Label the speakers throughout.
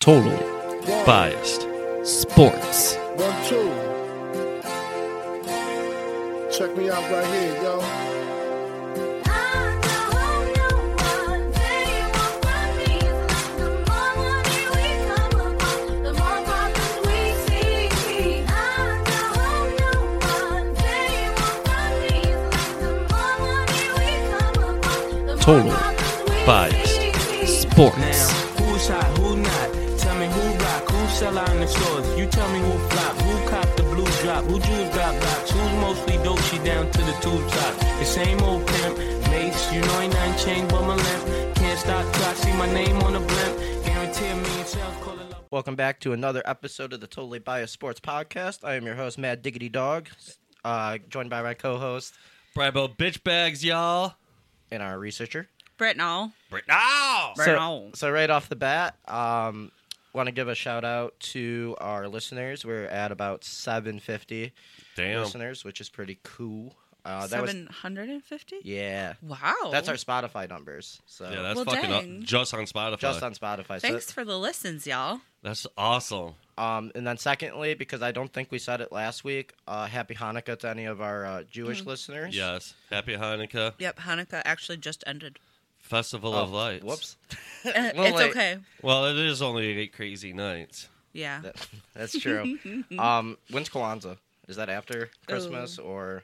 Speaker 1: Totally biased.
Speaker 2: Sports.
Speaker 3: One, two. Check me out right here, yo.
Speaker 1: Totally biased.
Speaker 2: Sports.
Speaker 4: Now, who's hot, who not? Tell me who rock, who sell out in the stores. You tell me who flop, who cop the blue drop, who jewels got blocks, who's mostly dope, she down to the tube top. The same old pimp, mates, you know ain't nothing changed but my limp. Can't stop till I see my name on a blimp. Guarantee me and Shells call it love.
Speaker 5: Welcome back to another episode of the Totally Biased Sports Podcast. I am your host, Mad Diggity Dog, uh, joined by my co host
Speaker 1: Bribal bitch bags, y'all.
Speaker 5: and our researcher.
Speaker 6: Brett Nall.
Speaker 1: Right now.
Speaker 6: Brett
Speaker 5: So,
Speaker 6: Nall.
Speaker 5: so right off the bat, um, want to give a shout out to our listeners. We're at about 750
Speaker 1: Damn.
Speaker 5: listeners, which is pretty cool. Uh, that was
Speaker 6: 750?
Speaker 5: yeah.
Speaker 6: Wow.
Speaker 5: That's our Spotify numbers. So
Speaker 1: Yeah, that's
Speaker 6: Well,
Speaker 1: fucking up.
Speaker 6: dang.
Speaker 1: just on Spotify.
Speaker 5: just on Spotify. So-
Speaker 6: Thanks for the listens, y'all.
Speaker 1: That's awesome.
Speaker 5: Um, and then secondly, because I don't think we said it last week, uh, happy Hanukkah to any of our uh, Jewish
Speaker 6: Mm.
Speaker 5: listeners.
Speaker 1: Yes. Happy Hanukkah.
Speaker 6: Yep, Hanukkah actually just ended.
Speaker 1: Festival
Speaker 5: Oh,
Speaker 1: of Lights.
Speaker 5: Whoops.
Speaker 6: Eh,
Speaker 5: Well,
Speaker 6: it's
Speaker 5: like-
Speaker 6: okay.
Speaker 1: Well, it is only eight crazy nights.
Speaker 6: Yeah.
Speaker 5: That- that's true. um, when's Kwanzaa? Is that after
Speaker 6: Oh.
Speaker 5: Christmas or?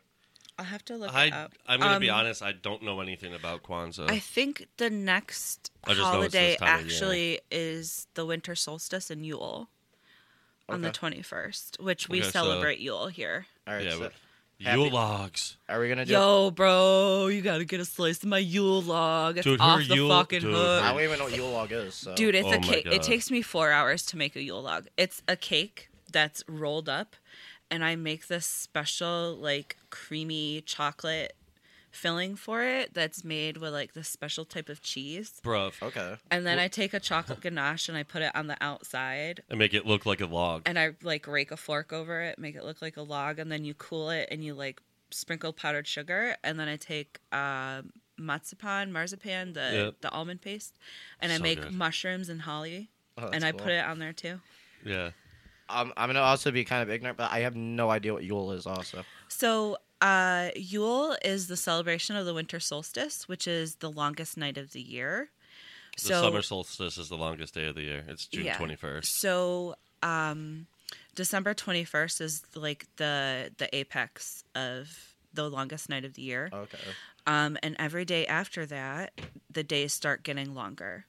Speaker 6: I'll have to look it
Speaker 1: I
Speaker 6: up.
Speaker 1: I'm gonna be
Speaker 6: Um,
Speaker 1: honest. I don't know anything about Kwanzaa.
Speaker 6: I think the next
Speaker 1: I just know it's
Speaker 6: holiday
Speaker 1: this time of year.
Speaker 6: actually is the winter solstice in Yule on the
Speaker 5: Okay.
Speaker 6: 21st, which we
Speaker 1: Okay, so-
Speaker 6: celebrate Yule here.
Speaker 5: All right.
Speaker 1: Yeah,
Speaker 5: so
Speaker 1: but-
Speaker 5: happy-
Speaker 1: Yule logs,
Speaker 5: are we gonna do?
Speaker 6: Yo, bro, you gotta get a slice of my Yule log. It's
Speaker 1: Dude, her
Speaker 6: off the
Speaker 1: Yule-
Speaker 6: fucking
Speaker 1: dude,
Speaker 6: hook.
Speaker 5: I don't even know what Yule log is. So.
Speaker 6: Dude, it's
Speaker 1: Oh
Speaker 6: a
Speaker 1: my
Speaker 6: cake.
Speaker 1: God.
Speaker 6: It takes me four hours to make a Yule log. It's a cake that's rolled up, and I make this special, like, creamy chocolate filling for it that's made with, like, this special type of cheese.
Speaker 1: bruv,
Speaker 5: Okay.
Speaker 6: And then I take a chocolate ganache and I put it on the outside,
Speaker 1: and make it look like a log.
Speaker 6: and I, like, rake a fork over it, make it look like a log, and then you cool it and you, like, sprinkle powdered sugar. And then I take, um, Matzapan, marzipan, the
Speaker 1: Yep.
Speaker 6: the almond paste, and I
Speaker 1: So
Speaker 6: make
Speaker 1: good.
Speaker 6: mushrooms and holly
Speaker 5: Oh, that's
Speaker 6: and I
Speaker 5: cool.
Speaker 6: put it on there too.
Speaker 1: Yeah.
Speaker 5: Um, I'm gonna also be kind of ignorant, but I have no idea what Yule is. Also.
Speaker 6: So, uh, Yule is the celebration of the winter solstice, which is the longest night of the year.
Speaker 1: The summer solstice is the longest day of the year. It's June
Speaker 6: yeah.
Speaker 1: twenty first.
Speaker 6: So, um, December twenty first is like the the apex of the longest night of the year.
Speaker 5: Okay.
Speaker 6: Um, and every day after that, the days start getting longer.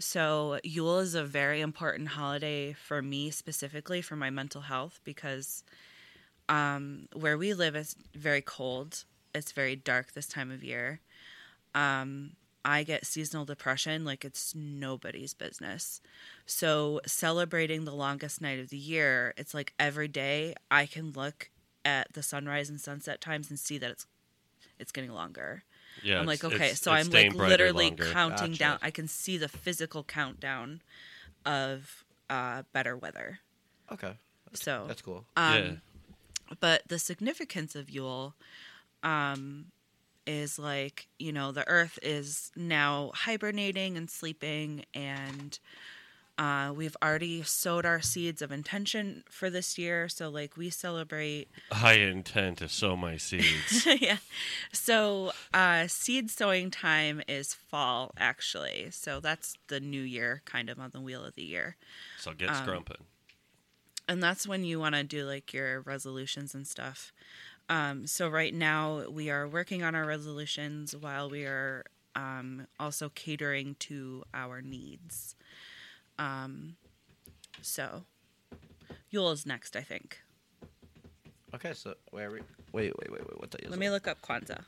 Speaker 6: So, Yule is a very important holiday for me specifically for my mental health because um, where we live is very cold. It's very dark this time of year. Um, I get seasonal depression like it's nobody's business. So, celebrating the longest night of the year, it's like every day I can look at the sunrise and sunset times and see that it's it's getting longer.
Speaker 1: Yeah.
Speaker 6: I'm like,
Speaker 1: it's-
Speaker 6: okay,
Speaker 1: it's-
Speaker 6: so
Speaker 1: it's
Speaker 6: I'm
Speaker 1: staying
Speaker 6: like
Speaker 1: brighter
Speaker 6: literally
Speaker 1: longer.
Speaker 6: counting
Speaker 5: Gotcha.
Speaker 6: down. I can see the physical countdown of uh, better weather.
Speaker 5: Okay.
Speaker 6: So,
Speaker 5: That's cool.
Speaker 1: Yeah.
Speaker 6: um, but the significance of Yule um, is like, you know, the earth is now hibernating and sleeping, and uh, we've already sowed our seeds of intention for this year. So, like, we celebrate
Speaker 1: I intend to sow my seeds.
Speaker 6: yeah. So uh, seed sowing time is fall, actually. So that's the new year, kind of on the wheel of the year,
Speaker 1: so get
Speaker 6: Um,
Speaker 1: scrumping.
Speaker 6: and that's when you want to do like your resolutions and stuff. Um, so right now we are working on our resolutions while we are um, also catering to our needs. Um, so Yule is next, I think.
Speaker 5: Okay. So where are we? Wait, wait, wait, wait. What day is
Speaker 6: Let
Speaker 5: it?
Speaker 6: me look up Kwanzaa.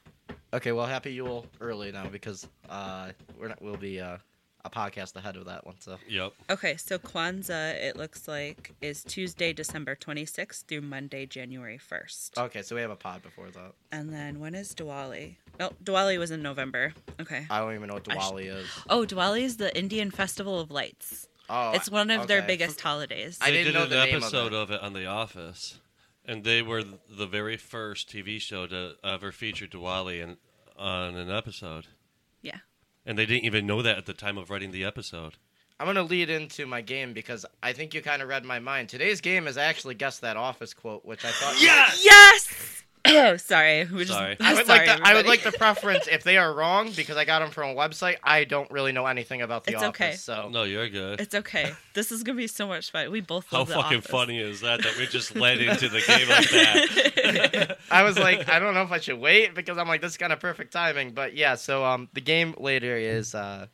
Speaker 5: Okay, well, happy Yule early now because uh, we're not, we'll be uh, a podcast ahead of that one. So
Speaker 1: Yep.
Speaker 6: Okay, so Kwanzaa, it looks like, is Tuesday, December 26th through Monday, January 1st.
Speaker 5: okay, so we have a pod before that.
Speaker 6: And then when is Diwali? Oh, Diwali was in November. Okay.
Speaker 5: I don't even know what
Speaker 6: I sh-
Speaker 5: Diwali is.
Speaker 6: Oh, Diwali is the Indian Festival of Lights.
Speaker 5: Oh,
Speaker 6: It's one of their
Speaker 5: okay.
Speaker 6: biggest holidays.
Speaker 5: I
Speaker 1: they
Speaker 5: didn't
Speaker 1: did
Speaker 5: know
Speaker 1: an
Speaker 5: the name of
Speaker 1: episode
Speaker 5: it.
Speaker 1: of it. on The Office, and they were th- the very first TV show to ever feature Diwali in, on an episode.
Speaker 6: yeah.
Speaker 1: And they didn't even know that at the time of writing the episode.
Speaker 5: I'm going to lead into my game because I think you kind of read my mind. Today's game is actually guess that office quote, which I thought.
Speaker 3: Yes!
Speaker 6: Yes. Oh, sorry. We just-
Speaker 1: Sorry.
Speaker 5: I
Speaker 6: I'm
Speaker 5: would
Speaker 6: sorry,
Speaker 5: like the, I would
Speaker 6: everybody.
Speaker 5: like the preference if they are wrong because I got them from a website. I don't really know anything about the
Speaker 6: It's
Speaker 5: office,
Speaker 6: okay.
Speaker 5: so
Speaker 1: No, you're good.
Speaker 6: It's okay. This is gonna be so much fun. We both
Speaker 1: How
Speaker 6: love The
Speaker 1: fucking
Speaker 6: Office.
Speaker 1: funny is that that we just led into the game like that?
Speaker 5: I was like, I don't know if I should wait because I'm like, this is kind of perfect timing. But yeah, so um, the game later is uh,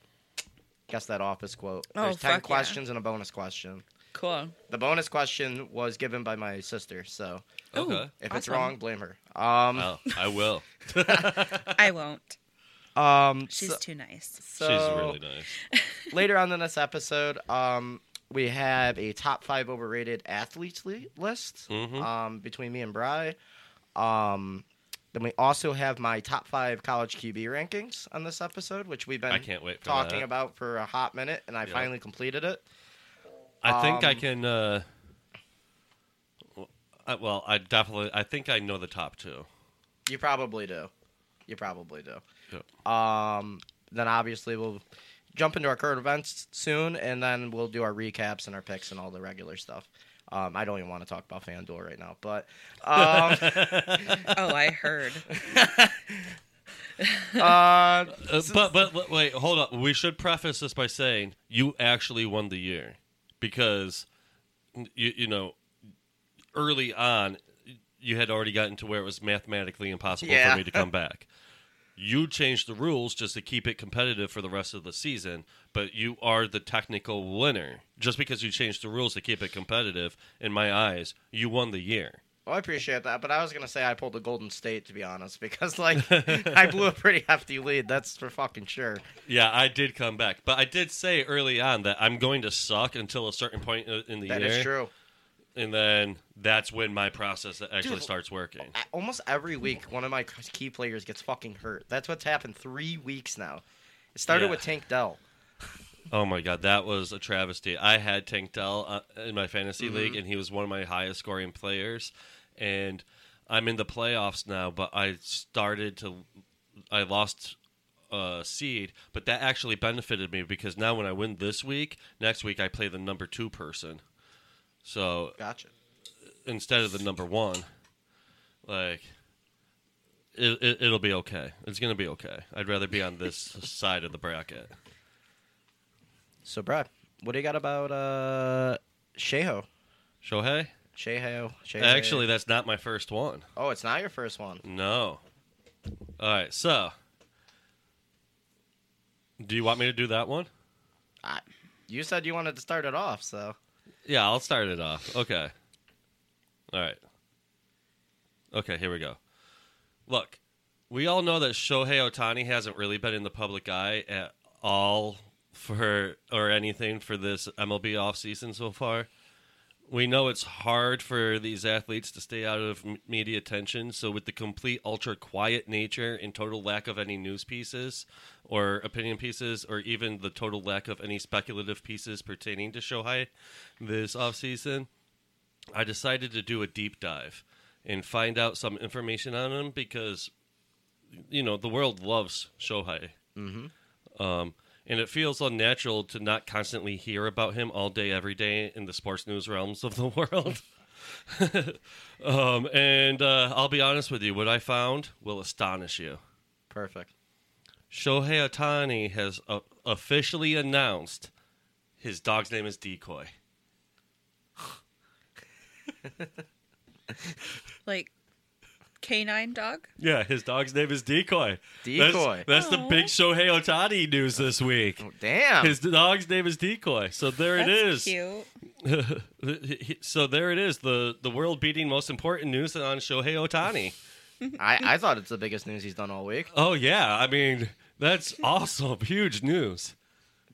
Speaker 5: guess that office quote.
Speaker 6: Oh,
Speaker 5: There's ten
Speaker 6: fuck yeah.
Speaker 5: questions and a bonus question.
Speaker 6: Cool.
Speaker 5: The bonus question was given by my sister, so
Speaker 1: Okay.
Speaker 5: if it's
Speaker 6: Awesome.
Speaker 5: wrong, blame her. Um,
Speaker 1: Oh, I will.
Speaker 6: I won't.
Speaker 5: um,
Speaker 6: She's
Speaker 5: so,
Speaker 6: too nice.
Speaker 5: so
Speaker 1: She's really nice.
Speaker 5: later on in this episode, um, we have a top five overrated athletes li- list
Speaker 1: Mhm.
Speaker 5: um, between me and Bry. Um, then we also have my top five college QB rankings on this episode, which we've been
Speaker 1: I can't wait for
Speaker 5: talking
Speaker 1: that.
Speaker 5: about for a hot minute, and I
Speaker 1: Yeah.
Speaker 5: finally completed it.
Speaker 1: I think I
Speaker 5: Um,
Speaker 1: can. Uh, I- well, I definitely. I think I know the top two.
Speaker 5: You probably do. You probably do.
Speaker 1: Yeah.
Speaker 5: Um, then obviously we'll jump into our current events soon, and then we'll do our recaps and our picks and all the regular stuff. Um, I don't even want to talk about FanDuel right now, but um,
Speaker 6: Oh, I heard.
Speaker 5: uh,
Speaker 1: Uh, but, but but wait, hold up. We should preface this by saying you actually won the year because you you know early on you had already gotten to where it was mathematically impossible
Speaker 5: Yeah.
Speaker 1: for me to come back. You changed the rules just to keep it competitive for the rest of the season, but you are the technical winner. Just because you changed the rules to keep it competitive, in my eyes, you won the year.
Speaker 5: well, I appreciate that, but I was gonna say I pulled a Golden State to be honest, because like I blew a pretty hefty lead. That's for fucking sure.
Speaker 1: Yeah, I did come back, but I did say early on that I'm going to suck until a certain point in in the
Speaker 5: That
Speaker 1: year.
Speaker 5: is true.
Speaker 1: and then that's when my process actually
Speaker 5: Dude,
Speaker 1: starts working.
Speaker 5: I- almost every week one of my key players gets fucking hurt. That's what's happened three weeks now. It started
Speaker 1: Yeah.
Speaker 5: with Tank Dell.
Speaker 1: Oh my god, that was a travesty. I had Tank Dell uh, in my fantasy
Speaker 5: Mm-hmm.
Speaker 1: league, and he was one of my highest scoring players. And I'm in the playoffs now, but I started to, I lost a seed, but that actually benefited me because now when I win this week, next week I play the number two person. So
Speaker 5: Gotcha.
Speaker 1: instead of the number one, like it, it, it'll be okay. It's gonna be okay. I'd rather be on this side of the bracket.
Speaker 5: So Brad, what do you got about uh Sheho?
Speaker 1: Shohei,
Speaker 5: Sheho. Sheho.
Speaker 1: actually, that's not my first one.
Speaker 5: Oh, it's not your first one.
Speaker 1: No. All right, so do you want me to do that one?
Speaker 5: I, you said you wanted to start it off, so
Speaker 1: Yeah, I'll start it off. Okay. All right. Okay, here we go. Look, we all know that Shohei Otani hasn't really been in the public eye at all for or anything for this MLB offseason so far. We know it's hard for these athletes to stay out of m- media attention, so with the complete ultra quiet nature and total lack of any news pieces or opinion pieces or even the total lack of any speculative pieces pertaining to Shohei this offseason, I decided to do a deep dive and find out some information on him because you know, the world loves Shohei. Um, and it feels unnatural to not constantly hear about him all day, every day in the sports news realms of the world. um, and uh, I'll be honest with you, what I found will astonish you.
Speaker 5: perfect.
Speaker 1: Shohei Otani has uh, officially announced his dog's name is Decoy.
Speaker 6: Like canine dog.
Speaker 1: Yeah, his dog's name is Decoy.
Speaker 5: That's- Decoy.
Speaker 1: That's, the big Shohei Otani news this week.
Speaker 5: Oh, damn.
Speaker 1: His dog's name is Decoy. So there
Speaker 6: That's
Speaker 1: it is.
Speaker 6: Cute.
Speaker 1: so there it is the the world beating most important news on Shohei Otani.
Speaker 5: I, I thought it's the biggest news he's done all week.
Speaker 1: Oh yeah, I mean that's awesome, huge news.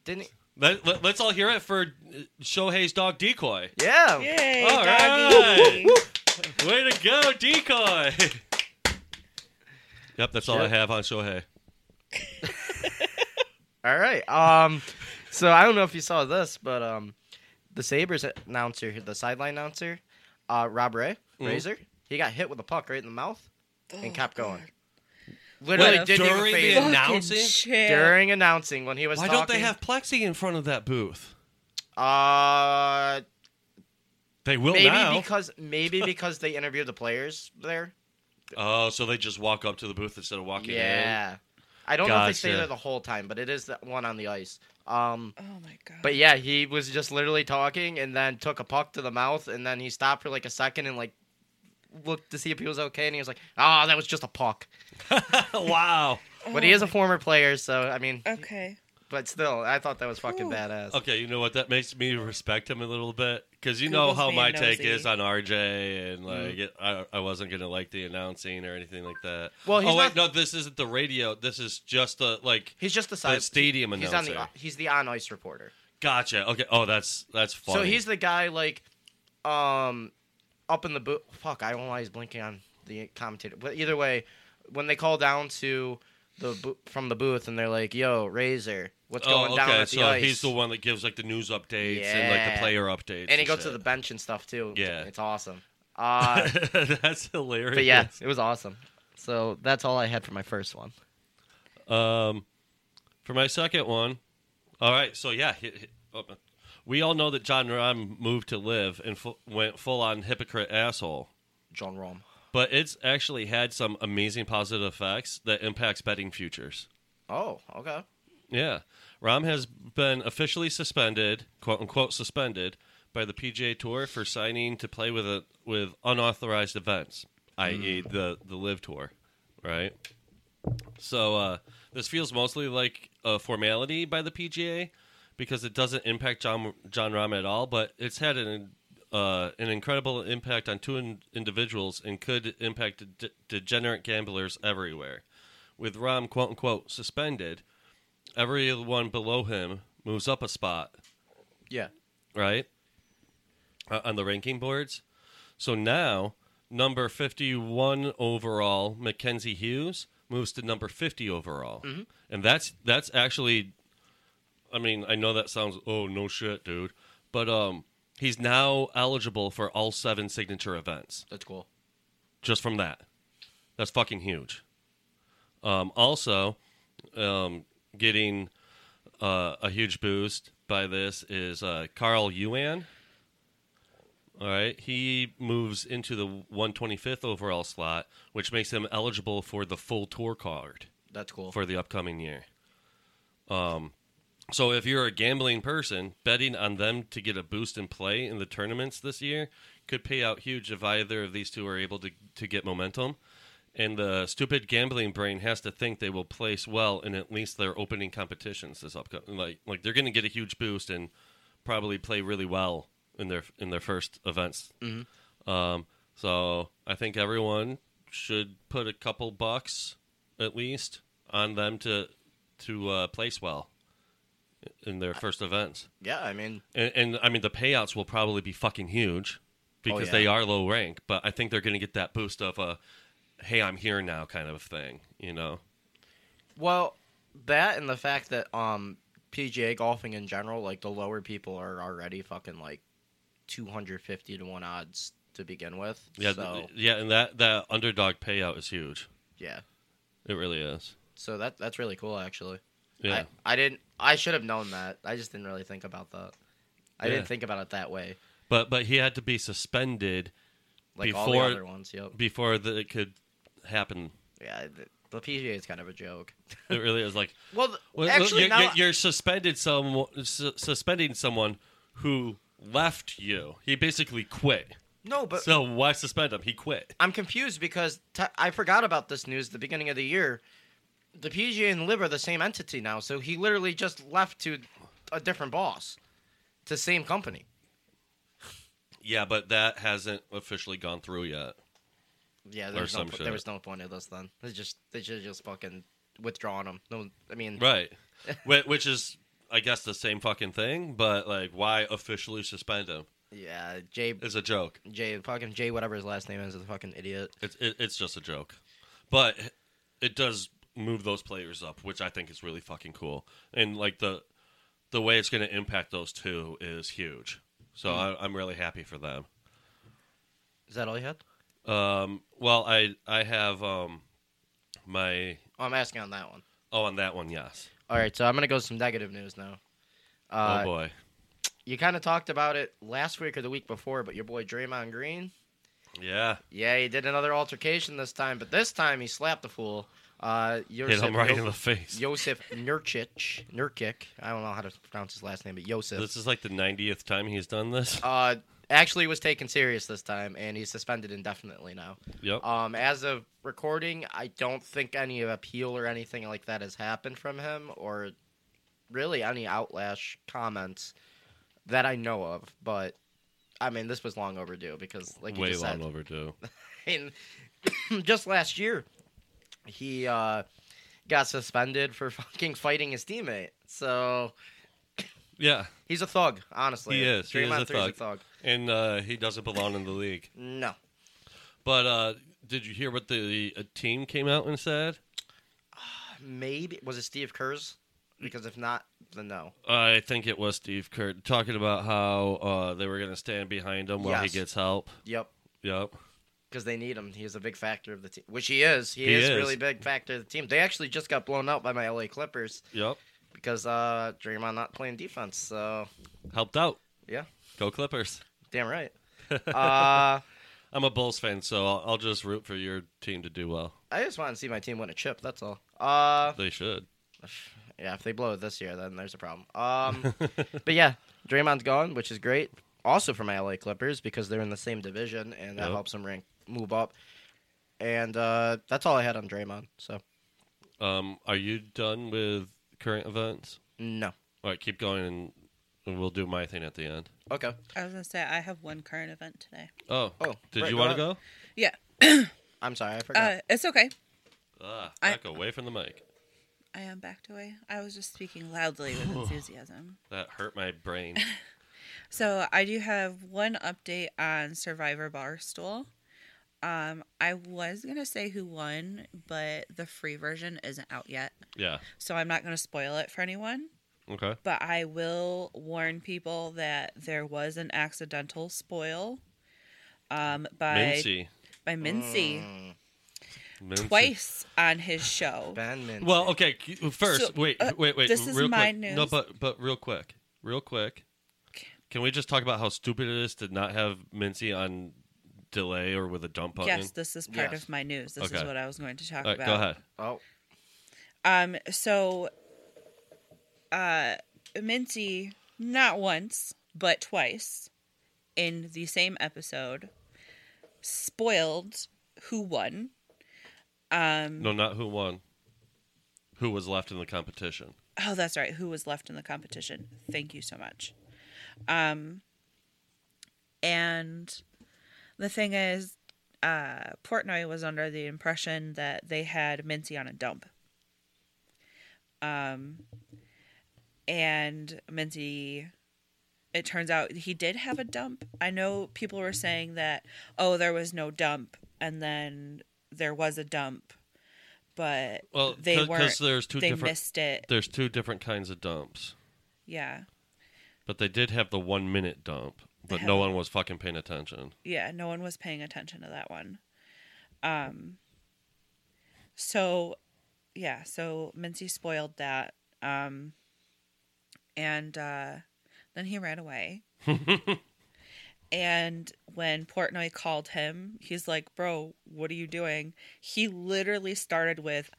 Speaker 5: Didn't he?
Speaker 1: Let, let, us all hear it for uh, Shohei's dog Decoy.
Speaker 5: Yeah.
Speaker 6: Yay,
Speaker 1: All
Speaker 6: doggy.
Speaker 1: Way to go, Decoy. yep, that's all
Speaker 5: Sure.
Speaker 1: I have on Shohei.
Speaker 5: All right. Um, so I don't know if you saw this, but um, the Sabres announcer, the sideline announcer, uh, Rob Ray,
Speaker 1: Mm-hmm.
Speaker 5: Razor, he got hit with a puck right in the mouth and kept going. Literally
Speaker 6: What a
Speaker 5: didn't even
Speaker 1: during
Speaker 5: fade.
Speaker 1: the-
Speaker 6: Fucking
Speaker 1: announcing?
Speaker 6: shit.
Speaker 5: during announcing when he was
Speaker 1: Why
Speaker 5: talking.
Speaker 1: don't they have plexi in front of that booth?
Speaker 5: Uh,
Speaker 1: They will
Speaker 5: maybe
Speaker 1: now.
Speaker 5: because maybe because they interviewed the players there.
Speaker 1: oh, so they just walk up to the booth instead of walking in.
Speaker 5: Yeah, I don't know if they stay
Speaker 1: Gotcha.
Speaker 5: there the whole time, but it is the one on the ice. Um,
Speaker 6: Oh my god.
Speaker 5: but yeah, he was just literally talking and then took a puck to the mouth and then he stopped for like a second and like looked to see if he was okay and he was like, "Ah, that was just a puck."
Speaker 1: wow.
Speaker 5: But he is a former player, so I mean,
Speaker 6: okay.
Speaker 5: but still, I thought that was fucking
Speaker 6: Whew.
Speaker 5: badass.
Speaker 1: Okay, you know what? That makes me respect him a little bit because you know
Speaker 6: Google's
Speaker 1: how
Speaker 6: being
Speaker 1: my take
Speaker 6: nosy. Mm-hmm.
Speaker 1: is on RJ, and like it, I, I wasn't gonna like the announcing or anything like that.
Speaker 5: Well, he's
Speaker 1: oh wait,
Speaker 5: not-
Speaker 1: no, this isn't the radio. This is just the like.
Speaker 5: He's just the
Speaker 1: The
Speaker 5: side
Speaker 1: stadium
Speaker 5: He's on
Speaker 1: announcer.
Speaker 5: the he's the on ice reporter.
Speaker 1: Gotcha. Okay. Oh, that's that's funny.
Speaker 5: So he's the guy like, um, up in the booth. Fuck, I don't know why he's blinking on the commentator. But either way, when they call down to the bo- from the booth and they're like, "Yo, Razor, what's
Speaker 1: oh,
Speaker 5: going
Speaker 1: okay.
Speaker 5: down at the
Speaker 1: so
Speaker 5: ice?"
Speaker 1: he's the one that gives like the news updates and like the
Speaker 5: Yeah.
Speaker 1: player updates,
Speaker 5: and he goes to
Speaker 1: shit.
Speaker 5: the bench and stuff too.
Speaker 1: Yeah.
Speaker 5: it's awesome. Uh,
Speaker 1: that's hilarious.
Speaker 5: but yeah, it was awesome. So that's all I had for my first one.
Speaker 1: Um, for my second one, all right. So yeah, hi- hi- oh, uh, we all know that John Rahm moved to live and fu- went full on hypocrite asshole,
Speaker 5: John Rom.
Speaker 1: but it's actually had some amazing positive effects that impacts betting futures.
Speaker 5: Oh, okay.
Speaker 1: Yeah, Rahm has been officially suspended, quote unquote suspended, by the PGA Tour for signing to play with a with unauthorized events, i.e. the the Live Tour, right? So uh, this feels mostly like a formality by the PGA because it doesn't impact John John Rahm at all, but it's had an uh, an incredible impact on two in- individuals and could impact de- degenerate gamblers everywhere. With Rahm, quote unquote, suspended, everyone below him moves up a spot,
Speaker 5: Yeah.
Speaker 1: right? Uh, on the ranking boards. So now, number 51 overall, Mackenzie Hughes moves to number 50 overall. And that's that's actually I mean, I know that sounds oh no shit, dude, but um he's now eligible for all seven signature events
Speaker 5: That's cool.
Speaker 1: just from that. That's fucking huge. Um, also, um, getting uh, a huge boost by this is uh, Carl Yuan. All right, he moves into the 125th overall slot, which makes him eligible for the full tour card
Speaker 5: That's cool.
Speaker 1: for the upcoming year. Um, so if you're a gambling person, betting on them to get a boost in play in the tournaments this year could pay out huge if either of these two are able to, to get momentum. And the stupid gambling brain has to think they will place well in at least their opening competitions this upcoming. Like, like they're going to get a huge boost and probably play really well in their in their first events. Um, so I think everyone should put a couple bucks at least on them to to uh, place well in their first events.
Speaker 5: yeah, I mean,
Speaker 1: And, and I mean, the payouts will probably be fucking huge because
Speaker 5: Oh, yeah.
Speaker 1: they are low rank. But I think they're going to get that boost of a "Hey, I'm here now" kind of thing. You know?
Speaker 5: Well, that and the fact that um PGA golfing in general, like the lower people are already fucking like 250 to 1 odds to begin with.
Speaker 1: Yeah,
Speaker 5: So,
Speaker 1: th- yeah. And that that underdog payout is huge.
Speaker 5: yeah.
Speaker 1: It really is.
Speaker 5: So that that's really cool actually.
Speaker 1: Yeah.
Speaker 5: I, I didn't I should have known that. I just didn't really think about that. I
Speaker 1: Yeah.
Speaker 5: didn't think about it that way.
Speaker 1: but but he had to be suspended
Speaker 5: Like all
Speaker 1: Before-
Speaker 5: the other ones, yep.
Speaker 1: before that it could happen.
Speaker 5: Yeah, the, the PGA is kind of a joke.
Speaker 1: It really is like
Speaker 5: Well, th-
Speaker 1: Well,
Speaker 5: actually
Speaker 1: you're,
Speaker 5: now
Speaker 1: you're, you're suspended some su- suspending someone who left you. He basically quit.
Speaker 5: no, but
Speaker 1: so why suspend him? He quit.
Speaker 5: I'm confused because t- I forgot about this news at the beginning of the year. The PGA and Lib are the same entity now, so he literally just left to a different boss, to same company.
Speaker 1: Yeah, but that hasn't officially gone through yet.
Speaker 5: Yeah,
Speaker 1: Or
Speaker 5: there was, no,
Speaker 1: some
Speaker 5: po-
Speaker 1: shit.
Speaker 5: there was no point in this then. They just they should have just fucking withdrawn him. No, I mean,
Speaker 1: Right. Wh- Which is I guess the same fucking thing, but like why officially suspend him?
Speaker 5: yeah, Jay,
Speaker 1: It's a joke.
Speaker 5: Jay, fucking Jay, whatever his last name is, is a fucking idiot.
Speaker 1: It's it, it's just a joke. But it does move those players up, which I think is really fucking cool. And like the the way it's going to impact those two is huge. So
Speaker 5: Hmm.
Speaker 1: I, I'm really happy for them.
Speaker 5: Is that all you had?
Speaker 1: Um, well, I I have um, my
Speaker 5: Oh, I'm asking on that one.
Speaker 1: oh on that one, yes.
Speaker 5: All right, so I'm gonna go with some negative news now.
Speaker 1: oh
Speaker 5: Uh,
Speaker 1: boy,
Speaker 5: you kind of talked about it last week or the week before, but your boy Draymond Green,
Speaker 1: Yeah.
Speaker 5: yeah, he did another altercation this time, but this time he slapped the fool. Uh,
Speaker 1: Hit
Speaker 5: Josip,
Speaker 1: him right
Speaker 5: Yo-
Speaker 1: in the face.
Speaker 5: Josip Nurkic, Nurkic. I don't know how to pronounce his last name, but Josip.
Speaker 1: This is like the 90th time he's done this.
Speaker 5: uh, actually was taken serious this time, and he's suspended indefinitely now.
Speaker 1: Yep.
Speaker 5: Um, as of recording, I don't think any appeal or anything like that has happened from him, or really any outlash comments that I know of. But I mean, this was long overdue because, like you
Speaker 1: Way
Speaker 5: just
Speaker 1: long
Speaker 5: said,
Speaker 1: overdue.
Speaker 5: and just last year, he uh, got suspended for fucking fighting his teammate. So
Speaker 1: Yeah.
Speaker 5: he's a thug, honestly.
Speaker 1: He is. He is
Speaker 5: Draymond
Speaker 1: a
Speaker 5: Three's
Speaker 1: thug. And uh, he doesn't belong in the league.
Speaker 5: No.
Speaker 1: But uh, did you hear what the uh, team came out and said?
Speaker 5: Maybe was it Steve Kerr's? Because if not, then no.
Speaker 1: I think it was Steve Kerr talking about how uh, they were going to stand behind him while
Speaker 5: Yes.
Speaker 1: he gets help.
Speaker 5: Yep.
Speaker 1: Yep.
Speaker 5: Because they need him. He is a big factor of the team, which he is. He,
Speaker 1: He
Speaker 5: is,
Speaker 1: is.
Speaker 5: really big factor of the team. They actually just got blown out by my LA Clippers
Speaker 1: Yep.
Speaker 5: because uh, Draymond not playing defense. So
Speaker 1: Helped out.
Speaker 5: yeah,
Speaker 1: Go Clippers.
Speaker 5: damn right. uh,
Speaker 1: I'm a Bulls fan, so I'll, I'll just root for your team to do well.
Speaker 5: I just want to see my team win a chip. That's all. Uh,
Speaker 1: They should.
Speaker 5: yeah, if they blow it this year, then there's a problem. Um, but yeah, Draymond's gone, which is great. Also for my LA Clippers because they're in the same division and that
Speaker 1: Yep.
Speaker 5: helps them rank move up. And uh, that's all I had on Draymond. So
Speaker 1: Um, are you done with current events?
Speaker 5: no,
Speaker 1: All right, keep going, and- and we'll do my thing at the end.
Speaker 5: okay.
Speaker 6: I was gonna say I have one current event today.
Speaker 1: Oh,
Speaker 5: Oh,
Speaker 1: did
Speaker 5: right,
Speaker 1: you
Speaker 5: go
Speaker 1: want to
Speaker 5: ahead.
Speaker 1: go?
Speaker 6: Yeah,
Speaker 5: I'm sorry, I forgot.
Speaker 6: uh, it's okay.
Speaker 1: Ah,
Speaker 6: I-
Speaker 1: back away from the mic.
Speaker 6: I am backed away. I was just speaking loudly with enthusiasm.
Speaker 1: That hurt my brain.
Speaker 6: So I do have one update on Survivor Barstool. Um, I was gonna say who won, but the free version isn't out yet,
Speaker 1: Yeah.
Speaker 6: so I'm not gonna spoil it for anyone.
Speaker 1: Okay.
Speaker 6: But I will warn people that there was an accidental spoil um, by
Speaker 1: Mincy.
Speaker 6: by Mincy
Speaker 1: Mincy.
Speaker 6: twice on his show.
Speaker 5: ben Min-
Speaker 1: Well, okay. c- First,
Speaker 6: So,
Speaker 1: wait,
Speaker 6: uh,
Speaker 1: wait, wait.
Speaker 6: this is
Speaker 1: real
Speaker 6: my
Speaker 1: quick. No,
Speaker 6: news.
Speaker 1: but but real quick, real quick. Can we just talk about how stupid it is to not have Mincy on delay or with a dump button?
Speaker 6: Yes, this is part
Speaker 5: Yes.
Speaker 6: of my news. This is
Speaker 1: Okay.
Speaker 6: what I was going to talk
Speaker 1: All right,
Speaker 6: about.
Speaker 1: go ahead.
Speaker 5: Oh,
Speaker 6: Um, so, uh, Minty, not once, but twice in the same episode, spoiled who won.
Speaker 1: No, not who won. Who was left in the competition?
Speaker 6: Oh, that's right. Who was left in the competition? Thank you so much. Um, and the thing is, uh, Portnoy was under the impression that they had Mincy on a dump. Um, and Mincy, it turns out he did have a dump. I know people were saying that, oh, there was no dump, and then there was a dump, but
Speaker 1: Well,
Speaker 6: they
Speaker 1: 'cause- 'cause
Speaker 6: weren't.
Speaker 1: there's two
Speaker 6: they
Speaker 1: different-
Speaker 6: missed it.
Speaker 1: There's two different kinds of dumps,
Speaker 6: Yeah.
Speaker 1: but they did have the one minute dump, but
Speaker 6: They
Speaker 1: no
Speaker 6: have-
Speaker 1: one was fucking paying attention.
Speaker 6: Yeah, no one was paying attention to that one. Um so yeah, so Mincy spoiled that. Um and uh then he ran away. and when Portnoy called him, he's like, "Bro, what are you doing?" He literally started with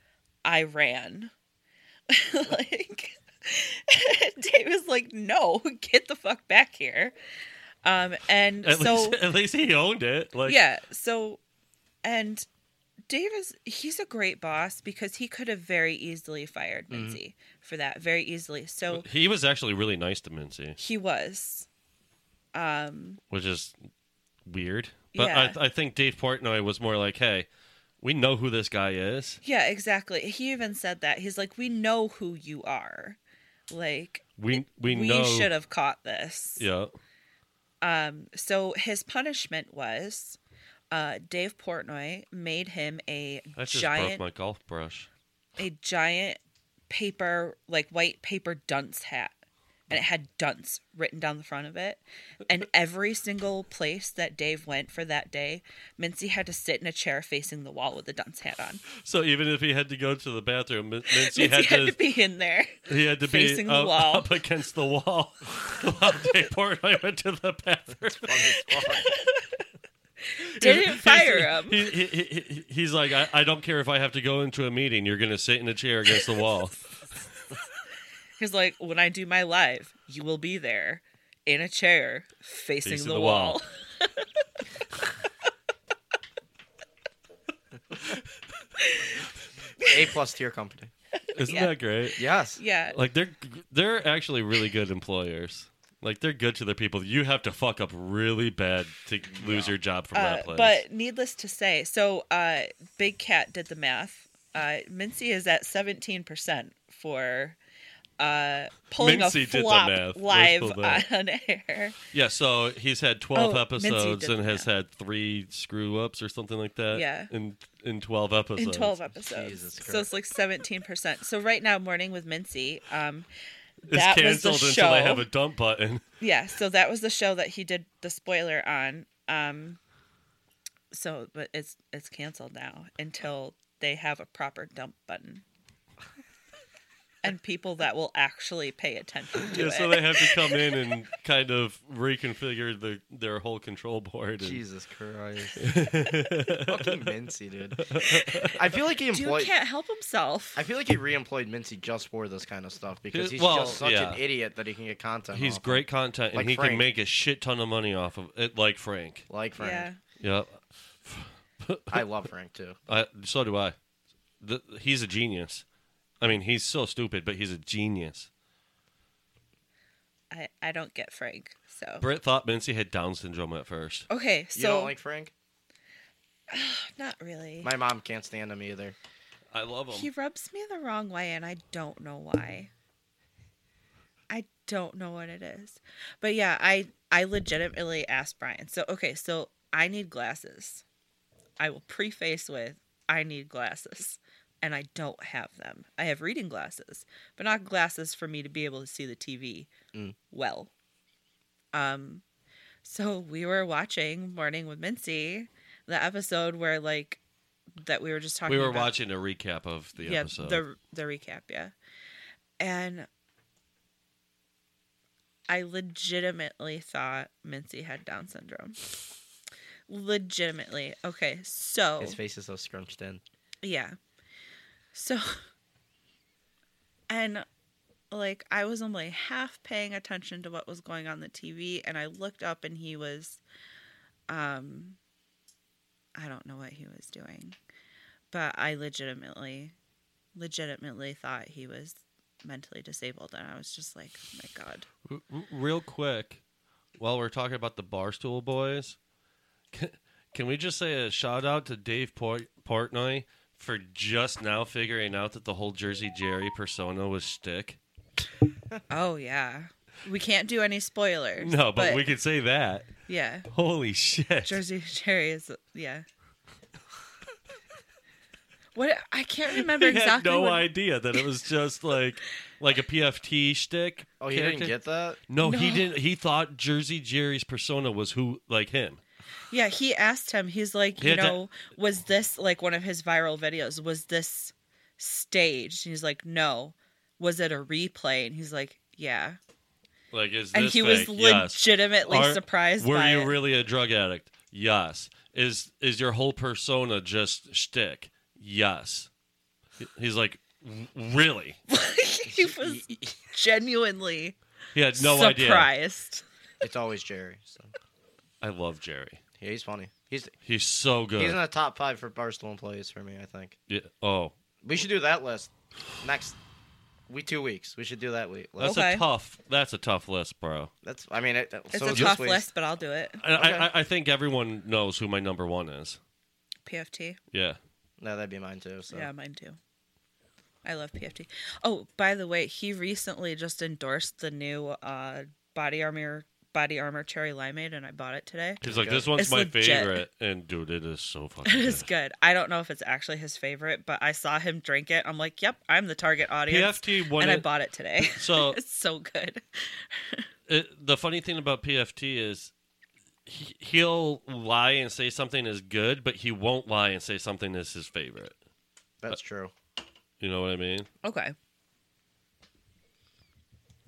Speaker 6: I ran. like Dave was like, "No, get the fuck back here." Um and
Speaker 1: At
Speaker 6: so
Speaker 1: least, at least he owned it. Like,
Speaker 6: yeah. So, and Dave is he's a great boss because he could have very easily fired Mincy for that very easily. So
Speaker 1: he was actually Mm-hmm. really nice to Mincy,
Speaker 6: he was.
Speaker 1: which is weird. But
Speaker 6: Yeah.
Speaker 1: I, I think Dave Portnoy was more like, "Hey, we know who this guy is.
Speaker 6: Yeah, exactly. He even said that. He's like, "We know who you are. Like,
Speaker 1: We we,
Speaker 6: we
Speaker 1: know."
Speaker 6: should have caught this."
Speaker 1: Yeah.
Speaker 6: So his punishment was uh, Dave Portnoy made him a
Speaker 1: That just broke
Speaker 6: giant
Speaker 1: my golf brush.
Speaker 6: a giant paper like white paper dunce hat and it had dunce written down the front of it. And every single place that Dave went for that day, Mincy had to sit in a chair facing the wall with the dunce hat on.
Speaker 1: So even if he had to go to the bathroom, Min- Mincy
Speaker 6: Mincy
Speaker 1: had, to,
Speaker 6: be in there.
Speaker 1: he had to be
Speaker 6: facing the
Speaker 1: up,
Speaker 6: wall.
Speaker 1: up against the wall while Dave Portnoy went to the bathroom.
Speaker 6: Didn't fire him.
Speaker 1: He, he, he, he- he's like, I, I don't care if I have to go into a meeting. You're going to sit in a chair against the wall.
Speaker 6: He's like, when I do my live, you will be there in a chair facing,
Speaker 1: Facing
Speaker 6: the,
Speaker 1: the
Speaker 6: wall.
Speaker 1: wall.
Speaker 5: A plus tier company.
Speaker 1: Isn't
Speaker 6: Yeah.
Speaker 1: that great?
Speaker 5: Yes.
Speaker 6: yeah.
Speaker 1: Like they're they're actually really good employers. Like they're good to their people. You have to fuck up really bad to lose your job from
Speaker 6: Uh,
Speaker 1: that place.
Speaker 6: but needless to say, so uh, Big Cat did the math. Uh, Mincy is at 17% for uh, pulling
Speaker 1: Mincy
Speaker 6: a
Speaker 1: did the
Speaker 6: flop
Speaker 1: math. Let's
Speaker 6: live
Speaker 1: pull that.
Speaker 6: on air.
Speaker 1: yeah, so he's had twelve
Speaker 6: Oh, Mincy
Speaker 1: episodes
Speaker 6: did
Speaker 1: and
Speaker 6: that.
Speaker 1: has had three screw ups or something like that.
Speaker 6: Yeah.
Speaker 1: In in twelve episodes.
Speaker 6: in 12 episodes.
Speaker 5: Jesus
Speaker 6: so it's like 17%. So right now, Morning with Mincy, um,
Speaker 1: It's
Speaker 6: that was the
Speaker 1: canceled until they
Speaker 6: show.
Speaker 1: have a dump button.
Speaker 6: yeah, so that was the show that he did the spoiler on. Um, so, but it's it's canceled now until they have a proper dump button. And people that will actually pay attention to
Speaker 1: Yeah,
Speaker 6: it.
Speaker 1: so they have to come in and kind of reconfigure the their whole control board. and-
Speaker 5: Jesus Christ. Fucking Mincy, dude. I feel like he
Speaker 6: Dude
Speaker 5: employed.
Speaker 6: can't help himself.
Speaker 5: I feel like he re-employed Mincy just for this kind of stuff because he's
Speaker 1: Well,
Speaker 5: just such
Speaker 1: yeah.
Speaker 5: an idiot that he can get content.
Speaker 1: He's
Speaker 5: off of.
Speaker 1: great content, and
Speaker 5: Like
Speaker 1: he can
Speaker 5: Frank.
Speaker 1: make a shit ton of money off of it, like Frank.
Speaker 5: Like Frank.
Speaker 6: yeah.
Speaker 1: Yep.
Speaker 5: I love Frank too.
Speaker 1: I, so do I. The, he's a genius. I mean, he's so stupid, but he's a genius.
Speaker 6: I, I don't get Frank. So
Speaker 1: Britt thought Mincy had Down syndrome at first.
Speaker 6: okay,
Speaker 5: You
Speaker 6: so
Speaker 5: don't like Frank?
Speaker 6: not really.
Speaker 5: My mom can't stand him either.
Speaker 1: I love him.
Speaker 6: He rubs me the wrong way, and I don't know why. I don't know what it is, but yeah, I I legitimately asked Brian. So okay, so I need glasses. I will preface with I need glasses, and I don't have them. I have reading glasses, but not glasses for me to be able to see the TV
Speaker 1: Mm.
Speaker 6: well. Um, so we were watching Morning with Mincy, the episode where like that we were just talking.
Speaker 1: we were
Speaker 6: about
Speaker 1: watching a recap of the episode.
Speaker 6: the the recap, yeah. And I legitimately thought Mincy had Down syndrome. Legitimately. Okay, so
Speaker 5: His face is so scrunched in.
Speaker 6: yeah. So and like I was only half paying attention to what was going on the TV and I looked up and he was um I don't know what he was doing. But I legitimately legitimately thought he was mentally disabled and I was just like, "Oh my god."
Speaker 1: R- r- Real quick, while we're talking about the Barstool Boys, can, can we just say a shout out to Dave Port- Portnoy for just now figuring out that the whole Jersey Jerry persona was shtick?
Speaker 6: Oh yeah. We can't do any spoilers.
Speaker 1: No, but, we could say that.
Speaker 6: Yeah.
Speaker 1: Holy shit.
Speaker 6: Jersey Jerry is yeah. What I can't remember
Speaker 1: he
Speaker 6: exactly.
Speaker 1: had no
Speaker 6: what-
Speaker 1: idea that it was just like like a PFT shtick.
Speaker 5: Oh, he
Speaker 1: character.
Speaker 5: didn't get that.
Speaker 1: No, he didn't. He thought Jersey Jerry's persona was who like him.
Speaker 6: Yeah, he asked him. He's like,
Speaker 1: He
Speaker 6: you
Speaker 1: had to-
Speaker 6: know, was this like one of his viral videos? Was this staged? And he's like, no. Was it a replay? And he's like, yeah.
Speaker 1: Like is
Speaker 6: And
Speaker 1: this
Speaker 6: he
Speaker 1: fake?
Speaker 6: was
Speaker 1: yes.
Speaker 6: legitimately
Speaker 1: Are-
Speaker 6: surprised.
Speaker 1: Were
Speaker 6: by
Speaker 1: you
Speaker 6: it.
Speaker 1: really a drug addict? Yes. Is is your whole persona just shtick? Yes. He- He's like "W- really.
Speaker 6: he was genuinely
Speaker 1: He had no idea.
Speaker 6: surprised.
Speaker 5: It's always Jerry. So.
Speaker 1: I love Jerry.
Speaker 5: Yeah, he's funny. He's
Speaker 1: He's so good.
Speaker 5: he's in the top five for Barstool employees for me. I think
Speaker 1: Yeah. Oh,
Speaker 5: we should do that list next. We two weeks. We should do that week.
Speaker 1: that's
Speaker 5: That's,
Speaker 6: Okay.
Speaker 1: a tough. That's a tough list, bro.
Speaker 5: that's I mean, it, that-
Speaker 6: It's
Speaker 5: so
Speaker 6: a
Speaker 5: is
Speaker 6: tough
Speaker 5: this week.
Speaker 6: list, but I'll do it.
Speaker 1: I, I,
Speaker 5: Okay.
Speaker 1: I think everyone knows who my number one is.
Speaker 6: PFT.
Speaker 1: Yeah.
Speaker 5: No, that'd be mine too. So
Speaker 6: Yeah, mine too. I love PFT. Oh, by the way, he recently just endorsed the new uh, body armor body armor cherry limeade, and I bought it today.
Speaker 1: He's like, this one's
Speaker 6: It's
Speaker 1: my
Speaker 6: legit.
Speaker 1: favorite, and dude, it is so fucking.
Speaker 6: It is
Speaker 1: good.
Speaker 6: good. I don't know if it's actually his favorite, but I saw him drink it. I'm like, yep, I'm the target audience.
Speaker 1: PFT
Speaker 6: and I
Speaker 1: wanted
Speaker 6: bought it today.
Speaker 1: so
Speaker 6: it's so good.
Speaker 1: it, the funny thing about PFT is he, he'll lie and say something is good, but he won't lie and say something is his favorite.
Speaker 5: That's true.
Speaker 1: You know what I mean?
Speaker 6: Okay.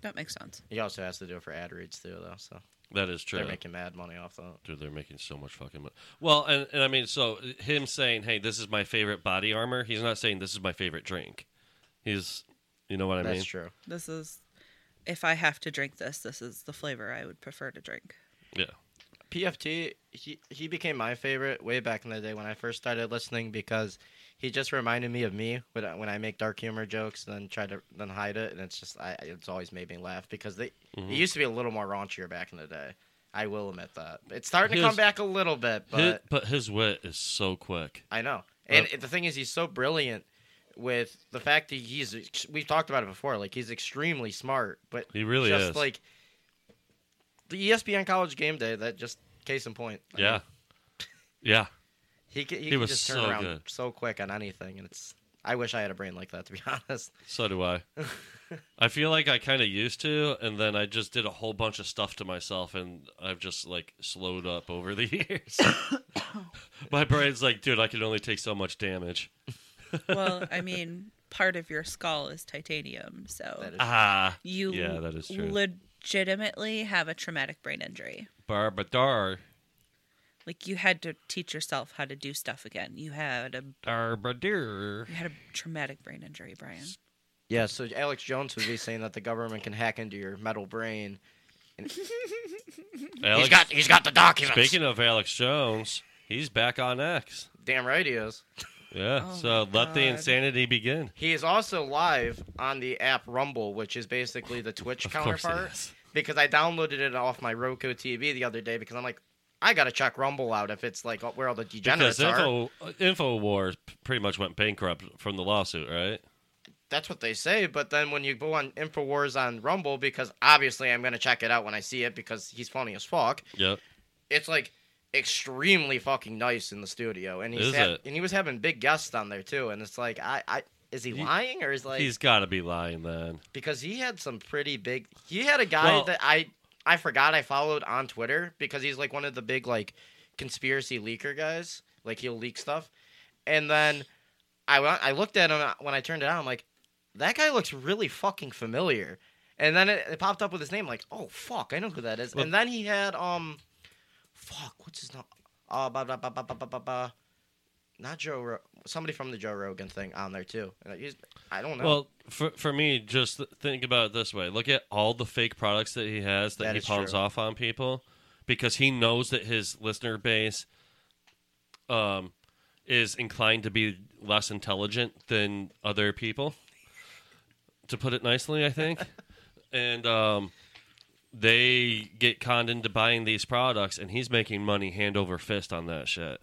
Speaker 6: That makes sense.
Speaker 5: He also has to do it for ad reads too, though. So
Speaker 1: That is true.
Speaker 5: they're making mad money off that.
Speaker 1: Dude, they're making so much fucking money. Well, and, and I mean, so him saying, "Hey, this is my favorite body armor." He's not saying this is my favorite drink. He's, you know what I
Speaker 5: That's
Speaker 1: mean?
Speaker 5: true.
Speaker 6: This is, if I have to drink this, this is the flavor I would prefer to drink.
Speaker 1: Yeah,
Speaker 5: PFT, he, he became my favorite way back in the day when I first started listening because he just reminded me of me when I, when I make dark humor jokes and then try to then hide it, and it's just I it's always made me laugh because they
Speaker 1: Mm-hmm.
Speaker 5: it used to be a little more raunchier back in the day. I will admit that it's starting to
Speaker 1: His-
Speaker 5: come back a little bit, but
Speaker 1: His- but his wit is so quick.
Speaker 5: I know. And the thing is, he's so brilliant with the fact that he's. We've talked about it before. Like he's extremely smart, but
Speaker 1: He really
Speaker 5: just
Speaker 1: is.
Speaker 5: like the E ESPN College Game Day. That just case in point. I
Speaker 1: Yeah,
Speaker 5: mean,
Speaker 1: yeah.
Speaker 5: he can, he,
Speaker 1: He
Speaker 5: can
Speaker 1: was
Speaker 5: just turn
Speaker 1: so
Speaker 5: around
Speaker 1: good.
Speaker 5: so quick on anything, and it's. I wish I had a brain like that, to be honest.
Speaker 1: So do I. I feel like I kind of used to, and then I just did a whole bunch of stuff to myself, and I've just like slowed up over the years. My brain's like, dude, I can only take so much damage.
Speaker 6: Well, I mean, part of your skull is titanium, so
Speaker 5: That is-
Speaker 1: Ah,
Speaker 6: you
Speaker 1: yeah, that is true.
Speaker 6: legitimately have a traumatic brain injury.
Speaker 1: Barbadar,
Speaker 6: Like you had to teach yourself how to do stuff again. You had a
Speaker 1: Darbadir.
Speaker 6: you had a traumatic brain injury, Brian.
Speaker 5: Yeah. So Alex Jones would be saying that the government can hack into your metal brain.
Speaker 1: Alex,
Speaker 5: he's got. He's got the documents.
Speaker 1: speaking of Alex Jones, he's back on X.
Speaker 5: Damn right he is.
Speaker 1: Yeah,
Speaker 6: Oh
Speaker 1: so
Speaker 6: my
Speaker 1: let the
Speaker 6: God.
Speaker 1: insanity begin.
Speaker 5: He is also live on the app Rumble, which is basically the Twitch
Speaker 1: course he
Speaker 5: counterpart.
Speaker 1: is.
Speaker 5: Because I downloaded it off my Roku TV the other day because I'm like, I gotta check Rumble out if it's like where all the degenerates
Speaker 1: Because
Speaker 5: are.
Speaker 1: Info Infowars p- pretty much went bankrupt from the lawsuit, right?
Speaker 5: That's what they say. But then when you go on Infowars on Rumble, because obviously I'm gonna check it out when I see it because he's funny as fuck.
Speaker 1: Yep.
Speaker 5: It's like extremely fucking nice in the studio, and he's
Speaker 1: Is
Speaker 5: ha-
Speaker 1: it?
Speaker 5: and he was having big guests on there too. And it's like, I, I is he, lying or is like
Speaker 1: he's got to be lying then.
Speaker 5: because he had some pretty big. He had a guy
Speaker 1: Well-
Speaker 5: that I I forgot I followed on Twitter because he's like one of the big like conspiracy leaker guys. Like he'll leak stuff, and then I went, I looked at him when I turned it on. I'm like, that guy looks really fucking familiar. And then it, it popped up with his name. Like, oh fuck, I know who that is.
Speaker 1: Well-
Speaker 5: and then he had um, fuck, what's his name? Oh, ba ba ba ba ba ba ba. ba. Not Joe, Ro- somebody from the Joe Rogan thing on there too. And I, just- I don't know.
Speaker 1: Well, for for me, just th- think about it this way: look at all the fake products that he has that,
Speaker 5: That
Speaker 1: he
Speaker 5: is
Speaker 1: pawns
Speaker 5: true.
Speaker 1: off on people, because he knows that his listener base, um, is inclined to be less intelligent than other people. To put it nicely, I think, and um, they get conned into buying these products, and he's making money hand over fist on that shit.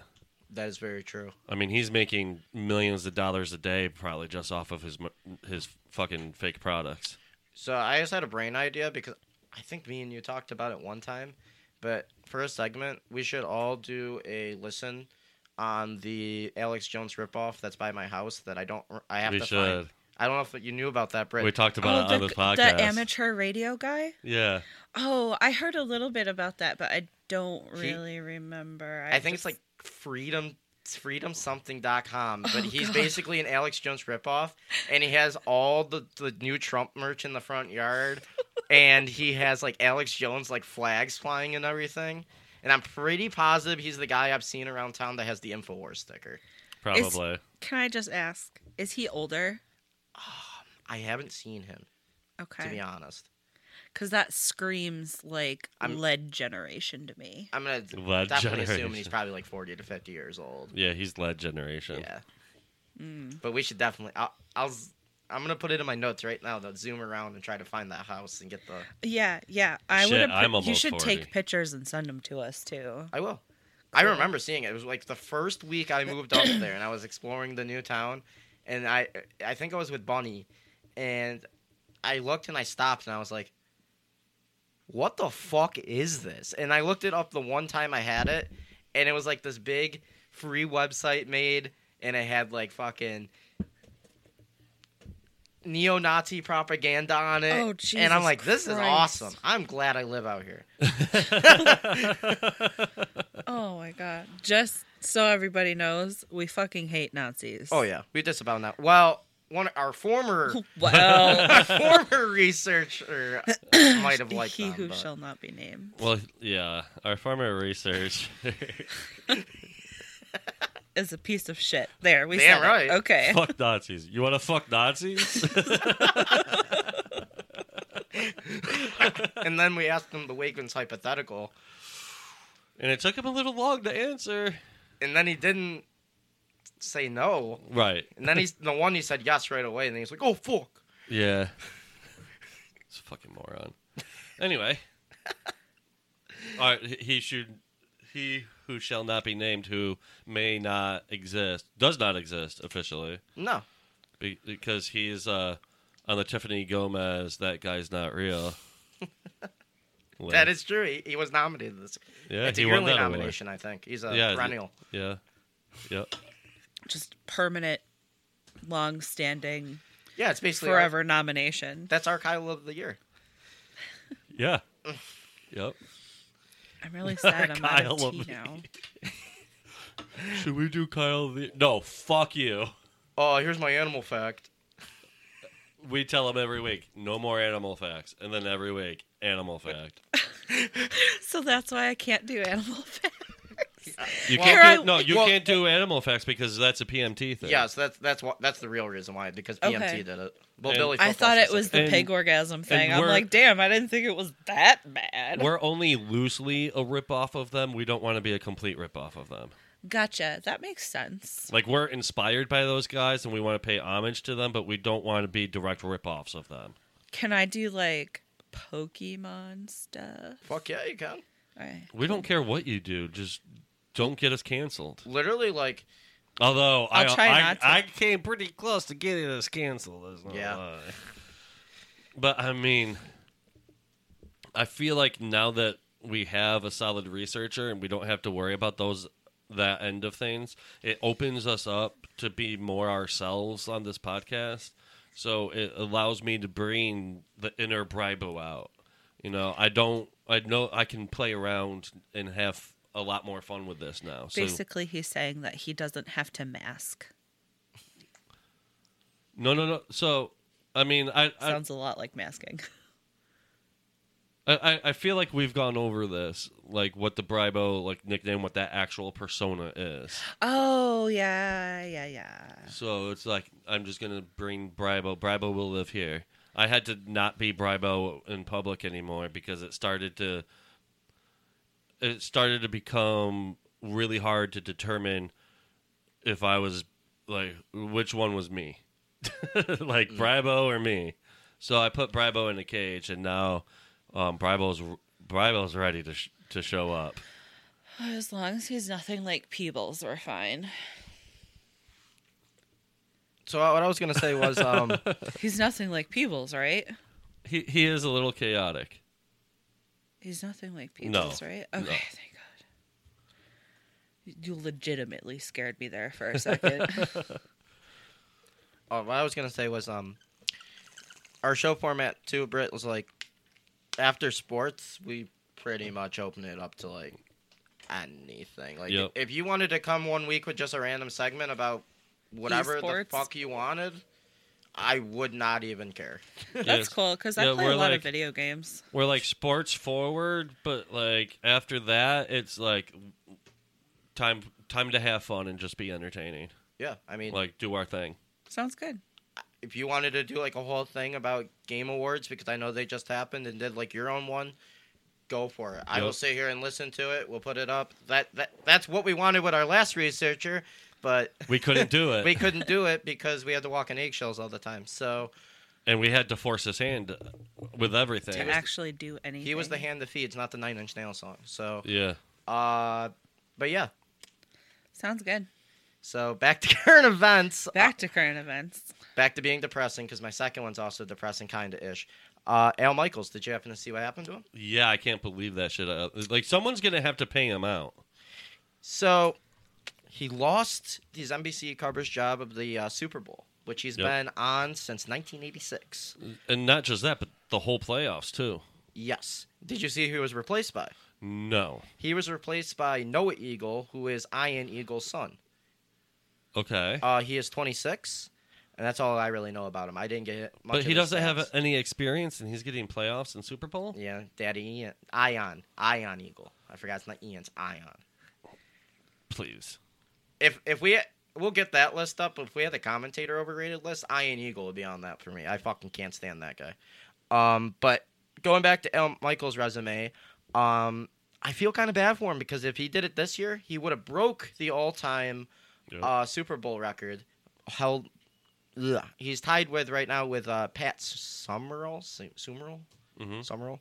Speaker 5: that is very true.
Speaker 1: I mean, he's making millions of dollars a day probably just off of his m- his fucking fake products.
Speaker 5: So I just had a brain idea because I think me and you talked about it one time, but for a segment, we should all do a listen on the Alex Jones ripoff that's by my house that I don't I have
Speaker 1: We
Speaker 5: to find.
Speaker 1: should.
Speaker 5: I don't know if you knew about that, Britt.
Speaker 1: We talked about it on
Speaker 6: Oh, the,
Speaker 1: this podcast.
Speaker 6: the amateur radio guy.
Speaker 1: Yeah,
Speaker 6: Oh, I heard a little bit about that, but I don't
Speaker 5: He-
Speaker 6: really remember.
Speaker 5: I think
Speaker 6: just-
Speaker 5: it's like freedom freedomsomething.com but
Speaker 6: Oh,
Speaker 5: he's
Speaker 6: God.
Speaker 5: basically an alex jones ripoff and he has all the, the new trump merch in the front yard and he has like alex jones like flags flying and everything and i'm pretty positive he's the guy i've seen around town that has the infowars sticker
Speaker 1: probably.
Speaker 6: Can I just ask? Is he older?
Speaker 5: i haven't seen him to be
Speaker 6: Okay,
Speaker 5: honest
Speaker 6: because that screams like
Speaker 5: I'm-
Speaker 6: lead generation to me.
Speaker 5: i'm gonna
Speaker 1: Lead
Speaker 5: definitely
Speaker 1: generation.
Speaker 5: assume he's probably like 40 to 50 years old
Speaker 1: Yeah, he's lead generation.
Speaker 5: Yeah. But we should definitely. I'll, I'll. z- I'm gonna put it in my notes right now. To zoom around and try to find that house and get the.
Speaker 6: Yeah, yeah. I
Speaker 1: Shit,
Speaker 6: would.
Speaker 1: I'm
Speaker 6: you
Speaker 1: almost
Speaker 6: should
Speaker 1: 40.
Speaker 6: take pictures and send them to us too.
Speaker 5: I will. I remember seeing it. It was like the first week I moved up there, and I was exploring the new town, and I. I think I was with Bunny, and I looked and I stopped and I was like, what the fuck is this? And I looked it up the one time I had it, and it was like this big free website made, and it had like fucking neo Nazi propaganda on it.
Speaker 6: Oh,
Speaker 5: And I'm
Speaker 6: Jesus
Speaker 5: like, this is
Speaker 6: Christ.
Speaker 5: awesome. I'm glad I live out here.
Speaker 6: Oh my god. Just so everybody knows, we fucking hate Nazis.
Speaker 5: Oh, yeah. We disavow now. Well, one our former
Speaker 6: Well,
Speaker 5: former researcher might have liked
Speaker 6: he
Speaker 5: them,
Speaker 6: who
Speaker 5: but-
Speaker 6: shall not be named
Speaker 1: Well, yeah, our former research.
Speaker 6: is a piece of shit. There, we
Speaker 5: Damn
Speaker 6: said it.
Speaker 5: right.
Speaker 6: Okay.
Speaker 1: fuck Nazis. You want to fuck Nazis?
Speaker 5: And then we asked him the Wakeman's hypothetical,
Speaker 1: and it took him a little long to answer.
Speaker 5: and then he didn't say no.
Speaker 1: Right.
Speaker 5: And then he's the one he said yes right away, and then he's like, "Oh fuck."
Speaker 1: Yeah. It's a fucking moron. Anyway. All right, he- he should he who shall not be named who may not exist does not exist officially
Speaker 5: No,
Speaker 1: be- because he's uh on the Tiffany Gomez that guy's not real. List.
Speaker 5: that is true. He, he was nominated this.
Speaker 1: Yeah,
Speaker 5: it's
Speaker 1: he
Speaker 5: a
Speaker 1: won
Speaker 5: yearly
Speaker 1: that award.
Speaker 5: nomination, I think. He's a
Speaker 1: Yeah, the-
Speaker 5: perennial.
Speaker 1: Yeah. Yep.
Speaker 6: Just permanent, long standing,
Speaker 5: Yeah, it's basically ar-
Speaker 6: forever nomination.
Speaker 5: that's archival of the year.
Speaker 1: Yeah. Yep.
Speaker 6: I'm really sad I'm out
Speaker 1: Kyle
Speaker 6: of tea
Speaker 1: of the-
Speaker 6: now.
Speaker 1: Should we do Kyle the No, fuck you.
Speaker 5: Oh, here's my animal fact.
Speaker 1: We tell him every week, no more animal facts. And then every week, animal fact.
Speaker 6: So that's why I can't do animal facts.
Speaker 5: Well-
Speaker 1: You can't do,
Speaker 6: Here I-
Speaker 1: no, you
Speaker 5: well-
Speaker 1: can't do animal facts because that's a PMT thing.
Speaker 5: Yeah, so that's that's what that's the real reason why because PMT
Speaker 6: Okay.
Speaker 5: did it. Well,
Speaker 1: And-
Speaker 5: Billy.
Speaker 6: I
Speaker 5: Football
Speaker 6: thought it was the
Speaker 1: And-
Speaker 6: pig orgasm thing. I'm
Speaker 1: we're-
Speaker 6: like, damn, I didn't think it was that bad.
Speaker 1: We're only loosely a ripoff of them. We don't want to be a complete ripoff of them.
Speaker 6: Gotcha. That makes sense.
Speaker 1: Like we're inspired by those guys and we want to pay homage to them, but we don't want to be direct ripoffs of them.
Speaker 6: Can I do like Pokemon stuff?
Speaker 5: specific. Fuck yeah, you can.
Speaker 6: All right.
Speaker 1: We don't care what you do, just don't get us canceled.
Speaker 5: Literally, like
Speaker 1: Although
Speaker 6: I'll
Speaker 1: I
Speaker 6: try
Speaker 1: I,
Speaker 6: not to.
Speaker 1: I came pretty close to getting us canceled. That's not
Speaker 5: Yeah.
Speaker 1: a lie. But I mean, I feel like now that we have a solid researcher and we don't have to worry about those that end of things, it opens us up to be more ourselves on this podcast. So it allows me to bring the inner Bribo out. You know, I don't. I know I can play around and have a lot more fun with this now. So
Speaker 6: Basically, he's saying that he doesn't have to mask.
Speaker 1: No, no, no. So, I mean, I, I,
Speaker 6: Sounds a lot like masking.
Speaker 1: I, I feel like we've gone over this, like what the Bribo like nickname, what that actual persona is.
Speaker 6: Oh yeah, yeah, yeah.
Speaker 1: So it's like I'm just gonna bring Bribo. Bribo will live here. I had to not be Bribo in public anymore because it started to it started to become really hard to determine if I was like which one was me, like Bribo or me. So I put Bribo in a cage, and now um, Bribo's Bribo's ready to sh- to show up.
Speaker 6: As long as he's nothing like Peebles, we're fine.
Speaker 5: so. What I was gonna say was, um,
Speaker 6: He's nothing like Peebles, right?
Speaker 1: He he is a little chaotic.
Speaker 6: He's nothing like Peebles, right? Okay,
Speaker 1: No.
Speaker 6: thank God. You legitimately scared me there for a second.
Speaker 5: Oh, what I was gonna say was um, our show format too. Britt was like, after sports, we pretty much open it up to like anything. Like,
Speaker 1: Yep.
Speaker 5: if you wanted to come one week with just a random segment about whatever the
Speaker 6: Esports.
Speaker 5: fuck you wanted, I would not even care.
Speaker 6: That's cool because I
Speaker 1: Yeah,
Speaker 6: play
Speaker 1: we're
Speaker 6: a lot
Speaker 1: like-
Speaker 6: of video games.
Speaker 1: We're like sports forward, but like after that, it's like time time to have fun and just be entertaining.
Speaker 5: Yeah, I mean,
Speaker 1: Like do our thing.
Speaker 6: Sounds good.
Speaker 5: if you wanted to do like a whole thing about game awards because I know they just happened and did like your own one, go for it. I
Speaker 1: Yep.
Speaker 5: will sit here and listen to it. We'll put it up. That that that's what we wanted with our last researcher, but
Speaker 1: We couldn't do it,
Speaker 5: we couldn't do it because we had to walk in eggshells all the time. So
Speaker 1: and we had to force his hand with everything.
Speaker 6: To actually do anything.
Speaker 5: he was the hand that feeds, not the Nine Inch Nail song. So,
Speaker 1: yeah,
Speaker 5: uh, but yeah.
Speaker 6: Sounds good.
Speaker 5: So back to current events. Uh,
Speaker 6: Back to current events.
Speaker 5: back to being depressing because my second one's also depressing, kind of ish. Uh, Al Michaels, did you happen to see what happened to him?
Speaker 1: Yeah, I can't believe that shit. Uh, Like someone's gonna have to pay him out.
Speaker 5: So he lost his NBC coverage job of the uh, Super Bowl, which he's
Speaker 1: Yep.
Speaker 5: been on since 1986.
Speaker 1: And not just that, but the whole playoffs too.
Speaker 5: Yes. Did you see who he was replaced by?
Speaker 1: No.
Speaker 5: He was replaced by Noah Eagle, who is Ian Eagle's son.
Speaker 1: Okay.
Speaker 5: Uh, he is 26, and that's all I really know about him. I didn't get much.
Speaker 1: but
Speaker 5: of
Speaker 1: he
Speaker 5: his
Speaker 1: doesn't have
Speaker 5: stats.
Speaker 1: any experience, and he's getting playoffs and Super Bowl.
Speaker 5: Yeah, Daddy Ian, Ion, Ion Eagle. I forgot it's not Ian's Ion.
Speaker 1: Please.
Speaker 5: If if we we'll get that list up. If we had the commentator overrated list, Ian Eagle would be on that for me. I fucking can't stand that guy. Um, but going back to El Michael's resume, um, I feel kind of bad for him because if he did it this year, he would have broke the all time
Speaker 1: Yep.
Speaker 5: uh, Super Bowl record. Held. Ugh. He's tied with right now with uh, Pat Summerall. Su- Summerall.
Speaker 1: Mhm.
Speaker 5: Summerall.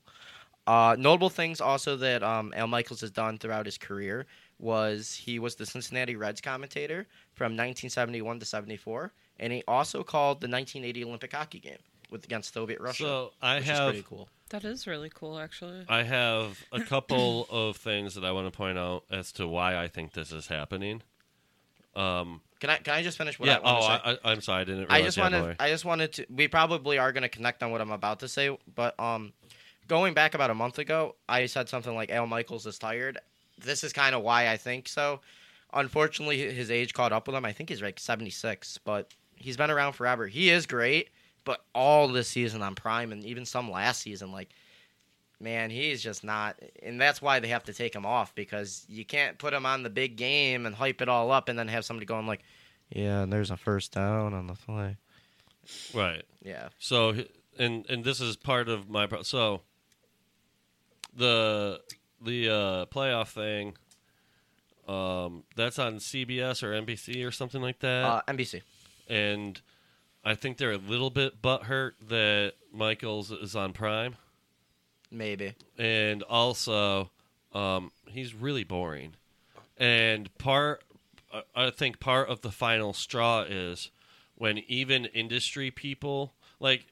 Speaker 5: Uh, notable things also that um, Al Michaels has done throughout his career was he was the Cincinnati Reds commentator from 1971 to 74, and he also called the 1980 Olympic hockey game with against Soviet Russia,
Speaker 1: So I
Speaker 5: which is
Speaker 1: have
Speaker 5: pretty cool.
Speaker 6: That is really cool, actually.
Speaker 5: Uh,
Speaker 1: I have a couple of things that I want to point out as to why I think this is happening.
Speaker 5: Can I can I just finish what
Speaker 1: yeah.
Speaker 5: I want
Speaker 1: Oh,
Speaker 5: to say?
Speaker 1: I, I, I'm sorry. I didn't realize.
Speaker 5: I just
Speaker 1: you had
Speaker 5: wanted
Speaker 1: more.
Speaker 5: I just wanted to we probably are going to connect on what I'm about to say, but um going back about a month ago, I said something like Al Michaels is tired. This is kind of why I think so. Unfortunately, his age caught up with him. I think he's like 76, but he's been around forever. He is great, but all this season on prime and even some last season like man, he's just not. And that's why they have to take him off because you can't put him on the big game and hype it all up and then have somebody going like, yeah, and there's a first down on the play.
Speaker 1: Right.
Speaker 5: Yeah.
Speaker 1: So h- and and this is part of my pro- so the the uh, playoff thing. Um, that's on CBS or NBC or something like that,
Speaker 5: Uh, NBC.
Speaker 1: and I think they're a little bit butthurt that Michaels is on Prime,
Speaker 5: Maybe.
Speaker 1: and also um, he's really boring. And part, I- I think part of the final straw is when even industry people like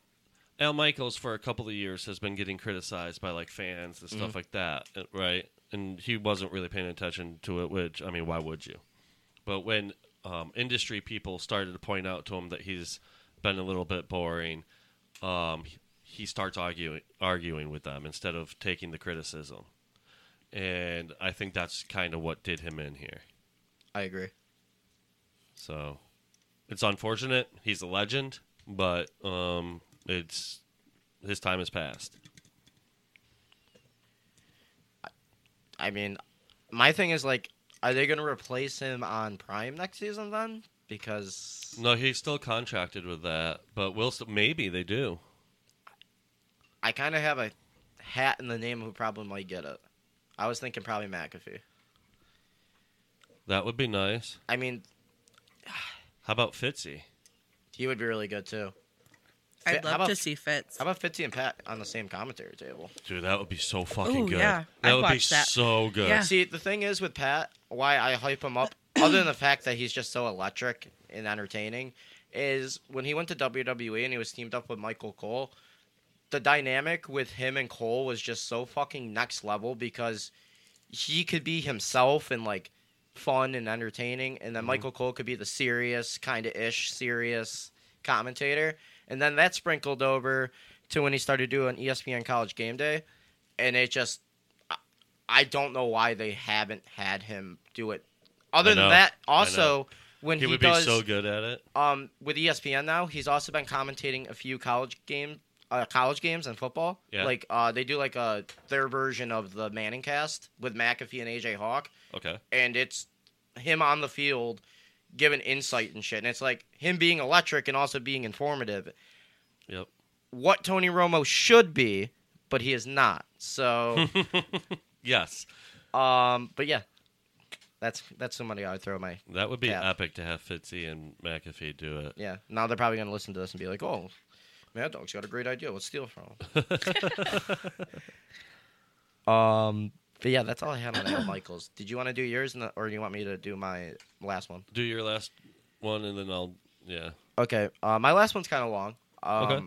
Speaker 1: Al Michaels for a couple of years has been getting criticized by like fans and stuff like that, uh, right? And he wasn't really paying attention to it, which I mean, why would you? But when um, industry people started to point out to him that he's been a little bit boring, um, he- he starts arguing arguing with them instead of taking the criticism, and I think that's kind of what did him in here.
Speaker 5: I agree.
Speaker 1: So it's unfortunate. He's a legend, but um, it's his time has passed.
Speaker 5: I mean, my thing is like, are they going to replace him on Prime next season then? Because
Speaker 1: No, he's still contracted with that, but will st- maybe they do.
Speaker 5: I kind of have a hat in the name who probably might get it. I was thinking probably McAfee.
Speaker 1: That would be nice.
Speaker 5: I mean,
Speaker 1: How about Fitzy?
Speaker 5: he would be really good too.
Speaker 6: I'd
Speaker 5: How
Speaker 6: love
Speaker 5: about-
Speaker 6: to see Fitz.
Speaker 5: How about Fitzy and Pat on the same commentary table?
Speaker 1: Dude, that would be so fucking
Speaker 6: Ooh,
Speaker 1: good.
Speaker 6: yeah.
Speaker 1: That
Speaker 6: I'd
Speaker 1: would be
Speaker 6: watch that.
Speaker 1: so good.
Speaker 6: Yeah.
Speaker 5: See, the thing is with Pat, why I hype him up, other than the fact that he's just so electric and entertaining, is when he went to WWE and he was teamed up with Michael Cole, the dynamic with him and Cole was just so fucking next level because he could be himself and like fun and entertaining, and then Michael Cole could be the serious, kind of ish, serious commentator. And then that sprinkled over to when he started doing E ESPN College Game Day, and it just I don't know why they haven't had him do it. Other
Speaker 1: I know.
Speaker 5: than that,
Speaker 1: I know.
Speaker 5: also when
Speaker 1: He,
Speaker 5: he,
Speaker 1: would
Speaker 5: does
Speaker 1: be so good at it.
Speaker 5: um with ESPN now, he's also been commentating a few college game uh, college games and football.
Speaker 1: Yeah.
Speaker 5: Like uh, they do like a their version of the Manning cast with McAfee and AJ Hawk,
Speaker 1: Okay.
Speaker 5: and it's him on the field giving insight and shit. And it's like him being electric and also being informative.
Speaker 1: Yep.
Speaker 5: What Tony Romo should be, but he is not. So
Speaker 1: Yes.
Speaker 5: Um, but yeah, that's that's somebody I would throw my
Speaker 1: That would be
Speaker 5: Yeah.
Speaker 1: epic to have Fitzy and McAfee do it.
Speaker 5: yeah. Now they're probably gonna listen to this and be like, oh, Mad Dog's got a great idea. Let's steal from him. um, but yeah, that's all I had on Al Michaels. Did you want to do yours, and the, or do you want me to do my last one?
Speaker 1: Do your last one and then I'll yeah.
Speaker 5: Okay, uh, my last one's kind of long. Um,
Speaker 1: Okay.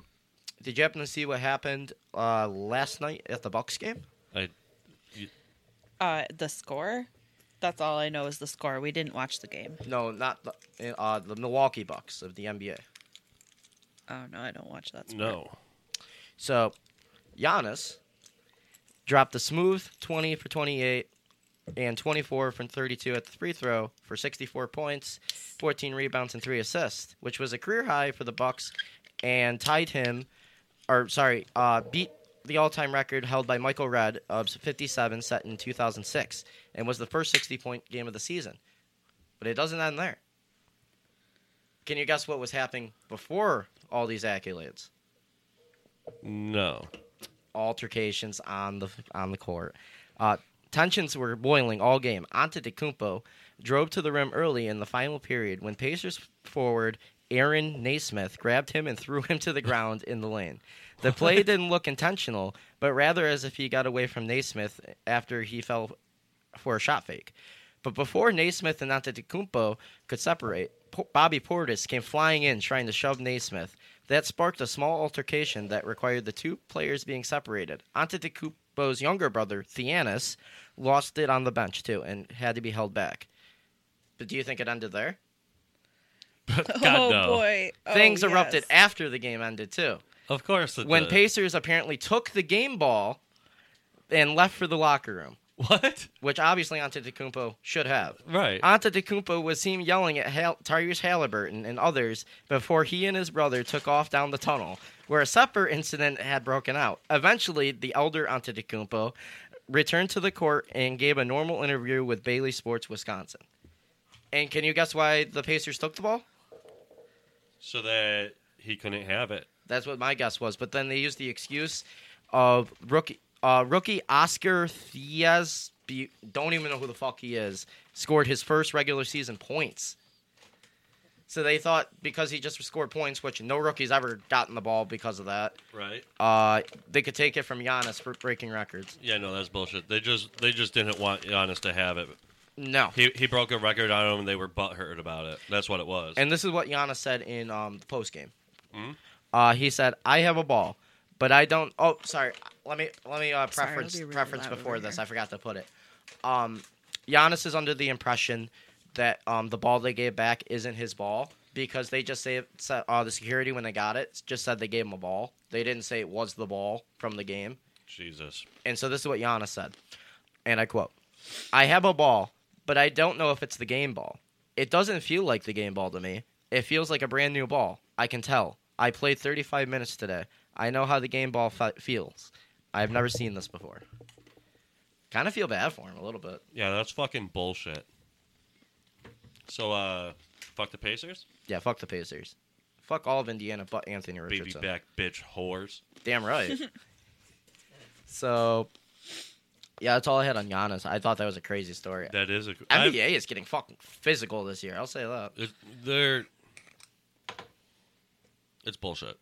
Speaker 5: Did you happen to see what happened uh, last night at the Bucks game?
Speaker 1: I
Speaker 6: Uh, the score. That's all I know is the score. We didn't watch the game.
Speaker 5: No, not the uh, the Milwaukee Bucks of the NBA.
Speaker 6: Oh no, I don't watch that. Sport.
Speaker 1: no.
Speaker 5: So, Giannis dropped a smooth 20 for 28 and 24 from 32 at the free throw for 64 points, 14 rebounds and 3 assists, which was a career high for the Bucks and tied him or sorry, uh, beat the all-time record held by Michael Red of 57 set in 2006 and was the first 60-point game of the season. But it doesn't end there. Can you guess what was happening before all these accolades?
Speaker 1: No.
Speaker 5: altercations on the on the court. Uh, tensions were boiling all game. Antetokounmpo drove to the rim early in the final period when Pacers forward Aaron Naismith grabbed him and threw him to the ground in the lane. The play didn't look intentional, but rather as if he got away from Naismith after he fell for a shot fake. But before Naismith and Antetokounmpo could separate, Po- Bobby Portis came flying in trying to shove Naismith. That sparked a small altercation that required the two players being separated. Antetokounmpo's younger brother, Theanis, lost it on the bench too and had to be held back. But do you think it ended there?
Speaker 1: God
Speaker 6: oh
Speaker 1: no.
Speaker 6: boy. Oh,
Speaker 5: Things erupted
Speaker 6: yes.
Speaker 5: after the game ended too.
Speaker 1: Of course it
Speaker 5: When
Speaker 1: did.
Speaker 5: Pacers apparently took the game ball and left for the locker room,
Speaker 1: What?
Speaker 5: which obviously Antetokounmpo should have.
Speaker 1: Right.
Speaker 5: Antetokounmpo was seen yelling at Hal- Tyrese Halliburton and others before he and his brother took off down the tunnel, where a separate incident had broken out. Eventually, the elder Antetokounmpo returned to the court and gave a normal interview with Bailey Sports Wisconsin. And can you guess why the Pacers took the ball?
Speaker 1: So that he couldn't have it.
Speaker 5: That's what my guess was. But then they used the excuse of rookie uh, rookie Oscar Thies. Don't even know who the fuck he is. Scored his first regular season points. So they thought because he just scored points, which no rookie's ever gotten the ball because of that,
Speaker 1: Right.
Speaker 5: uh, they could take it from Giannis for breaking records.
Speaker 1: Yeah, no, that's bullshit. They just they just didn't want Giannis to have it.
Speaker 5: No.
Speaker 1: He he broke a record on him and they were butthurt about it. That's what it was.
Speaker 5: And this is what Giannis said in um, the post game. Uh, he said, "I have a ball, but I don't." Oh, sorry. Let me let me uh,
Speaker 6: Sorry,
Speaker 5: preference
Speaker 6: it'll be really
Speaker 5: preference
Speaker 6: loud
Speaker 5: before
Speaker 6: over
Speaker 5: this.
Speaker 6: here.
Speaker 5: I forgot to put it. Um, Giannis is under the impression that um, the ball they gave back isn't his ball because they just say said, uh, the security when they got it just said they gave him a ball. They didn't say it was the ball from the game.
Speaker 1: Jesus.
Speaker 5: And so this is what Giannis said, and I quote: "I have a ball, but I don't know if it's the game ball. It doesn't feel like the game ball to me. It feels like a brand new ball. I can tell. I played 35 minutes today. I know how the game ball fe- feels. I've never seen this before. Kind of feel bad for him a little bit.
Speaker 1: Yeah, that's fucking bullshit. So uh fuck the Pacers?
Speaker 5: Yeah, fuck the Pacers. Fuck all of Indiana, but Anthony
Speaker 1: Baby
Speaker 5: Richardson.
Speaker 1: back bitch whores.
Speaker 5: Damn right. so, yeah, that's all I had on Giannis. I thought that was a crazy story.
Speaker 1: That is a I've-
Speaker 5: NBA is getting fucking physical this year. I'll say that.
Speaker 1: It, they're it's bullshit.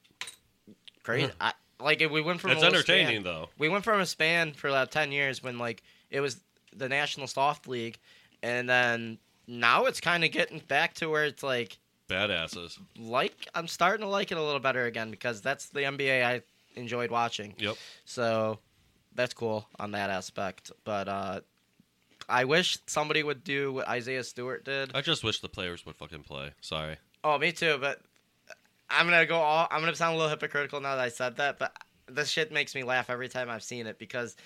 Speaker 5: Crazy. I, like if we went from
Speaker 1: It's
Speaker 5: a little span-
Speaker 1: entertaining though.
Speaker 5: We went from a span for about ten years when like it was the National Soft League, and then now it's kind of getting back to where it's like
Speaker 1: Badasses.
Speaker 5: like I'm starting to like it a little better again because that's the NBA I enjoyed watching.
Speaker 1: Yep.
Speaker 5: So that's cool on that aspect. But uh, I wish somebody would do what Isaiah Stewart did.
Speaker 1: I just wish the players would fucking play. Sorry.
Speaker 5: Oh, me too. But I'm gonna go all. I'm gonna sound a little hypocritical now that I said that. But this shit makes me laugh every time I've seen it because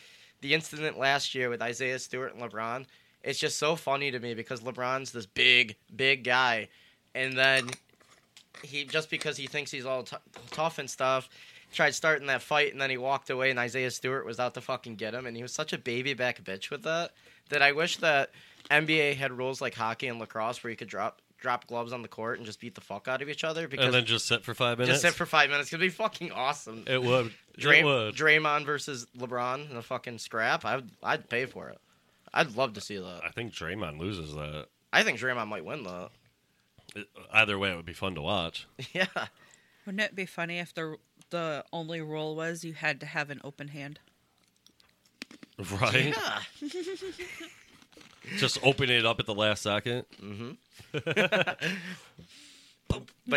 Speaker 5: the incident last year with Isaiah Stewart and LeBron. It's just so funny to me because LeBron's this big, big guy, and then he just because he thinks he's all t- tough and stuff. Tried starting that fight and then he walked away and Isaiah Stewart was out to fucking get him and he was such a baby back bitch with that that I wish that NBA had rules like hockey and lacrosse where you could drop drop gloves on the court and just beat the fuck out of each other because
Speaker 1: And then just sit for five minutes.
Speaker 5: just sit for five minutes could be fucking awesome.
Speaker 1: it would.
Speaker 5: Dray-
Speaker 1: it would.
Speaker 5: Draymond versus LeBron in a fucking scrap. I would, I'd pay for it. I'd love to see that.
Speaker 1: I think Draymond loses that.
Speaker 5: I think Draymond might win though.
Speaker 1: It- either way, it would be fun to watch.
Speaker 5: yeah.
Speaker 6: Wouldn't it be funny if the the only rule was you had to have an open hand?
Speaker 1: Right? Just open it up at the last second.
Speaker 5: But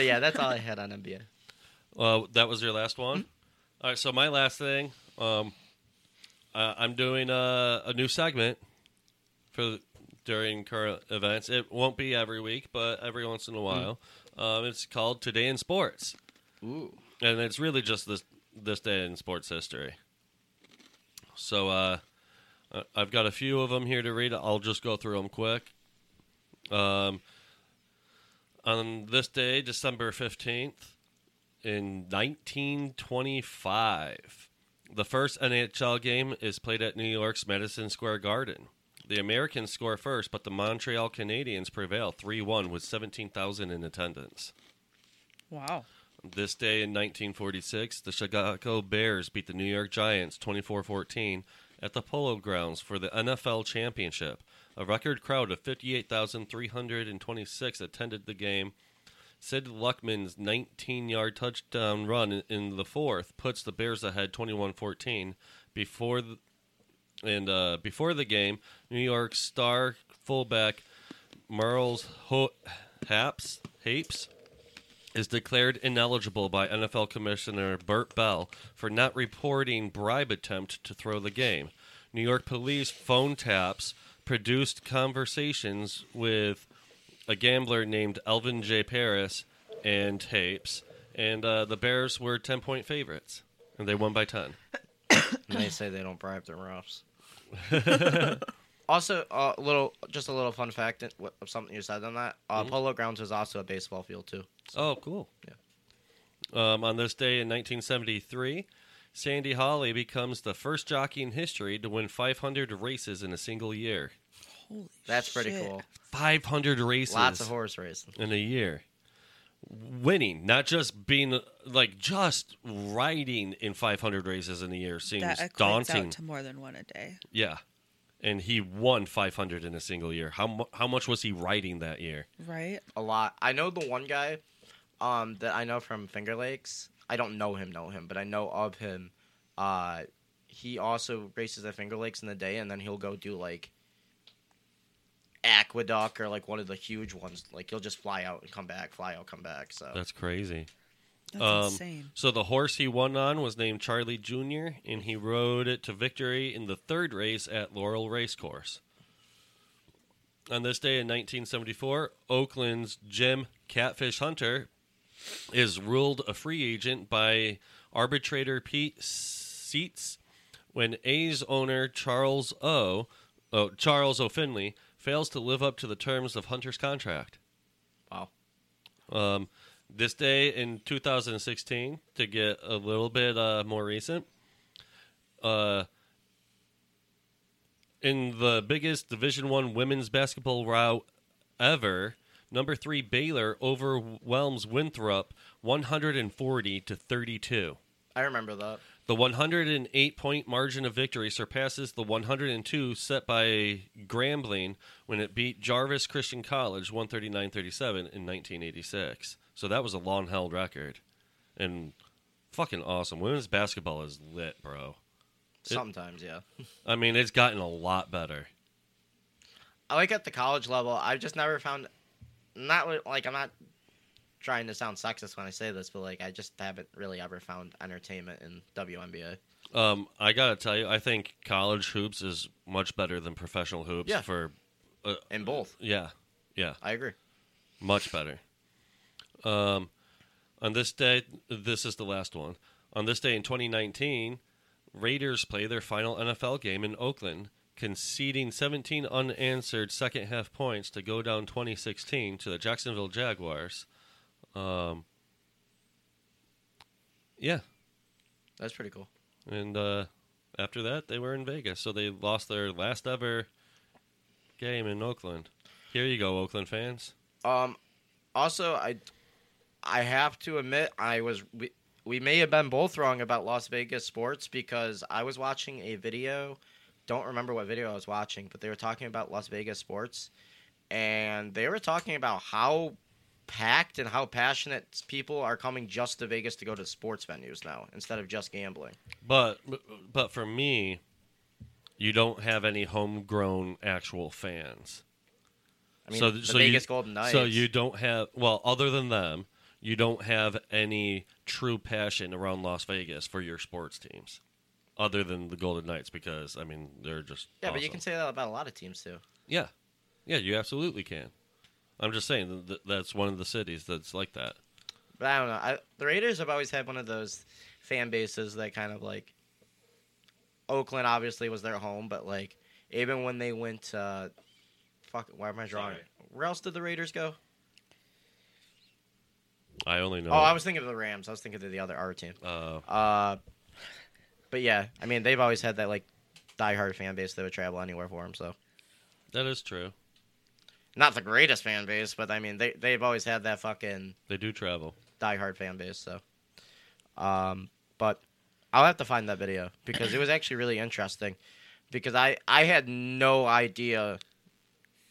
Speaker 5: yeah, that's all I had on NBA.
Speaker 1: Uh, that was your last one? All right, so my last thing, um, uh, I'm doing a, a new segment for during current events. It won't be every week, but every once in a while. Um, it's called Today in Sports,
Speaker 5: Ooh.
Speaker 1: and it's really just this this day in sports history. So uh, I- I've got a few of them here to read. I'll just go through them quick. Um, on this day, December 15th, in 1925, the first NHL game is played at New York's Madison Square Garden. The Americans score first, but the Montreal Canadiens prevail 3 1 with 17,000 in attendance.
Speaker 6: Wow.
Speaker 1: This day in 1946, the Chicago Bears beat the New York Giants 24 14 at the Polo Grounds for the NFL Championship. A record crowd of 58,326 attended the game. Sid Luckman's 19 yard touchdown run in- in the fourth puts the Bears ahead 21 14. Before the, and uh, before the game, New York star fullback Merle's Ho- Haps, Hapes is declared ineligible by NFL Commissioner Burt Bell for not reporting bribe attempt to throw the game. New York police phone taps produced conversations with a gambler named Elvin J. Paris and Tapes, and uh, the Bears were 10 point favorites, and they won by 10.
Speaker 5: And they say they don't bribe their refs. also, a little, just a little fun fact of something you said on that. Uh,
Speaker 1: Mm-hmm.
Speaker 5: Polo Grounds is also a baseball field too.
Speaker 1: Oh, cool. Yeah. Um, on this day in 1973, Sandy Hawley becomes the first jockey in history to win 500 races in a single year.
Speaker 6: Holy
Speaker 5: That's pretty
Speaker 6: shit.
Speaker 5: cool.
Speaker 1: 500 races
Speaker 5: Lots of horse racing.
Speaker 1: in a year. Winning, not just being like just riding in 500 races in a year seems
Speaker 6: That equates
Speaker 1: daunting.
Speaker 6: out to more than one a day.
Speaker 1: yeah. And he won 500 in a single year. How mu- how much was he riding that year?
Speaker 6: Right?
Speaker 5: a lot. I know the one guy um, that I know from Finger Lakes. I don't know him, know him, but I know of him. Uh, he also races at Finger Lakes in the day, and then he'll go do like Aqueduct or like one of the huge ones. Like he'll just fly out and come back, fly out, come back. So
Speaker 1: That's crazy.
Speaker 6: That's
Speaker 1: Um,
Speaker 6: insane.
Speaker 1: So the horse he won on was named Charlie Jr., and he rode it to victory in the third race at Laurel Racecourse. On this day in 1974, Oakland's Jim Catfish Hunter is ruled a free agent by arbitrator Pete Seitz when A's owner Charles O. Oh, Charles O'Finley fails to live up to the terms of Hunter's contract.
Speaker 5: wow.
Speaker 1: Um, this day in 2016, to get a little bit uh, more recent, uh, in the biggest Division One women's basketball route ever, number three Baylor overwhelms Winthrop 140 to 32.
Speaker 5: I remember that.
Speaker 1: The 108 point margin of victory surpasses the 102 set by Grambling when it beat Jarvis Christian College 139 37 in 1986. So that was a long held record. And fucking awesome. Women's basketball is lit, bro.
Speaker 5: Sometimes, yeah.
Speaker 1: I mean, it's gotten a lot better.
Speaker 5: I like at the college level. I've just never found, not li- like I'm not trying to sound sexist when I say this, but like I just haven't really ever found entertainment in WNBA.
Speaker 1: Um, I got to tell you, I think college hoops is much better than professional hoops
Speaker 5: Yeah.
Speaker 1: for,
Speaker 5: In both,
Speaker 1: yeah, yeah.
Speaker 5: I agree.
Speaker 1: Much better. Um, on this day, this is the last one. On this day in 2019, Raiders play their final NFL game in Oakland, conceding 17 unanswered second half points to go down 2016 to the Jacksonville Jaguars. Um, yeah,
Speaker 5: That's pretty cool.
Speaker 1: and uh, after that, they were in Vegas, so they lost their last ever game in Oakland. Here you go, Oakland fans.
Speaker 5: Um, also, I I have to admit I was we, we may have been both wrong about Las Vegas sports because I was watching a video. Don't remember what video I was watching, but they were talking about Las Vegas sports, and they were talking about how packed and how passionate people are coming just to Vegas to go to sports venues now instead of just gambling.
Speaker 1: But but for me, you don't have any homegrown actual fans.
Speaker 5: I mean,
Speaker 1: so
Speaker 5: the
Speaker 1: so
Speaker 5: Vegas
Speaker 1: you,
Speaker 5: Golden Knights.
Speaker 1: So you don't have well, other than them, you don't have any true passion around Las Vegas for your sports teams, other than the Golden Knights, because I mean they're just
Speaker 5: Yeah, but you
Speaker 1: awesome.
Speaker 5: can say that about a lot of teams too.
Speaker 1: yeah, yeah, you absolutely can. I'm just saying th- th- that's one of the cities that's like that.
Speaker 5: But I don't know. I, the Raiders have always had one of those fan bases that kind of like Oakland obviously was their home, but like even when they went to fuck, why am I drawing?
Speaker 1: Sorry.
Speaker 5: Where else did the Raiders go?
Speaker 1: I only know.
Speaker 5: Oh, I was thinking of the Rams. I was thinking of the other R team.
Speaker 1: Uh,
Speaker 5: Uh, but yeah, I mean they've always had that like diehard fan base that would travel anywhere for them. So
Speaker 1: that is true.
Speaker 5: not the greatest fan base, but I mean they they've always had that fucking
Speaker 1: They do travel.
Speaker 5: diehard fan base. So, um, but I'll have to find that video because it was actually really interesting. Because I I had no idea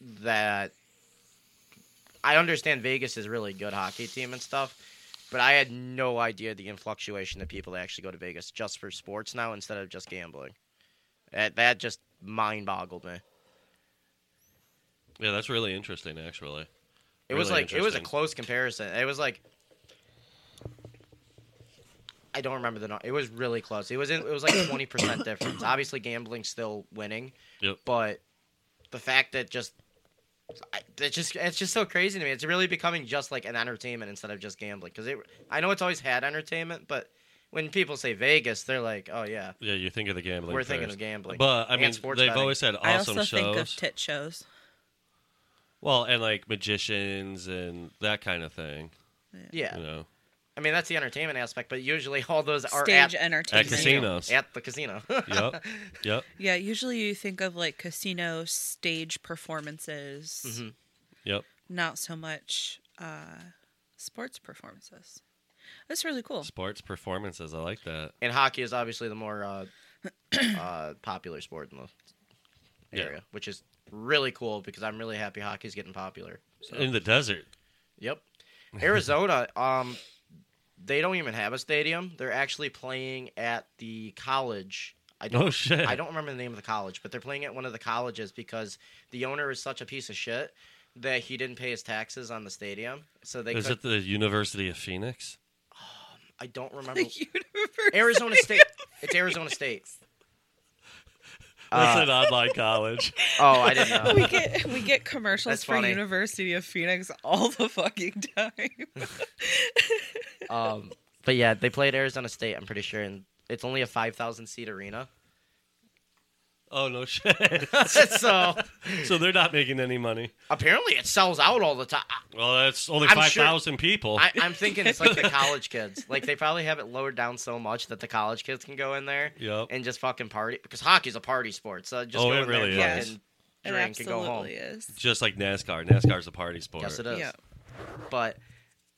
Speaker 5: that I understand Vegas is a really good hockey team and stuff, but I had no idea the influctuation of people that actually go to Vegas just for sports now instead of just gambling. That that just mind boggled me.
Speaker 1: Yeah, that's really interesting, actually.
Speaker 5: It was
Speaker 1: Really
Speaker 5: like it was a
Speaker 1: interesting.
Speaker 5: close comparison. It was like I don't remember the number. It was really close. It was in, it was like twenty percent difference. Obviously, gambling's still winning,
Speaker 1: Yep.
Speaker 5: but the fact that just I- it's just it's just so crazy to me. It's really becoming just like an entertainment instead of just gambling. Because it I know it's always had entertainment, but when people say Vegas, they're like, oh yeah,
Speaker 1: Yeah, you think of the gambling.
Speaker 5: We're thinking
Speaker 1: first.
Speaker 5: of gambling.
Speaker 1: but I
Speaker 5: And
Speaker 1: mean,
Speaker 5: sports
Speaker 1: they've
Speaker 5: betting.
Speaker 1: always had
Speaker 6: I
Speaker 1: awesome
Speaker 6: also
Speaker 1: shows.
Speaker 6: think of tit shows.
Speaker 1: well, and like magicians and that kind of thing.
Speaker 5: yeah.
Speaker 1: You know,
Speaker 5: I mean that's the entertainment aspect, but usually all those are
Speaker 6: Stage
Speaker 5: at,
Speaker 1: at
Speaker 6: entertainment.
Speaker 1: casinos.
Speaker 5: at the casino.
Speaker 1: yep. Yep.
Speaker 6: Yeah, usually you think of like casino stage performances,
Speaker 5: Mm-hmm.
Speaker 1: Yep.
Speaker 6: not so much uh, sports performances. That's really cool.
Speaker 1: Sports performances. I like that.
Speaker 5: and hockey is obviously the more uh, uh, popular sport in the
Speaker 1: Yeah.
Speaker 5: area, which is really cool because I'm really happy hockey's getting popular. So,
Speaker 1: In the desert.
Speaker 5: yep, Arizona, um, they don't even have a stadium. They're actually playing at the college. I don't,
Speaker 1: Oh, shit.
Speaker 5: I don't remember the name of the college, but they're playing at one of the colleges because the owner is such a piece of shit that he didn't pay his taxes on the stadium. So they,
Speaker 1: Is
Speaker 5: could,
Speaker 1: it the University of Phoenix?
Speaker 5: I don't remember
Speaker 6: The universe.
Speaker 5: Arizona State. It's Arizona State.
Speaker 1: That's
Speaker 5: Uh,
Speaker 1: an online college.
Speaker 5: Oh, I didn't know.
Speaker 6: we get we get commercials
Speaker 5: That's
Speaker 6: for
Speaker 5: funny.
Speaker 6: University of Phoenix all the fucking time.
Speaker 5: Um, but yeah, they played Arizona State. I'm pretty sure, and it's only a five thousand seat arena.
Speaker 1: Oh no shit.
Speaker 5: so
Speaker 1: so they're not making any money.
Speaker 5: apparently, it sells out all the time.
Speaker 1: Well, that's only
Speaker 5: I'm
Speaker 1: five
Speaker 5: sure-
Speaker 1: thousand people.
Speaker 5: I, I'm thinking it's like the college kids. Like they probably have it lowered down so much that the college kids can go in there
Speaker 1: Yep.
Speaker 5: and just fucking party because hockey's a party sport. So just
Speaker 1: Oh,
Speaker 5: go
Speaker 1: it
Speaker 5: in there
Speaker 1: really
Speaker 5: and
Speaker 1: is.
Speaker 5: fucking
Speaker 6: It
Speaker 5: drink and go home.
Speaker 6: absolutely is.
Speaker 1: Just like NASCAR. NASCAR's a party sport.
Speaker 5: Yes, it is.
Speaker 6: Yeah.
Speaker 5: But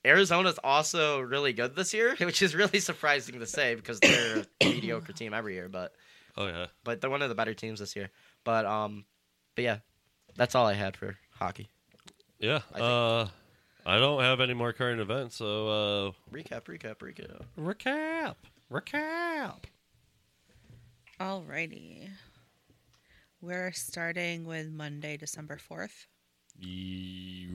Speaker 5: Arizona's also really good this year, which is really surprising to say because they're a mediocre team every year. But
Speaker 1: Oh yeah.
Speaker 5: but they're one of the better teams this year. But um, but yeah, that's all I had for hockey
Speaker 1: Yeah.
Speaker 5: think-
Speaker 1: uh, I don't have any more current events, so
Speaker 5: recap. Recap. Recap.
Speaker 1: uh, recap. Recap.
Speaker 6: Alrighty. We're starting with Monday, December 4th.
Speaker 5: I
Speaker 1: You-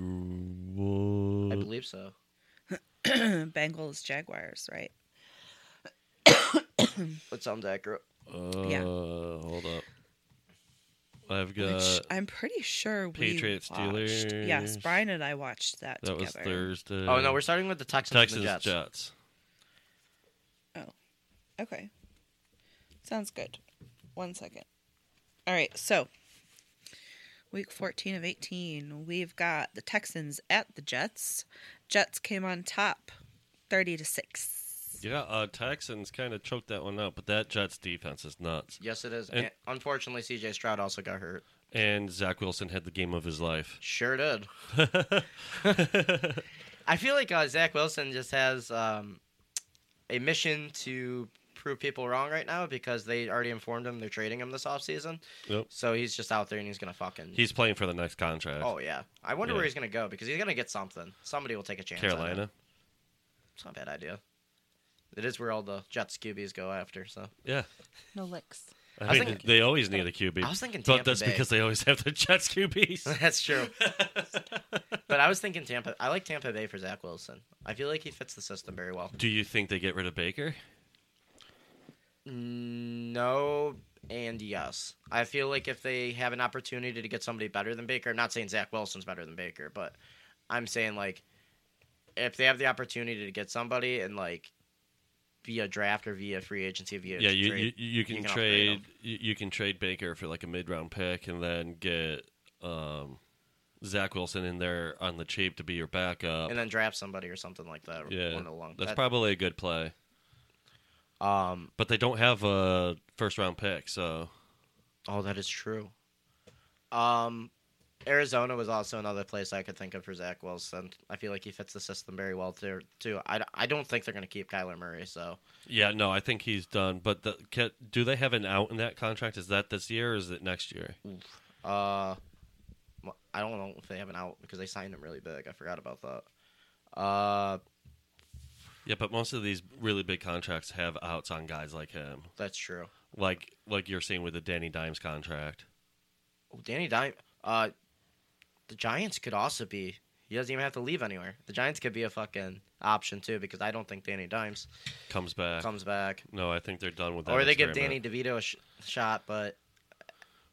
Speaker 5: believe so.
Speaker 6: Bengals, Jaguars, right?
Speaker 5: That sounds accurate.
Speaker 1: Uh,
Speaker 6: Yeah.
Speaker 1: Hold up. I've got
Speaker 6: Which I'm pretty sure we
Speaker 1: Patriots,
Speaker 6: watched.
Speaker 1: Steelers.
Speaker 6: Yes, Brian and I watched that,
Speaker 1: that was
Speaker 6: together.
Speaker 1: Thursday.
Speaker 5: Oh no, we're starting with the Texans,
Speaker 1: Texas
Speaker 5: and the Jets.
Speaker 1: Jets.
Speaker 6: Okay. Sounds good. One second. All right, so week 14 of 18, we've got the Texans at the Jets. Jets came on top 30 to 6.
Speaker 1: Yeah, uh, Texans kind of choked that one out, but that Jets defense is nuts.
Speaker 5: Yes, it is.
Speaker 1: And-
Speaker 5: And unfortunately, C.J. Stroud also got hurt.
Speaker 1: And Zach Wilson had the game of his life.
Speaker 5: Sure did. I feel like uh, Zach Wilson just has um, a mission to prove people wrong right now because they already informed him they're trading him this offseason.
Speaker 1: Yep.
Speaker 5: So he's just out there and he's gonna fucking.
Speaker 1: He's playing for the next contract.
Speaker 5: Oh yeah, I wonder
Speaker 1: Yeah.
Speaker 5: where he's gonna go because he's gonna get something. Somebody will take a chance. on him.
Speaker 1: Carolina.
Speaker 5: It's not a bad idea. It is where all the Jets QBs go after. So
Speaker 1: Yeah.
Speaker 6: No licks.
Speaker 1: I,
Speaker 5: was
Speaker 1: mean,
Speaker 5: thinking-
Speaker 1: they always need a QB.
Speaker 5: I was thinking
Speaker 1: but
Speaker 5: Tampa
Speaker 1: that's
Speaker 5: Bay.
Speaker 1: because they always have the Jets QBs.
Speaker 5: that's true. But I was thinking Tampa. I like Tampa Bay for Zach Wilson. I feel like he fits the system very well.
Speaker 1: Do you think they get rid of Baker?
Speaker 5: No and yes. I feel like if they have an opportunity to get somebody better than Baker, I'm not saying Zach Wilson's better than Baker, but I'm saying like if they have the opportunity to get somebody and like via draft or via free agency via
Speaker 1: yeah, you,
Speaker 5: trade,
Speaker 1: you you can,
Speaker 5: can upgrade 'em.
Speaker 1: trade you, you can trade Baker for like a mid round pick and then get um, Zach Wilson in there on the cheap to be your backup.
Speaker 5: and then draft somebody or something like that.
Speaker 1: yeah,
Speaker 5: one along.
Speaker 1: that's
Speaker 5: That-
Speaker 1: probably a good play.
Speaker 5: um
Speaker 1: But they don't have a first round pick, so
Speaker 5: Oh, that is true. Um, Arizona was also another place I could think of for Zach Wilson. I feel like he fits the system very well too. Too, I, I don't think they're going to keep Kyler Murray. So
Speaker 1: yeah, no, I think he's done. But the, ca do they have an out in that contract? Is that this year or is it next year?
Speaker 5: Uh, well, I don't know if they have an out because they signed him really big. I forgot about that. Uh,
Speaker 1: Yeah, but most of these really big contracts have outs on guys like him,
Speaker 5: that's true.
Speaker 1: like like you're seeing with the Danny Dimes contract.
Speaker 5: Oh, Danny Dime. Uh, the Giants could also be. He doesn't even have to leave anywhere. The Giants could be a fucking option too because I don't think Danny Dimes
Speaker 1: Comes back.
Speaker 5: comes back,
Speaker 1: no, I think they're done with that.
Speaker 5: or they give Danny
Speaker 1: experiment.
Speaker 5: DeVito a sh- shot. But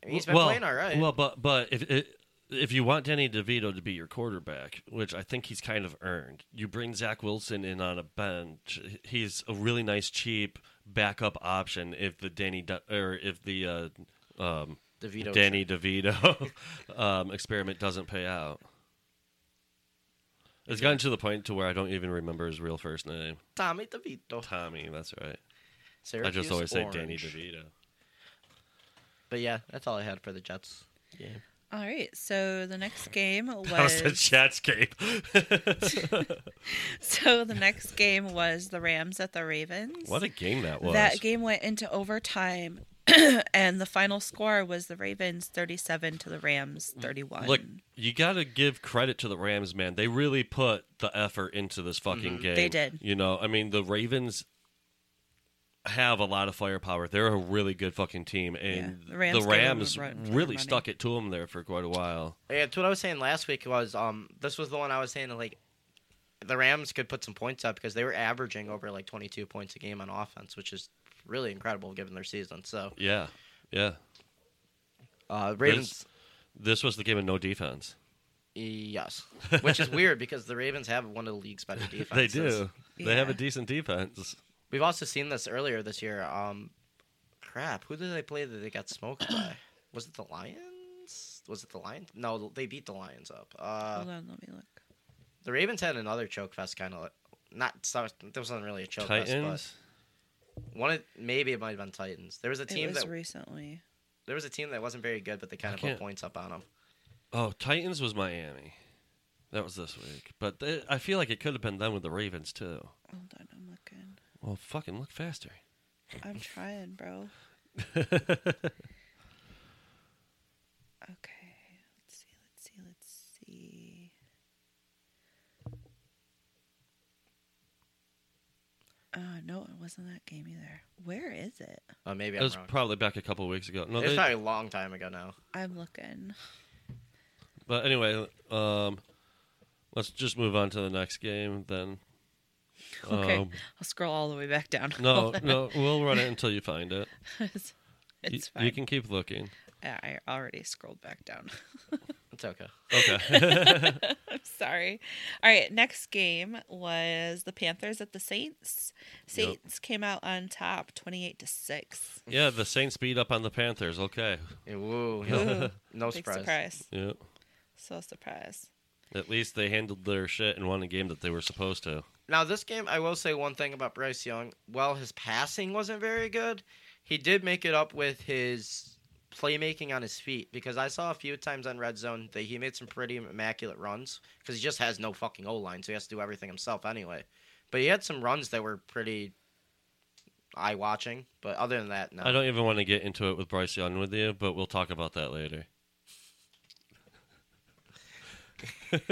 Speaker 5: I mean, he's been
Speaker 1: well,
Speaker 5: playing all right.
Speaker 1: Well, but but if it, if you want Danny DeVito to be your quarterback, which I think he's kind of earned, you bring Zach Wilson in on a bench. He's a really nice cheap backup option if the Danny Di- or if the uh, um,
Speaker 5: DeVito.
Speaker 1: Danny DeVito um, experiment doesn't pay out. It's gotten to the point to where I don't even remember his real first name.
Speaker 5: Tommy DeVito.
Speaker 1: Tommy, that's right.
Speaker 5: Syracuse
Speaker 1: I just always
Speaker 5: Orange.
Speaker 1: say Danny DeVito.
Speaker 5: But yeah, that's all I had for the Jets.
Speaker 6: All right. So the next game
Speaker 1: That was the
Speaker 6: was
Speaker 1: Jets game.
Speaker 6: so the next game was the Rams at the Ravens.
Speaker 1: what a game that was.
Speaker 6: That game went into overtime, and the final score was the Ravens 37 to the Rams 31.
Speaker 1: Look, you got to give credit to the Rams, man. They really put the effort into this fucking game.
Speaker 6: Mm-hmm. They did.
Speaker 1: You know, I mean, the Ravens have a lot of firepower. They're a really good fucking team, and
Speaker 6: the Rams
Speaker 1: the
Speaker 6: gave 'em a
Speaker 1: Rams
Speaker 6: run for their
Speaker 1: really
Speaker 6: money.
Speaker 1: stuck it to them there for quite a while.
Speaker 5: Yeah, that's what I was saying last week was um this was the one I was saying like the Rams could put some points up because they were averaging over like 22 points a game on offense, which is really incredible given their season. So
Speaker 1: Yeah, yeah.
Speaker 5: uh, Ravens,
Speaker 1: This was the game of no defense.
Speaker 5: yes, which is weird because the Ravens have one of the league's better
Speaker 1: They
Speaker 5: defenses.
Speaker 1: do. They have a
Speaker 6: Yeah.
Speaker 1: decent defense.
Speaker 5: We've also seen this earlier this year. Um, crap, who did they play that they got smoked by? Was it the Lions? Was it the Lions? No, they beat the Lions up. Uh,
Speaker 6: Hold on, let me look.
Speaker 5: the Ravens had another choke fest kind of. Not there wasn't really a choke fest, but
Speaker 1: Titans.
Speaker 5: One of maybe it might have been Titans. There was a
Speaker 6: It
Speaker 5: team
Speaker 6: was
Speaker 5: that
Speaker 6: recently.
Speaker 5: there was a team that wasn't very good, but they kind of put
Speaker 1: can't-
Speaker 5: points up on them.
Speaker 1: Oh, Titans was Miami. That was this week, but they, I feel like it could have been them with the Ravens too.
Speaker 6: Hold on, I'm looking.
Speaker 1: Well, fucking look faster.
Speaker 6: I'm trying, bro. okay. Let's see. Let's see. Let's see. Uh, no, it wasn't that game either. Where is it?
Speaker 5: Uh, maybe
Speaker 1: It
Speaker 5: I'm
Speaker 1: was
Speaker 5: wrong.
Speaker 1: probably back a couple weeks ago. No,
Speaker 5: it was
Speaker 1: they,
Speaker 5: probably a long time ago now.
Speaker 6: I'm looking.
Speaker 1: but anyway, um, let's just move on to the next game then.
Speaker 6: Okay.
Speaker 1: Um,
Speaker 6: I'll scroll all the way back down.
Speaker 1: no, no, we'll run it until you find it.
Speaker 6: it's
Speaker 1: You-
Speaker 6: it's
Speaker 1: you,
Speaker 6: fine.
Speaker 1: can keep looking.
Speaker 6: I I already scrolled back down.
Speaker 5: It's okay.
Speaker 1: Okay.
Speaker 6: Sorry. All right, next game was the Panthers at the Saints. Saints came out on top 28 to 6.
Speaker 1: yeah, the Saints beat up on the Panthers. Okay.
Speaker 5: Yeah, woo,
Speaker 6: Ooh,
Speaker 5: no
Speaker 6: big
Speaker 5: surprise.
Speaker 6: surprise.
Speaker 1: Yeah.
Speaker 6: So surprised.
Speaker 1: At least they handled their shit and won a game that they were supposed to.
Speaker 5: Now this game, I will say one thing about Bryce Young. While his passing wasn't very good, he did make it up with his playmaking on his feet because I saw a few times on red zone that he made some pretty immaculate runs because he just has no fucking O line, so he has to do everything himself anyway. But he had some runs that were pretty eye watching. But other than that, no.
Speaker 1: I don't even want to get into it with Bryce Young with you, but we'll talk about that later.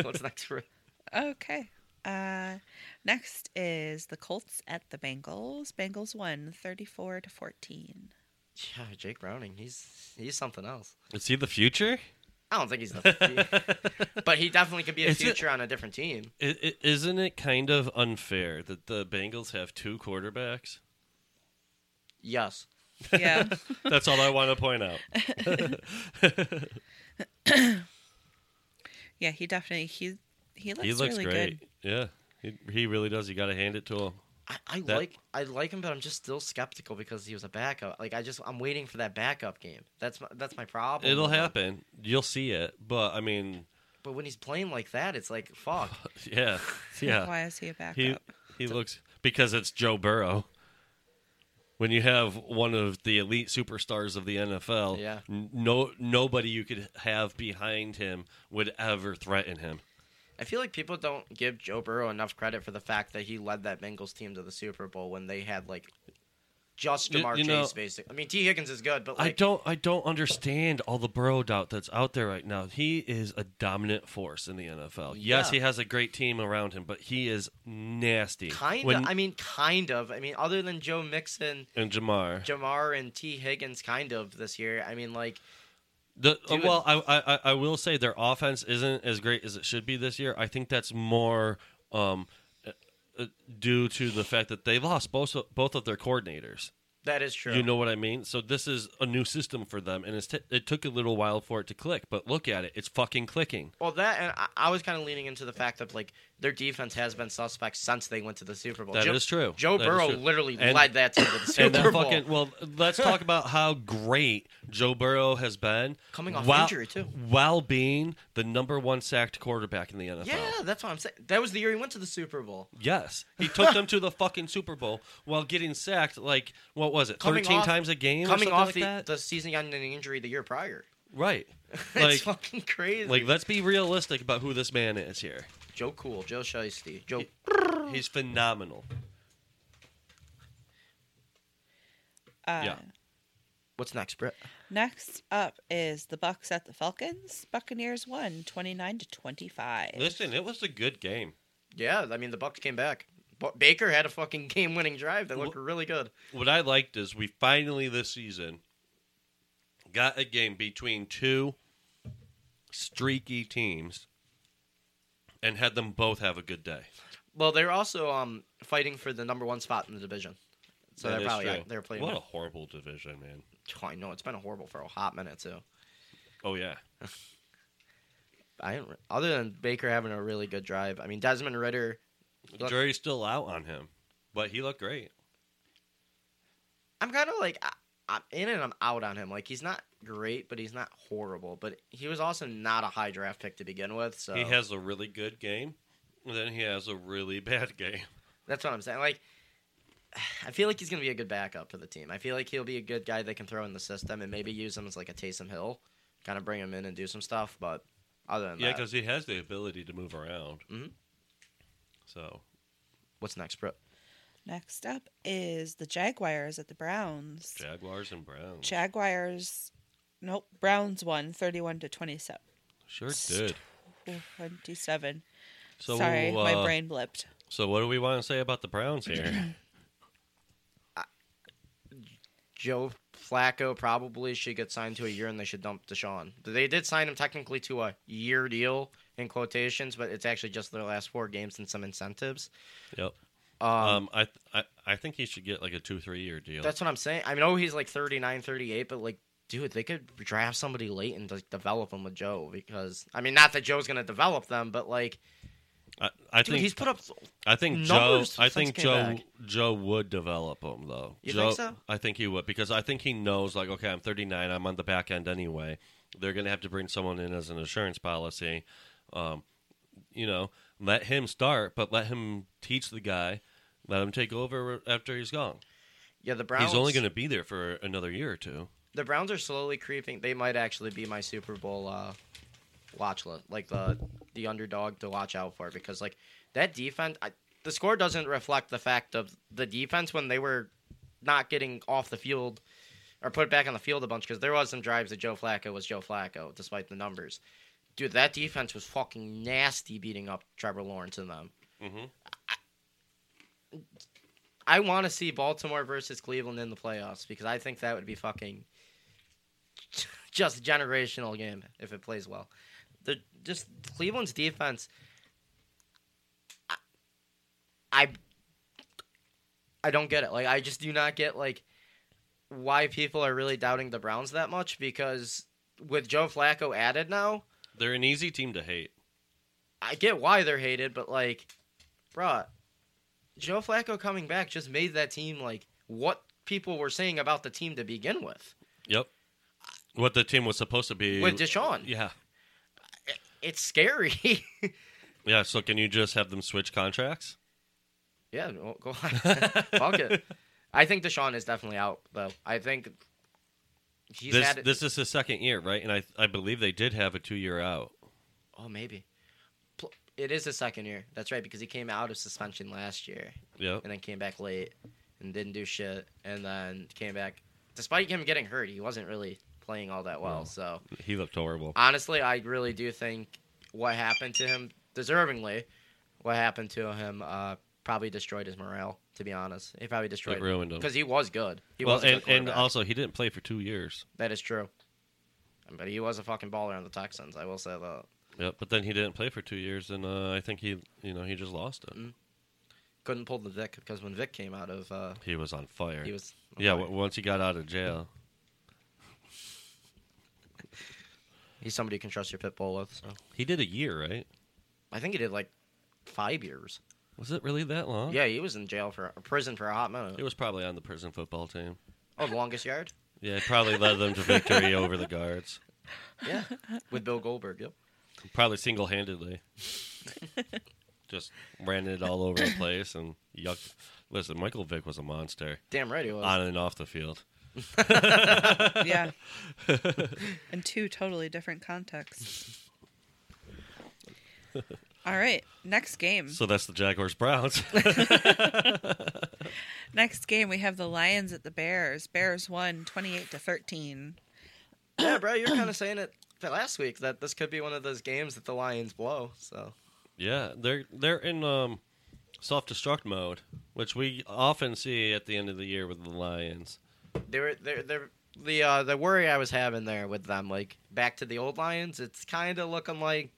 Speaker 5: What's next for?
Speaker 6: Okay. Uh next is the Colts at the Bengals. Bengals won 34 to 14.
Speaker 5: Yeah, Jake Browning. He's he's something else.
Speaker 1: Is he the future?
Speaker 5: I don't think he's the. but he definitely could be a
Speaker 1: It's a-
Speaker 5: future on a different team.
Speaker 1: It, it, isn't it kind of unfair that the Bengals have two quarterbacks?
Speaker 5: Yes.
Speaker 6: Yeah.
Speaker 1: That's all I want to point out.
Speaker 6: yeah, he definitely he he looks,
Speaker 1: he looks
Speaker 6: really
Speaker 1: great.
Speaker 6: good.
Speaker 1: Yeah, he, he really does. You got to hand it to him.
Speaker 5: I, I
Speaker 1: That-
Speaker 5: like I like him, but I'm just still skeptical because he was a backup. Like I just I'm waiting for that backup game. That's my, that's my problem.
Speaker 1: It'll
Speaker 5: with him.
Speaker 1: happen. You'll see it. But I mean,
Speaker 5: But when he's playing like that, it's like fuck.
Speaker 1: yeah, yeah.
Speaker 6: Why is he a backup? Uh,
Speaker 1: He he looks because it's Joe Burrow. When you have one of the elite superstars of the NFL,
Speaker 5: Yeah.
Speaker 1: n- no nobody you could have behind him would ever threaten him.
Speaker 5: I feel like people don't give Joe Burrow enough credit for the fact that he led that Bengals team to the Super Bowl when they had like just
Speaker 1: You-
Speaker 5: Jamar
Speaker 1: you know-
Speaker 5: Chase. Basically, I mean T Higgins is good, but like
Speaker 1: I don't I don't understand all the Burrow doubt that's out there right now. He is a dominant force in the NFL. Yes,
Speaker 5: Yeah.
Speaker 1: he has a great team around him, but he is nasty.
Speaker 5: Kind
Speaker 1: When-
Speaker 5: of. I mean, kind of. I mean, other than Joe Mixon,
Speaker 1: and Jamar.
Speaker 5: Jamar, and T. Higgins, kind of this year. I mean, like,
Speaker 1: The, uh,
Speaker 5: Dude.
Speaker 1: well, I, I I- I will say their offense isn't as great as it should be this year. I think that's more um, uh, uh, due to the fact that they lost both of- both of their coordinators.
Speaker 5: that is true.
Speaker 1: You know what I mean? So this is a new system for them, and it's t- it took a little while for it to click. But look at it; it's fucking clicking.
Speaker 5: Well, that and I, I was kind of leaning into the fact that like their defense has been suspect since they went to the Super Bowl.
Speaker 1: That
Speaker 5: That
Speaker 1: is
Speaker 5: is
Speaker 1: true.
Speaker 5: Joe
Speaker 1: That is
Speaker 5: Burrow
Speaker 1: true.
Speaker 5: literally
Speaker 1: And-
Speaker 5: led that team to the
Speaker 1: And
Speaker 5: Super
Speaker 1: they're
Speaker 5: Bowl.
Speaker 1: fucking well. Let's talk about how great Joe Burrow has been
Speaker 5: Coming off
Speaker 1: while-
Speaker 5: injury, too.
Speaker 1: while being the number one sacked quarterback in the NFL.
Speaker 5: yeah, that's what I'm saying. That was the year he went to the Super Bowl.
Speaker 1: Yes, he took them to the fucking Super Bowl while getting sacked like what was it,
Speaker 5: Coming
Speaker 1: thirteen
Speaker 5: off-
Speaker 1: times a game? or
Speaker 5: Coming
Speaker 1: something
Speaker 5: off
Speaker 1: like
Speaker 5: the,
Speaker 1: that?
Speaker 5: the season-ending injury the year prior.
Speaker 1: right.
Speaker 5: it's
Speaker 1: Like,
Speaker 5: fucking crazy.
Speaker 1: like let's be realistic about who this man is here.
Speaker 5: Joe Cool, Joe Shiesty, Joe.
Speaker 1: He's phenomenal.
Speaker 6: Uh,
Speaker 1: yeah.
Speaker 5: What's next, Britt?
Speaker 6: Next up is the Bucks at the Falcons. Buccaneers won 29 to 25.
Speaker 1: Listen, it was a good game.
Speaker 5: Yeah, I mean the Bucks came back. Ba- Baker had a fucking game-winning drive that looked really good.
Speaker 1: What I liked is we finally this season got a game between two streaky teams and had them both have a good day.
Speaker 5: Well, they're also um fighting for the number one spot in the division. So
Speaker 1: That
Speaker 5: they're
Speaker 1: is
Speaker 5: probably
Speaker 1: true.
Speaker 5: they're playing.
Speaker 1: What a
Speaker 5: Well.
Speaker 1: horrible division, man.
Speaker 5: I know it's been horrible for a hot minute too.
Speaker 1: Oh yeah.
Speaker 5: I didn't, re- other than Baker having a really good drive. I mean Desmond Ritter.
Speaker 1: The jury's still out on him, but he looked great.
Speaker 5: I'm kind of like I, I'm in and I'm out on him. Like he's not great, but he's not horrible. But he was also not a high draft pick to begin with. So
Speaker 1: He has a really good game, and then he has a really bad game.
Speaker 5: That's what I'm saying. Like, I feel like he's going to be a good backup for the team. I feel like he'll be a good guy they can throw in the system and maybe use him as like a Taysom Hill, kind of bring him in and do some stuff. But other than
Speaker 1: Yeah,
Speaker 5: that,
Speaker 1: because he has the ability to move around.
Speaker 5: Mhm.
Speaker 1: So
Speaker 5: what's next, Brett?
Speaker 6: Next up is the Jaguars at the Browns.
Speaker 1: Jaguars and Browns
Speaker 6: Jaguars, nope, Browns won 31 to 27.
Speaker 1: sure did.
Speaker 6: 27.
Speaker 1: So
Speaker 6: Sorry,
Speaker 1: uh,
Speaker 6: my brain blipped.
Speaker 1: So what do we want to say about the Browns here?
Speaker 5: Joe Flacco probably should get signed to a year and they should dump Deshaun. They did sign him technically to a year deal in quotations, but it's actually just their last four games and some incentives.
Speaker 1: yep.
Speaker 5: Um,
Speaker 1: Um, I, th- I I think he should get like a two three year deal.
Speaker 5: That's what I'm saying. I know he's like 39, 38, but like, dude, they could draft somebody late and like develop him with Joe because I mean, not that Joe's gonna develop them, but like,
Speaker 1: I, I
Speaker 5: dude,
Speaker 1: think
Speaker 5: he's put up.
Speaker 1: I think Joe.
Speaker 5: numbers
Speaker 1: I
Speaker 5: since
Speaker 1: think
Speaker 5: came
Speaker 1: Joe.
Speaker 5: back.
Speaker 1: Joe would develop him though.
Speaker 5: You
Speaker 1: Joe,
Speaker 5: think so?
Speaker 1: I think he would because I think he knows like okay, I'm 39. I'm on the back end anyway. They're gonna have to bring someone in as an insurance policy. Um, you know, let him start, but let him teach the guy. Let him take over after he's gone.
Speaker 5: Yeah, the Browns.
Speaker 1: He's only gonna be there for another year or two.
Speaker 5: The Browns are slowly creeping. They might actually be my Super Bowl uh, watch list, like the the underdog to watch out for because like that defense. I, the score doesn't reflect the fact of the defense when they were not getting off the field or put back on the field a bunch because there was some drives that Joe Flacco was Joe Flacco despite the numbers. Dude, that defense was fucking nasty beating up Trevor Lawrence and them. I, I want to see Baltimore versus Cleveland in the playoffs because I think that would be fucking just a generational game if it plays well. The just Cleveland's defense. I, I I don't get it. Like I just do not get like why people are really doubting the Browns that much because with Joe Flacco added now,
Speaker 1: They're an easy team to hate.
Speaker 5: I get why they're hated, but like, bruh, Joe Flacco coming back just made that team like what people were saying about the team to begin with
Speaker 1: Yep. What the team was supposed to be.
Speaker 5: with Deshaun.
Speaker 1: yeah.
Speaker 5: It's scary.
Speaker 1: Yeah. So can you just have them switch contracts?
Speaker 5: yeah, well, go on. Fuck it. I think Deshaun is definitely out though. I think he's
Speaker 1: this
Speaker 5: had it.
Speaker 1: this is his second year, right? And I I believe they did have a two year out.
Speaker 5: oh maybe. Pl- It is his second year. That's right because he came out of suspension last year.
Speaker 1: Yep.
Speaker 5: and then came back late and didn't do shit and then came back despite him getting hurt he wasn't really playing all that well so
Speaker 1: He looked horrible.
Speaker 5: honestly i really do think what happened to him deservingly what happened to him uh, probably destroyed his morale to be honest he probably destroyed
Speaker 1: It ruined him.
Speaker 5: because he was good he
Speaker 1: well,
Speaker 5: was a good
Speaker 1: and, and
Speaker 5: quarterback.
Speaker 1: also he didn't play for two years.
Speaker 5: that is true but he was a fucking baller on the texans i will say that
Speaker 1: Yep. But then he didn't play for two years, and uh, I think he you know he just lost it.
Speaker 5: Mm. couldn't pull the dick because when vic came out of uh,
Speaker 1: He was on fire.
Speaker 5: he was
Speaker 1: Yeah. W- once he got out of jail.
Speaker 5: he's somebody you can trust your pit bull with so
Speaker 1: He did a year, right?
Speaker 5: i think he did like five years
Speaker 1: Was it really that long?
Speaker 5: Yeah, he was in jail for a prison for a hot minute.
Speaker 1: He was probably on the prison football team.
Speaker 5: Oh, the longest yard.
Speaker 1: Yeah, it probably led them to victory over the guards.
Speaker 5: Yeah, with Bill Goldberg. Yep.
Speaker 1: Probably single handedly. Just ran it all over the place and yuck. Listen, Michael Vick was a monster
Speaker 5: Damn right he was.
Speaker 1: on and off the field.
Speaker 6: yeah. In two totally different contexts. All right, next game.
Speaker 1: So that's the Jaguars Browns.
Speaker 6: Next game we have the Lions at the Bears. Bears won 28 to 13.
Speaker 5: yeah, bro, you were kind of saying it that last week that this could be one of those games that the Lions blow. So
Speaker 1: yeah, they're they're in um, self destruct mode, which we often see at the end of the year with the Lions.
Speaker 5: they were they're, they're the uh, the worry I was having there with them, like back to the old Lions, it's kind of looking like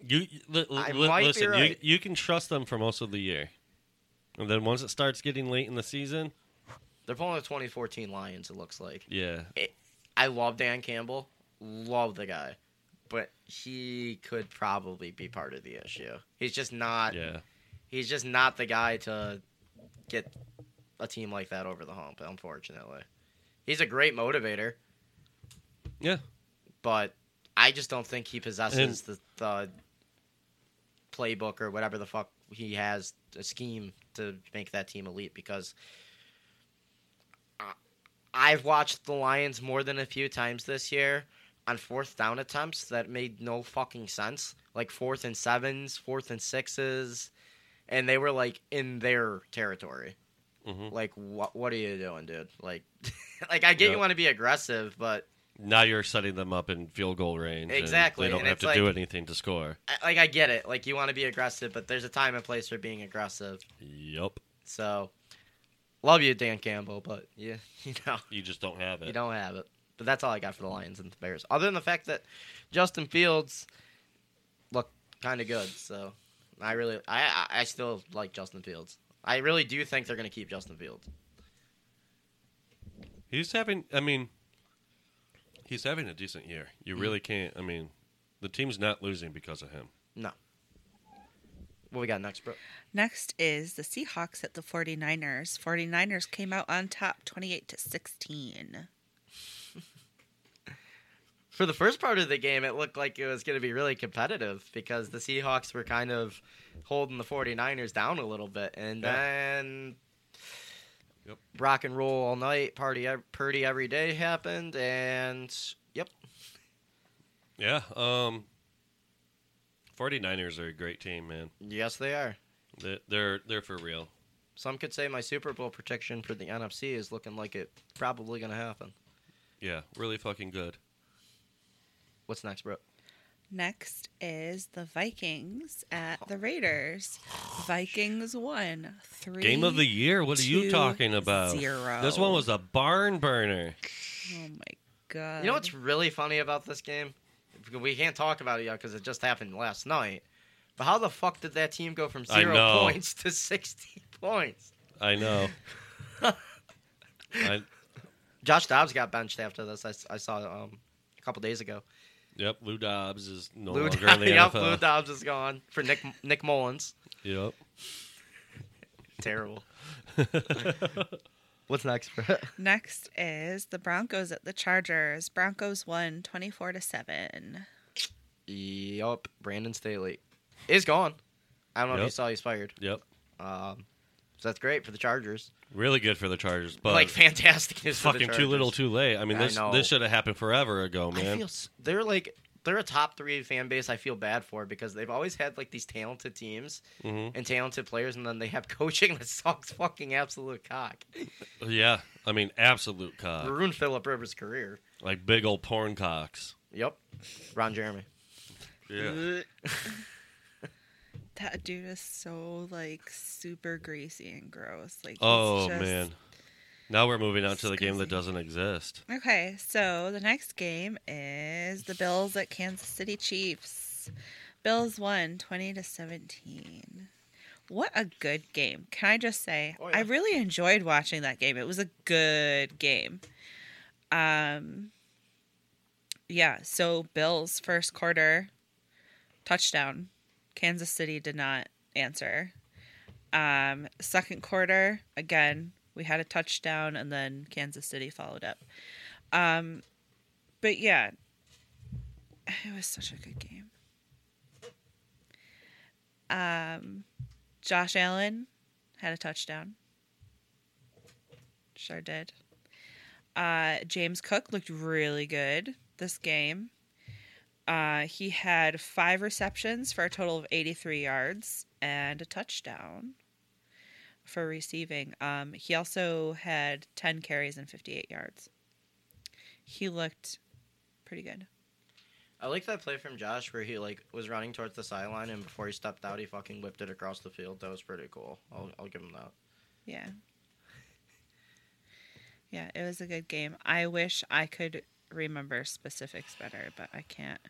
Speaker 1: You li- li-
Speaker 5: I
Speaker 1: li-
Speaker 5: might be
Speaker 1: listen.
Speaker 5: right.
Speaker 1: You you can trust them for most of the year, and then once it starts getting late in the season,
Speaker 5: they're pulling the 2014 Lions. It looks like.
Speaker 1: yeah,
Speaker 5: I love Dan Campbell, love the guy, but he could probably be part of the issue. He's just not.
Speaker 1: yeah.
Speaker 5: he's just not the guy to get a team like that over the hump, unfortunately. He's a great motivator,
Speaker 1: Yeah.
Speaker 5: but I just don't think he possesses the, the playbook or whatever the fuck he has a scheme to make that team elite because I, I've watched the Lions more than a few times this year on fourth down attempts that made no fucking sense. Like fourth and sevens, fourth and sixes, and they were like in their territory.
Speaker 1: Mhm.
Speaker 5: Like what? What are you doing, dude? Like, like I get
Speaker 1: Yep.
Speaker 5: you want to be aggressive, but
Speaker 1: Now you're setting them up in field goal range. and
Speaker 5: Exactly,
Speaker 1: they don't
Speaker 5: and
Speaker 1: have
Speaker 5: it's
Speaker 1: to do
Speaker 5: like-
Speaker 1: anything to score.
Speaker 5: I- like I get it. Like you want to be aggressive, but there's a time and place for being aggressive.
Speaker 1: Yup.
Speaker 5: So, love you, Dan Campbell, but yeah, you know
Speaker 1: You just don't have it.
Speaker 5: you don't have it. But that's all I got for the Lions and the Bears. Other than the fact that Justin Fields looked kind of good, so I really, I, I I still like Justin Fields. I really do think they're gonna keep Justin Fields.
Speaker 1: He's having. I mean, he's having a decent year. You really
Speaker 5: Mm.
Speaker 1: can't. I mean, the team's not losing because of him.
Speaker 5: No. What we got next, bro?
Speaker 6: Next is the Seahawks at the 49ers. 49ers came out on top 28 to 16.
Speaker 5: for the first part of the game, it looked like it was going to be really competitive because the Seahawks were kind of holding the 49ers down a little bit. And
Speaker 1: Yeah.
Speaker 5: then
Speaker 1: Yep.
Speaker 5: rock and roll all night, party ev- Purdy every day happened. And yep,
Speaker 1: Yeah. Um. 49ers are a great team, man.
Speaker 5: yes, they are.
Speaker 1: They- They're they're for real.
Speaker 5: Some could say my Super Bowl prediction for the NFC is looking like it probably going to happen.
Speaker 1: Yeah, really fucking good.
Speaker 5: What's next, bro?
Speaker 6: Next is the Vikings at
Speaker 5: Oh.
Speaker 6: the Raiders. Vikings won 3
Speaker 1: Game of the year. What are you
Speaker 6: two,
Speaker 1: talking about?
Speaker 6: zero.
Speaker 1: This one was a barn burner.
Speaker 6: Oh my god.
Speaker 5: You know what's really funny about this game? We can't talk about it yet because it just happened last night. But how the fuck did that team go from
Speaker 1: I
Speaker 5: zero
Speaker 1: know.
Speaker 5: points to 60 points?
Speaker 1: I know. I,
Speaker 5: Josh Dobbs got benched after this. I, s- I saw um, a couple days ago.
Speaker 1: yep, Lou Dobbs is no
Speaker 5: Lou,
Speaker 1: longer
Speaker 5: Dobbs,
Speaker 1: in the
Speaker 5: yep, Lou
Speaker 1: NFL.
Speaker 5: Dobbs is gone for Nick Nick Mullins.
Speaker 1: Yep.
Speaker 5: Terrible. What's next? bro?
Speaker 6: Next is the Broncos at the Chargers. Broncos won 24 to 7.
Speaker 5: yup, Brandon Staley is gone. I don't know if you
Speaker 1: Yep.
Speaker 5: saw he's fired.
Speaker 1: Yep.
Speaker 5: Um, so that's great for the Chargers.
Speaker 1: Really good for the Chargers, but
Speaker 5: like fantastic news for the
Speaker 1: fucking too little,
Speaker 5: Chargers.
Speaker 1: too late. I mean,
Speaker 5: I
Speaker 1: this
Speaker 5: know.
Speaker 1: this should have happened forever ago,
Speaker 5: I
Speaker 1: man.
Speaker 5: feel s- they're like they're a top three fan base. I feel bad for because they've always had like these talented teams and talented players, and then they have coaching that sucks fucking absolute cock.
Speaker 1: yeah, I mean, absolute cock,
Speaker 5: Ruined Philip Rivers' career.
Speaker 1: like big old porn cocks.
Speaker 5: Yep, Ron Jeremy.
Speaker 1: Yeah.
Speaker 6: That dude is so like super greasy and gross. Like he's
Speaker 1: Oh
Speaker 6: just-
Speaker 1: man. Now we're moving on to the game that
Speaker 6: Disgusting.
Speaker 1: doesn't exist.
Speaker 6: Okay, so the next game is the Bills at Kansas City Chiefs. Bills won 20 to 17. What a good game. Can I just say
Speaker 5: Oh, yeah.
Speaker 6: I really enjoyed watching that game. It was a good game. Um yeah, so Bills first quarter touchdown. Kansas City did not answer. Um, second quarter, again, we had a touchdown and then Kansas City followed up. Um, but yeah, it was such a good game. Um, Um, Josh Allen had a touchdown. Sure did. Uh, James Cook looked really good this game. Uh, he had five receptions for a total of 83 yards and a touchdown for receiving. Um, he also had 10 carries and 58 yards. He looked pretty good.
Speaker 5: I like that play from Josh where he like was running towards the sideline, and before he stepped out, he fucking whipped it across the field. That was pretty cool. I'll, I'll give him that.
Speaker 6: Yeah. Yeah, it was a good game. I wish I could remember specifics better, but I can't.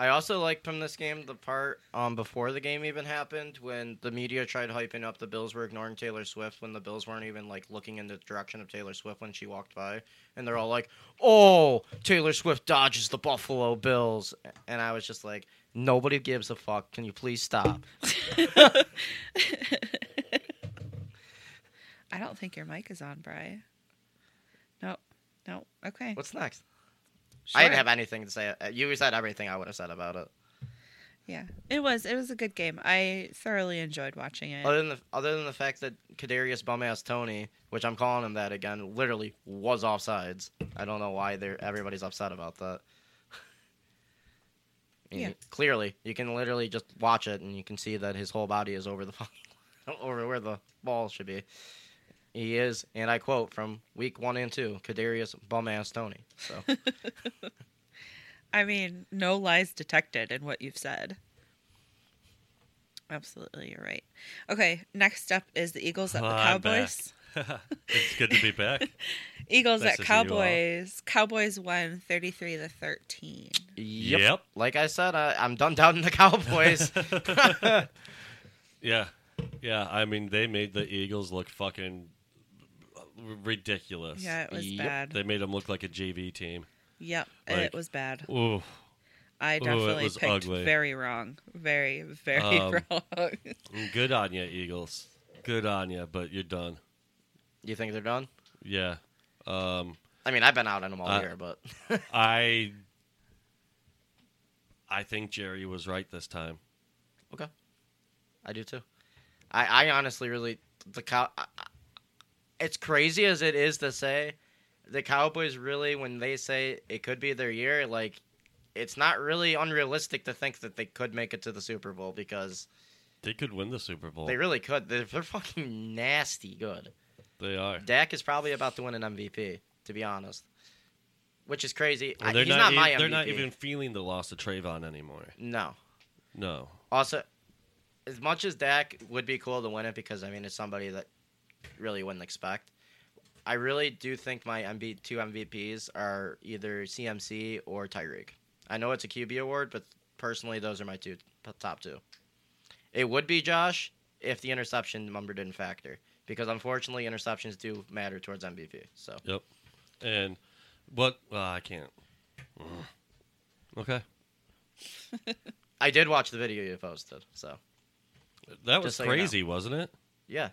Speaker 5: I also liked from this game the part um, before the game even happened when the media tried hyping up the Bills were ignoring Taylor Swift when the Bills weren't even like looking in the direction of Taylor Swift when she walked by, and they're all like, "Oh, Taylor Swift dodges the Buffalo Bills," and I was just like, "Nobody gives a fuck. Can you please stop?"
Speaker 6: I don't think your mic is on, Bry. No, no. Okay.
Speaker 5: What's next? I didn't
Speaker 6: Sure.
Speaker 5: have anything to say. Uh, You said everything I would have said about it.
Speaker 6: Yeah, it was. It was a good game. I thoroughly enjoyed watching it.
Speaker 5: Other than the other than the fact that Kadarius bum-ass Tony, which I'm calling him that again, literally was offsides. I don't know why they're everybody's upset about that. I mean,
Speaker 6: Yeah.
Speaker 5: Clearly, you can literally just watch it and you can see that his whole body is over the fucking- over where the ball should be. He is, and I quote from week one and two, Kadarius bum-ass Tony. So
Speaker 6: I mean, no lies detected in what you've said. Absolutely, you're right. Okay, next up is the Eagles at the
Speaker 1: Oh, I'm back.
Speaker 6: Cowboys.
Speaker 1: It's good to be back.
Speaker 6: Eagles
Speaker 1: Nice
Speaker 6: at
Speaker 1: to see you all.
Speaker 6: Cowboys. Cowboys won 33 to 13.
Speaker 1: Yep.
Speaker 5: Like I said, I, I'm done doubting the Cowboys.
Speaker 1: Yeah. Yeah. I mean, they made the Eagles look fucking ridiculous.
Speaker 6: Yeah, it was
Speaker 5: Yep.
Speaker 6: bad.
Speaker 1: They made them look like a JV team.
Speaker 6: yep,
Speaker 1: Like-
Speaker 6: it was bad.
Speaker 1: Ooh.
Speaker 6: I definitely
Speaker 1: was
Speaker 6: picked
Speaker 1: ugly.
Speaker 6: very wrong. Very, very
Speaker 1: Um,
Speaker 6: wrong.
Speaker 1: Mm, Good on you, Eagles. Good on you, but you're done.
Speaker 5: you think they're done?
Speaker 1: Yeah. Um,
Speaker 5: I mean, I've been out on them all
Speaker 1: Uh,
Speaker 5: year, but
Speaker 1: I I think Jerry was right this time.
Speaker 5: Okay. I do too. I, I honestly really the cow. I, I- it's crazy as it is to say, the Cowboys really when they say it could be their year, like it's not really unrealistic to think that they could make it to the Super Bowl because
Speaker 1: They could win the Super Bowl.
Speaker 5: they really could. They're, they're fucking nasty good.
Speaker 1: They are.
Speaker 5: Dak is probably about to win an MVP, to be honest, which is crazy. I-
Speaker 1: And they're
Speaker 5: Uh, he's not,
Speaker 1: not,
Speaker 5: my
Speaker 1: e-
Speaker 5: MVP.
Speaker 1: They're not even feeling the loss of Trayvon anymore.
Speaker 5: no.
Speaker 1: No.
Speaker 5: Also, as much as Dak would be cool to win it because I mean it's somebody that really wouldn't expect. I really do think my MB two MVPs are either CMC or Tyreek. I know it's a QB award, but personally, those are my two top two. It would be Josh if the interception number didn't factor, because unfortunately, interceptions do matter towards MVP. So
Speaker 1: Yep. And what? Uh, I can't. Ugh. Okay.
Speaker 5: I did watch the video you posted. So
Speaker 1: That was
Speaker 5: Just so you know.
Speaker 1: crazy, wasn't it?
Speaker 5: yeah,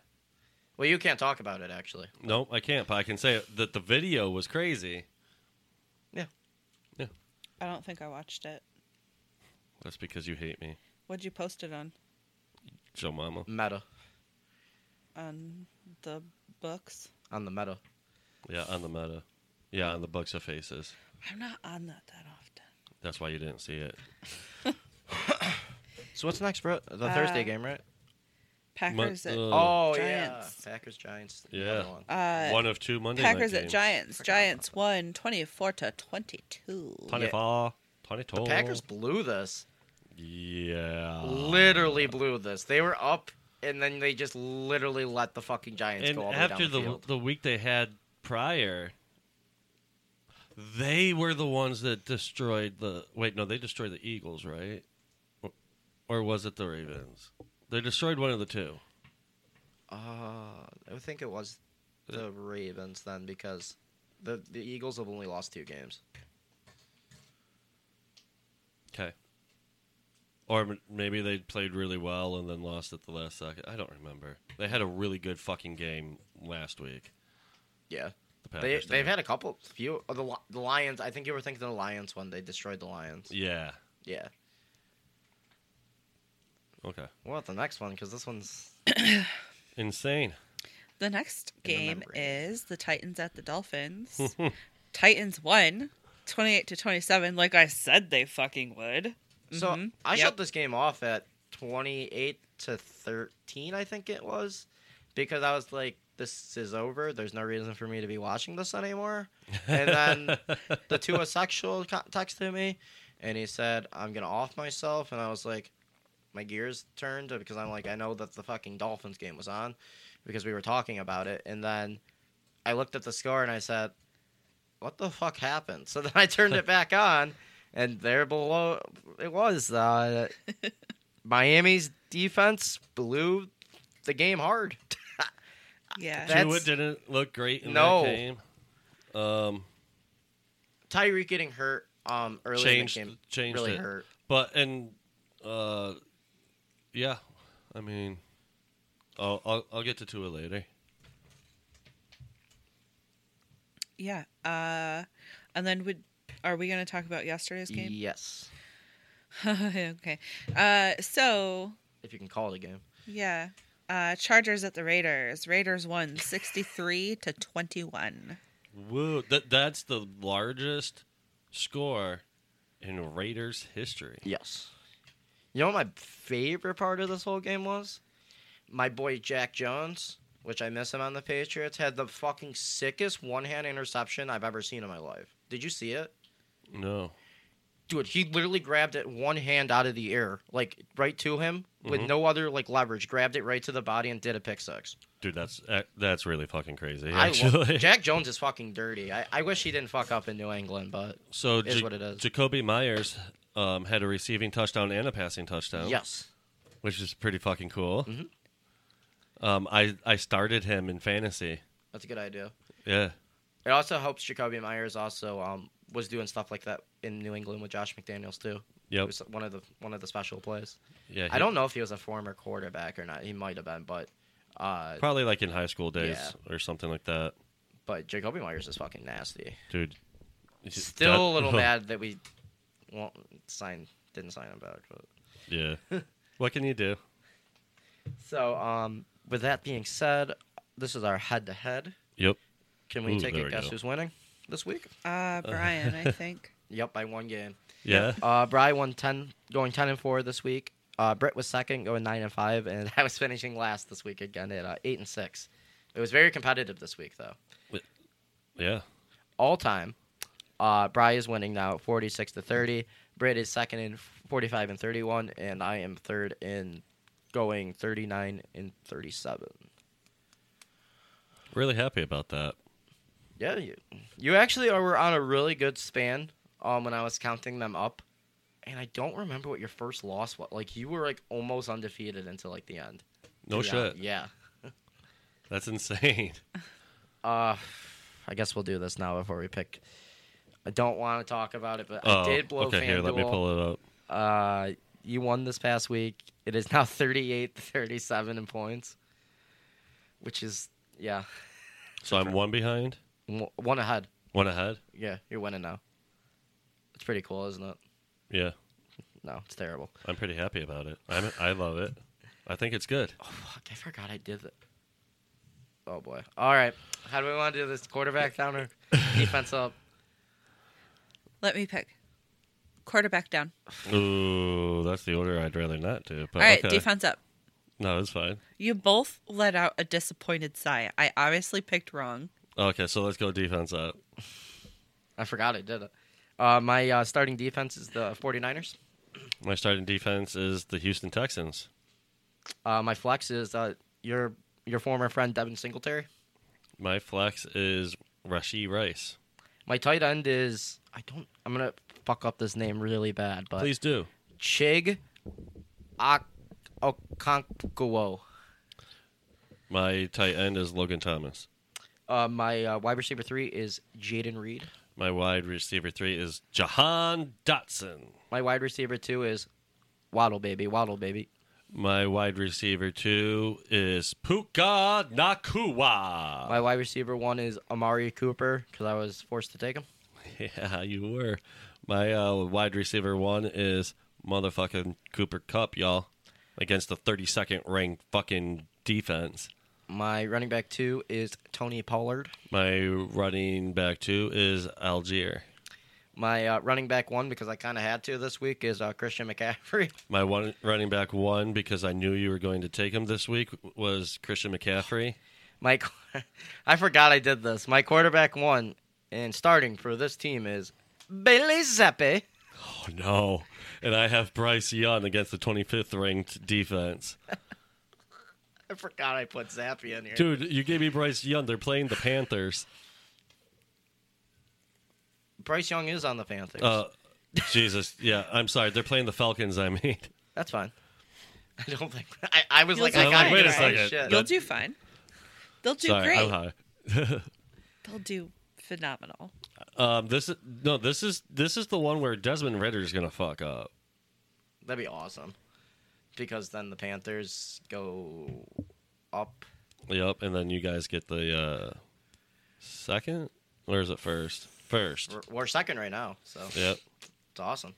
Speaker 5: well, you can't talk about it actually.
Speaker 1: No, I can't. But I can say that the video was crazy.
Speaker 6: I don't think I watched it.
Speaker 1: That's because you hate me,
Speaker 6: What'd you post it on?
Speaker 1: Joe Mama.
Speaker 5: Meta
Speaker 6: On the books?
Speaker 5: on the meta.
Speaker 1: Yeah, on the meta. Yeah, on the books of faces.
Speaker 6: I'm not on that that often.
Speaker 1: That's why you didn't see it.
Speaker 5: So what's next, bro? The Thursday game, right?
Speaker 6: Packers at
Speaker 1: uh,
Speaker 5: Uh, Oh
Speaker 6: Giants.
Speaker 5: yeah, Packers Giants.
Speaker 1: Yeah.
Speaker 5: another one.
Speaker 6: uh,
Speaker 1: One of two Monday night
Speaker 6: Packers at
Speaker 1: games.
Speaker 6: Giants. Giants won 24 to 22.
Speaker 1: 24, 22.
Speaker 5: The Packers blew this.
Speaker 1: Yeah.
Speaker 5: literally blew this. They were up, and then they just literally let the fucking Giants
Speaker 1: and
Speaker 5: go all the way down
Speaker 1: after
Speaker 5: the,
Speaker 1: the
Speaker 5: field.
Speaker 1: the week they had prior, they were the ones that destroyed the. Wait, no, they destroyed the Eagles, right? Or, or was it the Ravens? They destroyed one of the two.
Speaker 5: Uh, I would think it was the Ravens then because the the Eagles have only lost two games.
Speaker 1: Okay. Or m- maybe they played really well and then lost at the last second. I don't remember. They had a really good fucking game last week.
Speaker 5: Yeah, they
Speaker 1: The Packers.
Speaker 5: they've
Speaker 1: did.
Speaker 5: had a couple few oh, the Li- the Lions. I think you were thinking of the Lions when they destroyed the Lions.
Speaker 1: Yeah.
Speaker 5: Yeah.
Speaker 1: Okay.
Speaker 5: Well, the next one because this one's
Speaker 1: Insane.
Speaker 6: The next game
Speaker 5: memory.
Speaker 6: is the Titans at the Dolphins. Titans won 28 to 27 like I said they fucking would.
Speaker 5: so
Speaker 6: Mhm.
Speaker 5: I
Speaker 6: Yep.
Speaker 5: shut this game off at twenty eight to thirteen. I think it was because I was like, this is over. There's no reason for me to be watching this anymore. And then the two sexual co- texted me, and he said, "I'm gonna off myself," and I was like, my gears turned because I'm like, I know that the fucking Dolphins game was on because we were talking about it, and then I looked at the score and I said, "What the fuck happened?" So then I turned it back on, and there below it was uh, Miami's defense blew the game hard.
Speaker 6: Yeah.
Speaker 5: That-
Speaker 1: Tua
Speaker 5: That's-
Speaker 1: didn't look great in
Speaker 5: No.
Speaker 1: that game. Um,
Speaker 5: Tyreek getting hurt um, early
Speaker 1: changed
Speaker 5: in the game
Speaker 1: changed
Speaker 5: really
Speaker 1: it.
Speaker 5: hurt.
Speaker 1: But and uh, yeah, I mean, I'll I'll, I'll get to Tua later.
Speaker 6: yeah. Uh and then would are we going to talk about yesterday's game?
Speaker 5: Yes,
Speaker 6: okay. Uh so
Speaker 5: if you can call it a game.
Speaker 6: yeah. Uh Chargers at the Raiders. Raiders won 63 to 21.
Speaker 1: Whoa, that that's the largest score in Raiders history.
Speaker 5: Yes. You know what my favorite part of this whole game was? My boy Jack Jones, which I miss him on the Patriots, had the fucking sickest one hand interception I've ever seen in my life. Did you see it?
Speaker 1: No,
Speaker 5: Dude, he literally grabbed it one hand out of the air, like right to him with
Speaker 1: Mm-hmm.
Speaker 5: no other like leverage, grabbed it right to the body and did a pick six.
Speaker 1: dude, that's uh, that's really fucking crazy.
Speaker 5: I
Speaker 1: Actually,
Speaker 5: love, Jack Jones is fucking dirty. I, I wish he didn't fuck up in New England, but
Speaker 1: so
Speaker 5: is
Speaker 1: Ja-
Speaker 5: what it is.
Speaker 1: Jacoby Myers um, had a receiving touchdown and a passing touchdown.
Speaker 5: yes.
Speaker 1: which is pretty fucking cool.
Speaker 5: Mm-hmm.
Speaker 1: Um, I I started him in fantasy.
Speaker 5: That's a good idea.
Speaker 1: Yeah.
Speaker 5: It also helps Jacoby Myers also um, was doing stuff like that in New England with Josh McDaniels too. It
Speaker 1: Yep.
Speaker 5: was one of the one of the special plays.
Speaker 1: Yeah.
Speaker 5: I don't know if he was a former quarterback or not. He might have been, but uh,
Speaker 1: Probably like in high school days
Speaker 5: Yeah.
Speaker 1: or something like that,
Speaker 5: but Jacoby Myers is fucking nasty.
Speaker 1: dude.
Speaker 5: Still
Speaker 1: that- Oh,
Speaker 5: a little mad that we won't sign didn't sign him back. But.
Speaker 1: Yeah. what can you do?
Speaker 5: So um, with that being said, this is our head to head.
Speaker 1: Yep.
Speaker 5: Can we
Speaker 1: Ooh,
Speaker 5: take
Speaker 1: there
Speaker 5: a
Speaker 1: we
Speaker 5: guess
Speaker 1: go.
Speaker 5: who's winning this week?
Speaker 6: Uh Brian, I think.
Speaker 5: Yep, by one game.
Speaker 1: Yeah.
Speaker 5: Uh, Bry won ten, going ten and four this week. Uh, Britt was second, going nine and five, and I was finishing last this week again at uh, eight and six. It was very competitive this week, though.
Speaker 1: Yeah.
Speaker 5: All time, uh, Bry is winning now, forty six to thirty. Britt is second in forty five and thirty one, and I am third in going thirty nine and thirty seven.
Speaker 1: Really happy about that.
Speaker 5: Yeah, you, you actually are, were on a really good span um, when I was counting them up. And I don't remember what your first loss was. Like, you were, like, almost undefeated until, like, the end.
Speaker 1: No
Speaker 5: yeah,
Speaker 1: Oh, shit.
Speaker 5: Yeah.
Speaker 1: That's insane.
Speaker 5: Uh, I guess we'll do this now before we pick. I don't want to talk about it, but I
Speaker 1: Oh,
Speaker 5: did blow
Speaker 1: okay, here, let me
Speaker 5: FanDuel.
Speaker 1: pull it up.
Speaker 5: Uh, you won this past week. It is now 38 37 in points, which is, yeah,
Speaker 1: So I'm one behind,
Speaker 5: w- one ahead.
Speaker 1: one ahead.
Speaker 5: Yeah, you're winning now. It's pretty cool, isn't it?
Speaker 1: Yeah,
Speaker 5: No, it's terrible.
Speaker 1: I'm pretty happy about it. I'm, I love it. I think it's good.
Speaker 5: Oh, fuck, I forgot I did that. Oh, boy. All right. How do we want to do this? Quarterback down or defense up?
Speaker 6: Let me pick. Quarterback down.
Speaker 5: Oh.
Speaker 1: Ooh, that's the order I'd rather not do. But
Speaker 6: All right,
Speaker 1: okay.
Speaker 6: defense up.
Speaker 1: No, it's fine.
Speaker 6: You both let out a disappointed sigh. I obviously picked wrong.
Speaker 1: Okay, so let's go defense up.
Speaker 5: I forgot I did it. Uh, my uh, starting defense is the 49ers.
Speaker 1: My starting defense is the Houston Texans.
Speaker 5: Uh, my flex is uh, your your former friend Devin Singletary.
Speaker 1: My flex is Rashi Rice.
Speaker 5: My tight end is I don't I'm gonna fuck up this name really bad, but
Speaker 1: Please do.
Speaker 5: Chig Ok- Okonkwo.
Speaker 1: My tight end is Logan Thomas.
Speaker 5: Uh, my uh, wide receiver three is Jaden Reed.
Speaker 1: My wide receiver three is Jahan Dotson.
Speaker 5: My wide receiver two is Waddle Baby. Waddle Baby.
Speaker 1: My wide receiver two is Puka Nakua.
Speaker 5: My wide receiver one is Amari Cooper because I was forced to take him.
Speaker 1: Yeah, you were. My uh, wide receiver one is motherfucking Cooper Cup, y'all, against the 32nd ranked fucking defense.
Speaker 5: My running back two is Tony Pollard.
Speaker 1: My running back two is Algier.
Speaker 5: My uh, running back one because I kind of had to this week is uh, Christian McCaffrey.
Speaker 1: My one running back one, because I knew you were going to take him this week, was Christian McCaffrey.
Speaker 5: My, qu- I forgot I did this. My quarterback one and starting for this team is Bailey Zeppe.
Speaker 1: Oh no! And I have Bryce Young against the 25th ranked defense.
Speaker 5: I forgot I put Zappy in here.
Speaker 1: Dude, you gave me Bryce Young. They're playing the Panthers.
Speaker 5: Bryce Young is on the Panthers.
Speaker 1: Uh, Jesus, yeah, I'm sorry. They're playing the Falcons. I mean,
Speaker 5: That's fine. I don't think I, I was
Speaker 6: You'll
Speaker 5: like
Speaker 6: do
Speaker 5: I got
Speaker 6: fine, Wait a
Speaker 1: second.
Speaker 6: You'll
Speaker 1: That-
Speaker 6: do fine. They'll do
Speaker 1: sorry,
Speaker 6: great.
Speaker 1: I'm high.
Speaker 6: They'll do phenomenal.
Speaker 1: Um, this is no, this is this is the one where Desmond Ritter's gonna fuck up.
Speaker 5: That'd be awesome because then the Panthers go up.
Speaker 1: Yep, and then you guys get the uh, second, or is it first? First.
Speaker 5: We're, we're second right now, so
Speaker 1: Yep.
Speaker 5: it's awesome.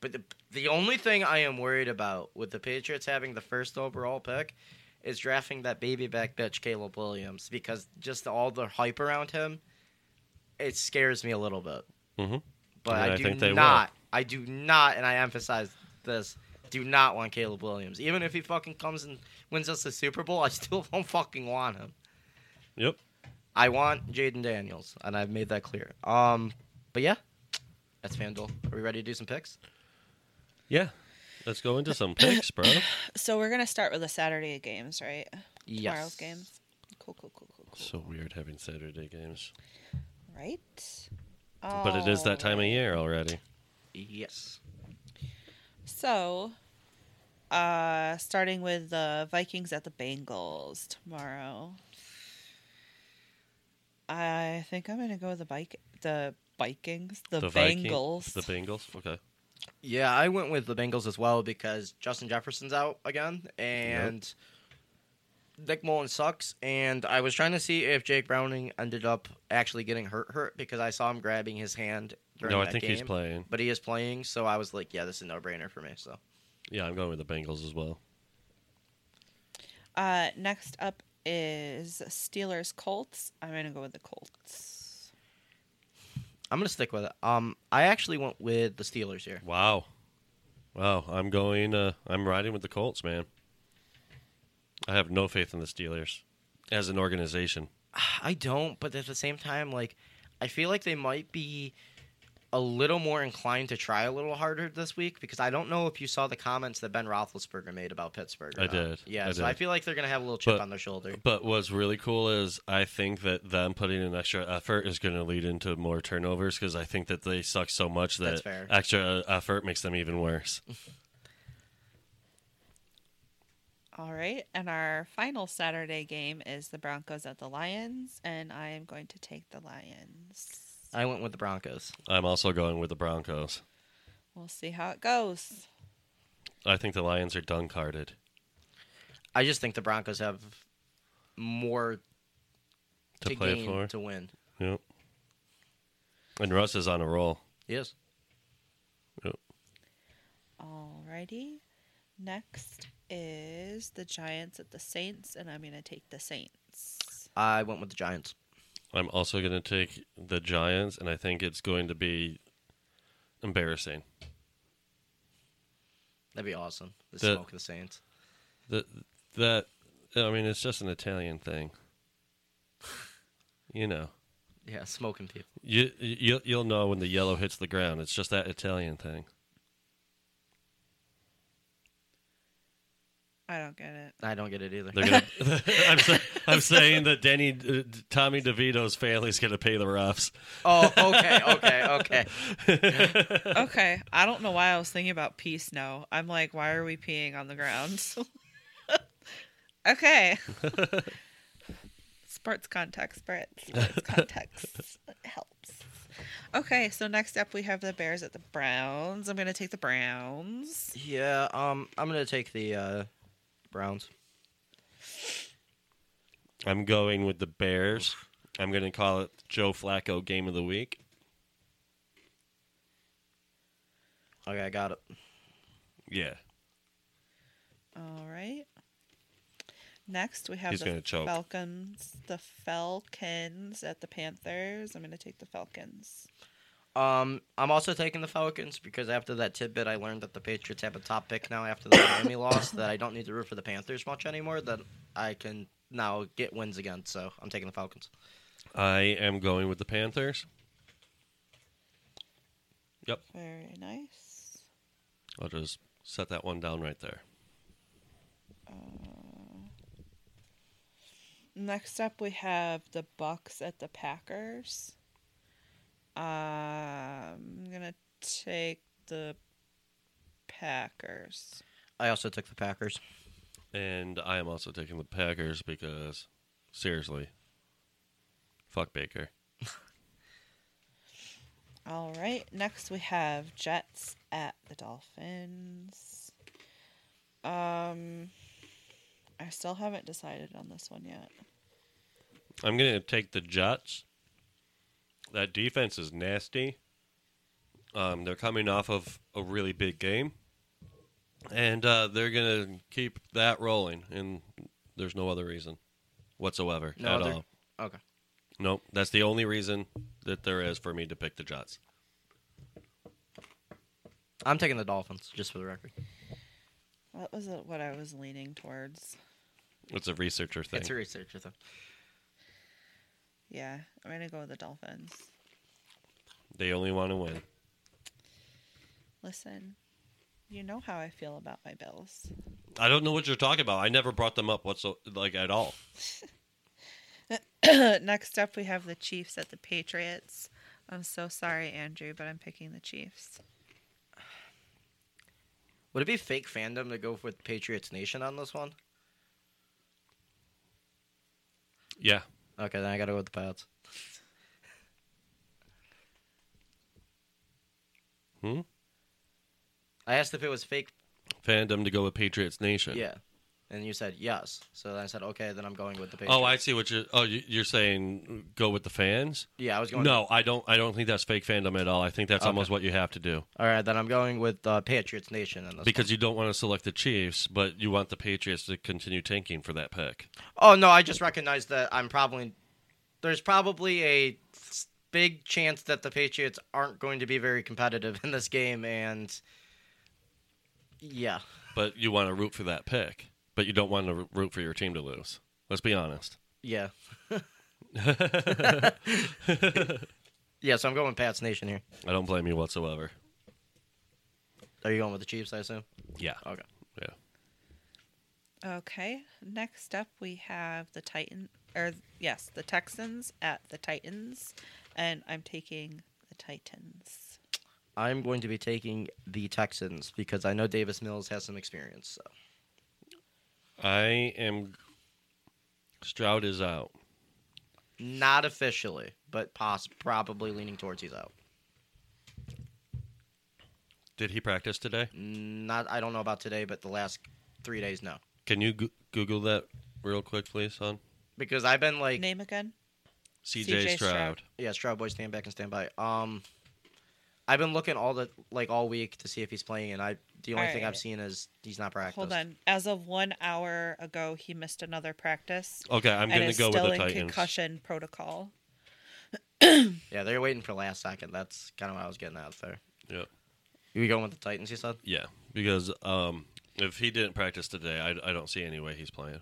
Speaker 5: But the, the only thing I am worried about with the Patriots having the first overall pick is drafting that baby back bitch Caleb Williams because just all the hype around him, it scares me a little bit.
Speaker 1: Mm-hmm.
Speaker 5: But
Speaker 1: I
Speaker 5: I,
Speaker 1: mean, I
Speaker 5: do
Speaker 1: think they will.
Speaker 5: not. I do not, and I emphasize this: do not want Caleb Williams. Even if he fucking comes and wins us the Super Bowl, I still don't fucking want him.
Speaker 1: Yep.
Speaker 5: I want Jaden Daniels, and I've made that clear. Um, but yeah, that's FanDuel. Are we ready to do some picks?
Speaker 1: Yeah. Let's go into some picks, bro.
Speaker 6: So we're gonna start with the Saturday games, right?
Speaker 5: Yes.
Speaker 6: Tomorrow's games. Cool, cool, cool, cool, cool.
Speaker 1: So weird having Saturday games,
Speaker 6: Right. Oh,
Speaker 1: but it is that time of year already.
Speaker 5: Yes.
Speaker 6: So, uh, starting with the Vikings at the Bengals tomorrow. I think I'm gonna go with the bike, the Vikings, the,
Speaker 1: Viking-
Speaker 6: Bengals.
Speaker 1: the Bengals. Okay.
Speaker 5: Yeah, I went with the Bengals as well because Justin Jefferson's out again, and Nick Mullen sucks. And I was trying to see if Jake Browning ended up actually getting hurt, hurt because I saw him grabbing his hand. During
Speaker 1: No, I
Speaker 5: that
Speaker 1: think he's
Speaker 5: game.
Speaker 1: playing.
Speaker 5: but he is playing. So I was like, yeah, this is a no brainer for me. So
Speaker 1: Yeah, I'm going with the Bengals as well.
Speaker 6: uh, next up is Steelers Colts. I'm gonna go with the Colts.
Speaker 5: I'm gonna stick with it. Um, I actually went with the Steelers here.
Speaker 1: Wow. Wow. I'm going, uh, I'm riding with the Colts, man. I have no faith in the Steelers as an organization.
Speaker 5: I don't, but at the same time, like, I feel like they might be a little more inclined to try a little harder this week because I don't know if you saw the comments that Ben Roethlisberger made about Pittsburgh. or
Speaker 1: I
Speaker 5: not.
Speaker 1: did.
Speaker 5: Yeah,
Speaker 1: I
Speaker 5: so I
Speaker 1: did.
Speaker 5: feel like they're gonna have a little chip
Speaker 1: But-
Speaker 5: on their shoulder.
Speaker 1: But what's really cool is I think that them putting in extra effort is going to lead into more turnovers because I think that they suck so much
Speaker 5: That's
Speaker 1: that
Speaker 5: fair.
Speaker 1: extra effort makes them even worse.
Speaker 6: All right. And our final Saturday game is the Broncos at the Lions. And I am going to take the Lions.
Speaker 5: I went with the Broncos.
Speaker 1: I'm also going with the Broncos.
Speaker 6: We'll see how it goes.
Speaker 1: I think the Lions are done carded.
Speaker 5: I just think the Broncos have more
Speaker 1: To
Speaker 5: to,
Speaker 1: play
Speaker 5: gain
Speaker 1: for?
Speaker 5: to win.
Speaker 1: Yep. And Russ is on a roll.
Speaker 5: Yes.
Speaker 1: Yep.
Speaker 6: All righty. Next is the Giants at the Saints. And I'm going to take the Saints.
Speaker 5: I went with the Giants.
Speaker 1: I'm also going to take the Giants, and I think it's going to be embarrassing.
Speaker 5: That'd be awesome. The,
Speaker 1: The-
Speaker 5: smoke the Saints.
Speaker 1: That that I mean, it's just an Italian thing. You know,
Speaker 5: Yeah, smoking people.
Speaker 1: you you you'll know when the yellow hits the ground. It's just that Italian thing.
Speaker 6: I don't get it.
Speaker 5: I don't get it either.
Speaker 1: They're gonna, I'm sa- I'm saying that Danny uh, Tommy DeVito's family's going to pay the refs.
Speaker 5: oh, okay, okay, okay.
Speaker 6: Okay. I don't know why I was thinking about pee snow. I'm like, why are we peeing on the ground? okay. Sports context, Brett. Sports context It helps. Okay, so next up we have the Bears at the Browns. I'm gonna take the Browns.
Speaker 5: Yeah, um, I'm gonna take the uh, Browns.
Speaker 1: I'm going with the Bears. I'm going to call it Joe Flacco game of the week.
Speaker 5: Okay, I got it.
Speaker 1: Yeah,
Speaker 6: All right. Next we have
Speaker 1: He's gonna
Speaker 6: the
Speaker 1: choke.
Speaker 6: Falcons. The Falcons at the Panthers. I'm gonna take the Falcons.
Speaker 5: Um, I'm also taking the Falcons because after that tidbit, I learned that the Patriots have a top pick now after the Miami loss. That I don't need to root for the Panthers much anymore. That I can now get wins again. So I'm taking the Falcons.
Speaker 1: I am going with the Panthers. Yep,
Speaker 6: Very nice.
Speaker 1: I'll just set that one down right there.
Speaker 6: Next up, we have the Bucks at the Packers. Um, I'm gonna take the Packers.
Speaker 5: I also took the Packers.
Speaker 1: And I am also taking the Packers because, seriously, fuck Baker.
Speaker 6: All right. Next, we have Jets at the Dolphins. Um, I still haven't decided on this one yet.
Speaker 1: I'm going to take the Jets. That defense is nasty. Um, they're coming off of a really big game. And uh, they're going to keep that rolling. And there's no other reason whatsoever
Speaker 5: No
Speaker 1: at
Speaker 5: other?
Speaker 1: all.
Speaker 5: Okay.
Speaker 1: Nope. That's the only reason that there is for me to pick the Jets.
Speaker 5: I'm taking the Dolphins, just for the record.
Speaker 6: That was uh, what I was leaning towards.
Speaker 1: It's a researcher thing.
Speaker 5: It's a researcher though.
Speaker 6: Yeah, I'm gonna go with the Dolphins.
Speaker 1: they only want to win.
Speaker 6: Listen, you know how I feel about my bills.
Speaker 1: I don't know what you're talking about. I never brought them up whatso like at all.
Speaker 6: Next up, we have the Chiefs at the Patriots. I'm so sorry, Andrew, but I'm picking the Chiefs.
Speaker 5: Would it be fake fandom to go with Patriots Nation on this one?
Speaker 1: Yeah.
Speaker 5: Okay, then I gotta go with the Pats.
Speaker 1: Hmm?
Speaker 5: I asked if it was fake.
Speaker 1: Fandom to go with Patriots Nation.
Speaker 5: Yeah. And you said yes. So then I said, okay, then I'm going with the Patriots.
Speaker 1: Oh, I see what you're. Oh, you- you're saying go with the fans?
Speaker 5: Yeah, I was going.
Speaker 1: No, I don't. I don't think that's fake fandom at all. I think that's
Speaker 5: Okay.
Speaker 1: almost what you have to do
Speaker 5: All right, then I'm going with uh, Patriots Nation in this.
Speaker 1: because you don't want to select the Chiefs, but you want the Patriots to continue tanking for that pick.
Speaker 5: oh no, I just recognized that I'm probably there's probably a s- big chance that the Patriots aren't going to be very competitive in this game, and yeah,
Speaker 1: But you want to root for that pick, but you don't want to ro- root for your team to lose. Let's be honest.
Speaker 5: yeah. Yeah, so I'm going with Pats Nation here.
Speaker 1: I don't blame you whatsoever.
Speaker 5: Are you going with the Chiefs? I assume.
Speaker 1: Yeah.
Speaker 5: Okay.
Speaker 1: Yeah.
Speaker 6: Okay. Next up, we have the Titan, or yes, the Texans at the Titans, and I'm taking the Titans.
Speaker 5: I'm going to be taking the Texans because I know Davis Mills has some experience. So.
Speaker 1: I am. Stroud is out.
Speaker 5: Not officially, but poss- probably leaning towards he's out.
Speaker 1: Did he practice today?
Speaker 5: Mm. Not I don't know about today, but the last three days, no.
Speaker 1: Can you go- Google that real quick, please, son?
Speaker 5: Because I've been like,
Speaker 6: Name again?
Speaker 1: CJ,
Speaker 6: CJ
Speaker 1: Stroud.
Speaker 6: Stroud.
Speaker 5: yeah, Stroud boy, stand back and stand by. Um, I've been looking all the like all week to see if he's playing, and I the only thing
Speaker 6: Alright.
Speaker 5: I've seen is he's not practiced.
Speaker 6: Hold on. As of one hour ago, he missed another practice.
Speaker 1: Okay, Oh, I'm
Speaker 6: and
Speaker 1: going
Speaker 6: is
Speaker 1: to go with
Speaker 6: still
Speaker 1: the
Speaker 6: in
Speaker 1: Titans.
Speaker 6: concussion protocol.
Speaker 5: Yeah, they're waiting for last second. That's kind of what I was getting out there.
Speaker 1: Yeah.
Speaker 5: You going with the Titans? You said.
Speaker 1: yeah, because um, if he didn't practice today, I, I don't see any way he's playing.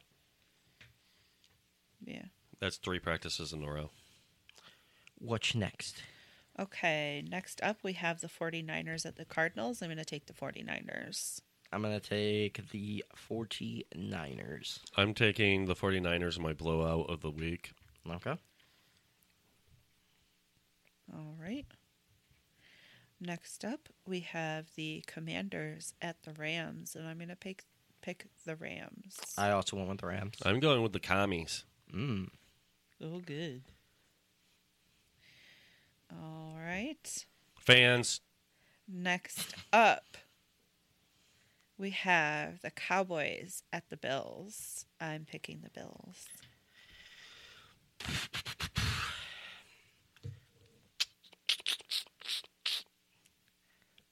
Speaker 6: Yeah.
Speaker 1: That's three practices in a row.
Speaker 5: What's next?
Speaker 6: Okay. Next up, we have the 49ers at the Cardinals. I'm going to take the 49ers.
Speaker 5: I'm gonna take the 49ers.
Speaker 1: I'm taking the 49ers in my blowout of the week.
Speaker 5: Okay.
Speaker 6: All right. Next up, we have the Commanders at the Rams, and I'm going to pick pick the Rams.
Speaker 5: I also went with the Rams.
Speaker 1: I'm going with the commies.
Speaker 6: oh, good. All right.
Speaker 1: Fans,
Speaker 6: Next up, we have the Cowboys at the Bills. I'm picking the Bills.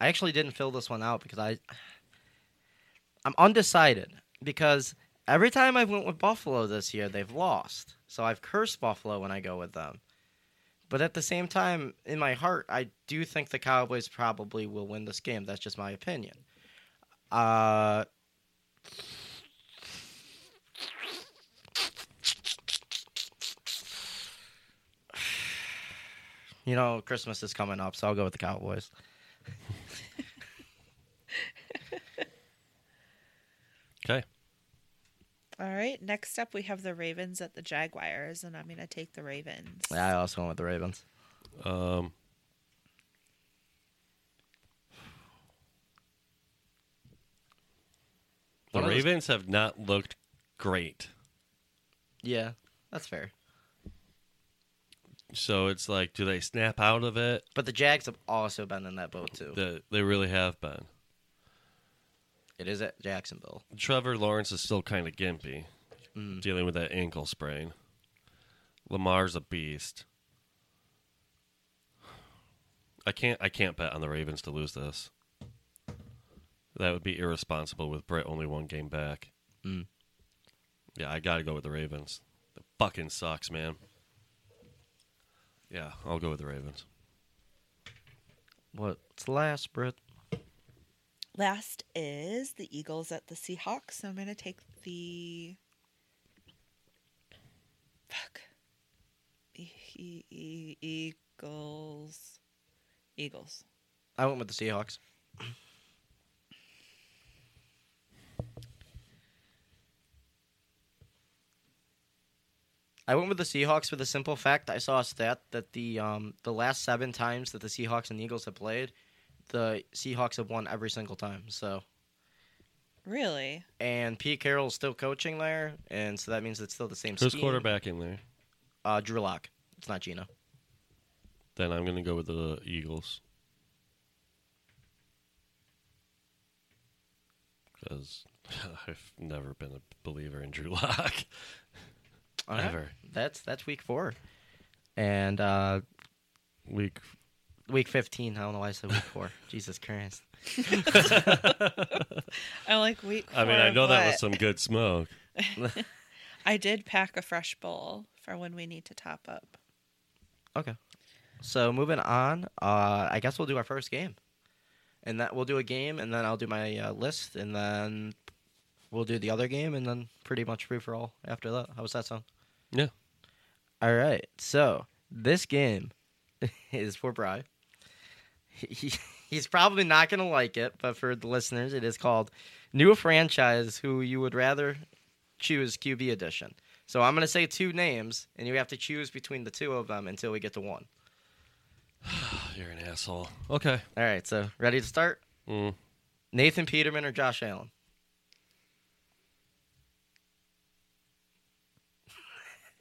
Speaker 5: I actually didn't fill this one out because I I'm undecided because every time I've went with Buffalo this year, they've lost. So I've cursed Buffalo when I go with them. But at the same time, in my heart, I do think the Cowboys probably will win this game. That's just my opinion. Uh You know, Christmas is coming up, so I'll go with the Cowboys.
Speaker 1: okay.
Speaker 6: All right. Next up, we have the Ravens at the Jaguars, and I'm going to take the Ravens.
Speaker 5: Yeah, I also went with the Ravens.
Speaker 1: Um, the
Speaker 5: One of those-
Speaker 1: Ravens have not looked great.
Speaker 5: Yeah, that's fair.
Speaker 1: So it's like, do they snap out of it?
Speaker 5: But the Jags have also been in that boat too.
Speaker 1: The, they really have been.
Speaker 5: it is at Jacksonville.
Speaker 1: Trevor Lawrence is still kind of gimpy, dealing with that ankle sprain. Lamar's a beast. I can't. I can't bet on the Ravens to lose this. That would be irresponsible with Brett only one game back. Yeah, I got to go with the Ravens. The fucking sucks, man. Yeah, I'll go with the Ravens.
Speaker 5: What's last, Britt?
Speaker 6: Last is the Eagles at the Seahawks. So I'm going to take the. Fuck. E- e- e- Eagles. Eagles.
Speaker 5: I went with the Seahawks. I went with the Seahawks for the simple fact I saw a stat that the um, the last seven times that the Seahawks and Eagles have played, the Seahawks have won every single time. So
Speaker 6: Really?
Speaker 5: and Pete Carroll's still coaching there, and so that means it's still the same.
Speaker 1: Who's
Speaker 5: scheme.
Speaker 1: quarterback in there?
Speaker 5: Uh, Drew Lock. It's not Gino.
Speaker 1: Then I'm going to go with the Eagles. Because I've never been a believer in Drew Lock. Ever.
Speaker 5: That's that's week four, and uh,
Speaker 1: Week.
Speaker 5: week fifteen. I don't know why I said week four. Jesus Christ.
Speaker 6: I'm Oh, like, wait.
Speaker 1: I mean, I know that was some good smoke.
Speaker 6: I did pack a fresh bowl for when we need to top up.
Speaker 5: Okay. So moving on, uh, I guess we'll do our first game, and that we'll do a game, and then I'll do my uh, list, and then we'll do the other game, and then pretty much free for all after that. How does that sound?
Speaker 1: Yeah.
Speaker 5: All right. So this game is for Bry. He, he- he's probably not going to like it, but for the listeners, it is called New Franchise Who You Would Rather Choose QB Edition. So I'm going to say two names, and you have to choose between the two of them until we get to one.
Speaker 1: Oh, You're an asshole. Okay.
Speaker 5: All right, so ready to start?
Speaker 1: Mm.
Speaker 5: Nathan Peterman or Josh Allen?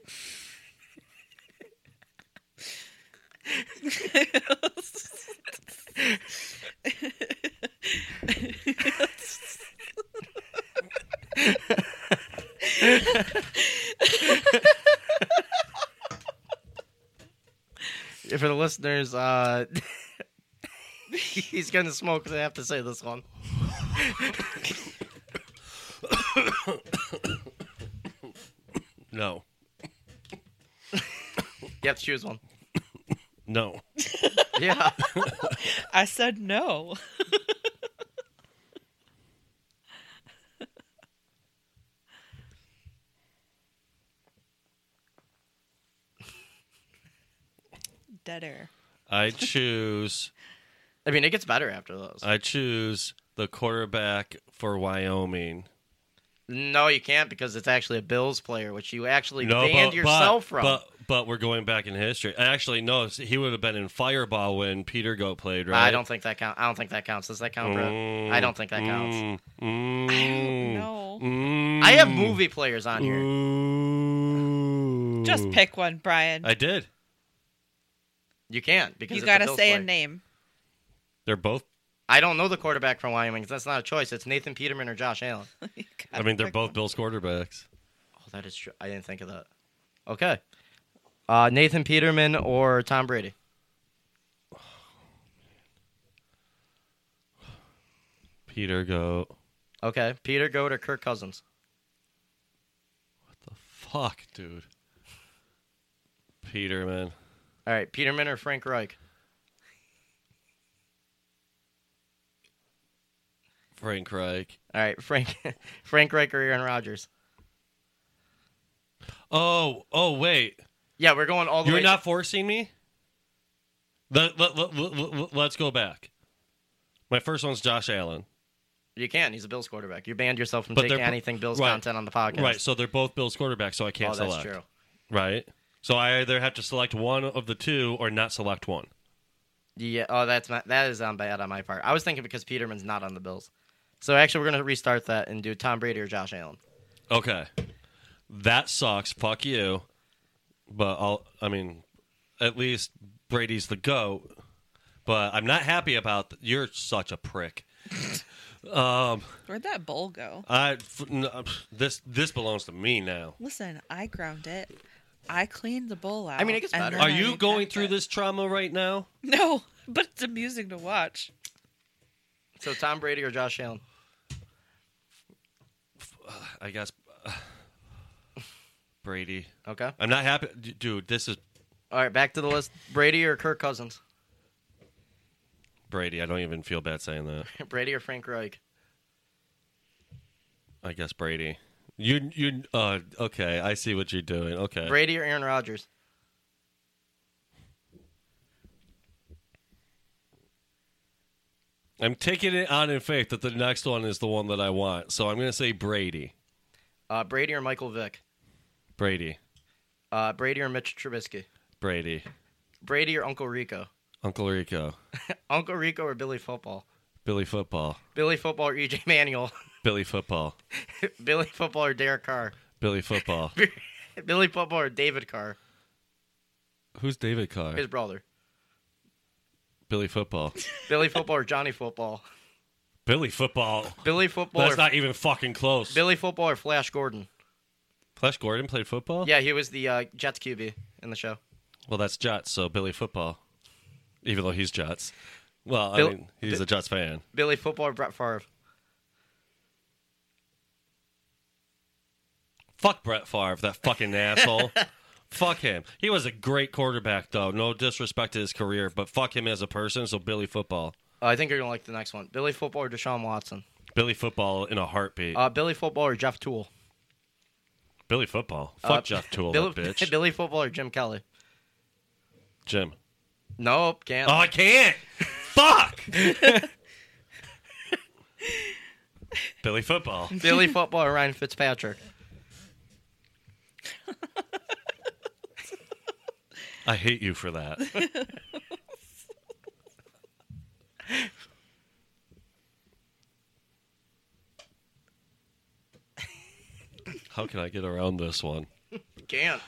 Speaker 5: For the listeners, uh, he's gonna smoke. 'cause I have to say this one.
Speaker 1: No.
Speaker 5: You have to choose one.
Speaker 1: No.
Speaker 5: Yeah.
Speaker 7: I said no. Dead air.
Speaker 1: I choose.
Speaker 5: I mean, it gets better after those.
Speaker 1: I choose the quarterback for Wyoming.
Speaker 5: no, you can't because it's actually a Bills player, which you actually
Speaker 1: No,
Speaker 5: banned
Speaker 1: but,
Speaker 5: yourself
Speaker 1: but,
Speaker 5: from.
Speaker 1: But, but we're going back in history. Actually, no. He would have been in Fireball when Peter Goat played, right?
Speaker 5: I don't think that counts. I don't think that counts. Does that count, bro?
Speaker 1: Mm,
Speaker 5: I don't think that counts.
Speaker 1: Mm,
Speaker 7: I don't know.
Speaker 1: mm,
Speaker 5: I have movie players on here.
Speaker 1: Ooh.
Speaker 7: Just pick one, Brian.
Speaker 1: Mm. I did.
Speaker 5: You can't because
Speaker 7: you
Speaker 5: it's
Speaker 7: gotta
Speaker 5: Bills
Speaker 7: say a
Speaker 5: player.
Speaker 7: name.
Speaker 1: They're both.
Speaker 5: I don't know the quarterback from Wyoming. 'cause That's not a choice. It's Nathan Peterman or Josh Allen.
Speaker 7: You
Speaker 1: I
Speaker 7: gotta
Speaker 1: mean, they're
Speaker 7: pick
Speaker 1: both
Speaker 7: one.
Speaker 1: Bills quarterbacks.
Speaker 5: Oh, that is true. I didn't think of that. Okay. Uh, Nathan Peterman or Tom Brady?
Speaker 1: Peter Goat.
Speaker 5: Okay. Peter Goat or Kirk Cousins?
Speaker 1: The fuck, dude. Peter, man.
Speaker 5: All right. Peterman or Frank Reich?
Speaker 1: Frank Reich.
Speaker 5: All right. Frank Frank Reich or Aaron Rodgers?
Speaker 1: Oh, oh, wait.
Speaker 5: Yeah, we're going all the
Speaker 1: You're
Speaker 5: way.
Speaker 1: not forcing me? Let, let, let, us go back. My first one's Josh Allen.
Speaker 5: You can. He's a Bills quarterback. You banned yourself from
Speaker 1: But
Speaker 5: taking
Speaker 1: they're-
Speaker 5: anything Bills
Speaker 1: right.
Speaker 5: content on the podcast.
Speaker 1: Right, so they're both Bills quarterbacks, so I can't
Speaker 5: Oh, that's
Speaker 1: select.
Speaker 5: true.
Speaker 1: Right? So I either have to select one of the two or not select one.
Speaker 5: Yeah. Oh, that's not, that is on bad on my part. I was thinking because Peterman's not on the Bills. So actually, we're gonna restart that and do Tom Brady or Josh Allen.
Speaker 1: Okay. That sucks. Fuck you. But I'll, I mean, at least Brady's the GOAT. But I'm not happy about th- You're such a prick.
Speaker 7: Where'd that bowl go?
Speaker 1: I, f- n- uh, pff, this, this belongs to me now.
Speaker 7: Listen, I ground it. I cleaned the bowl out.
Speaker 5: I mean, it gets
Speaker 7: and
Speaker 5: better.
Speaker 7: then
Speaker 1: Are
Speaker 7: I
Speaker 1: you going
Speaker 7: repacked
Speaker 1: through
Speaker 7: it.
Speaker 1: this trauma right now?
Speaker 7: No, but it's amusing to watch.
Speaker 5: So Tom Brady or Josh Allen?
Speaker 1: I guess. uh, Brady.
Speaker 5: Okay.
Speaker 1: I'm not happy. d- Dude, this is
Speaker 5: All right, back to the list. Brady or Kirk Cousins?
Speaker 1: Brady. I don't even feel bad saying that.
Speaker 5: Brady or Frank Reich?
Speaker 1: I guess Brady. You, you, uh, okay. I see what you're doing. Okay.
Speaker 5: Brady or Aaron Rodgers?
Speaker 1: I'm taking it on in faith that the next one is the one that I want. So I'm going to say Brady.
Speaker 5: Uh, Brady or Michael Vick?
Speaker 1: Brady.
Speaker 5: Uh, Brady or Mitch Trubisky?
Speaker 1: Brady.
Speaker 5: Brady or Uncle Rico?
Speaker 1: Uncle Rico.
Speaker 5: Uncle Rico or Billy Football?
Speaker 1: Billy Football.
Speaker 5: Billy Football or EJ Manuel?
Speaker 1: Billy Football.
Speaker 5: Billy Football or Derek Carr?
Speaker 1: Billy Football.
Speaker 5: Billy Football or David Carr?
Speaker 1: Who's David Carr?
Speaker 5: His brother.
Speaker 1: Billy Football.
Speaker 5: Billy Football or Johnny Football?
Speaker 1: Billy Football.
Speaker 5: Billy Football or
Speaker 1: That's not even fucking close.
Speaker 5: Billy Football or Flash Gordon?
Speaker 1: Flash Gordon played football?
Speaker 5: Yeah, he was the uh, Jets QB in the show.
Speaker 1: Well, that's Jets, so Billy Football. Even though he's Jets. Well,
Speaker 5: Bill-
Speaker 1: I mean, he's a Jets fan.
Speaker 5: Billy Football or Brett Favre?
Speaker 1: Fuck Brett Favre, that fucking asshole. Fuck him. He was a great quarterback, though. No disrespect to his career, but fuck him as a person, so Billy Football.
Speaker 5: Uh, I think you're gonna like the next one. Billy Football or Deshaun Watson?
Speaker 1: Billy Football in a heartbeat.
Speaker 5: Uh, Billy Football or Jeff Tool?
Speaker 1: Billy Football. Fuck Jeff Tool,
Speaker 5: uh, Billy,
Speaker 1: that bitch.
Speaker 5: Billy Football or Jim Kelly?
Speaker 1: Jim.
Speaker 5: Nope, can't.
Speaker 1: Oh, I can't. Fuck. Billy football.
Speaker 5: Billy football or Ryan Fitzpatrick.
Speaker 1: I hate you for that. How can I get around this one?
Speaker 5: Can't.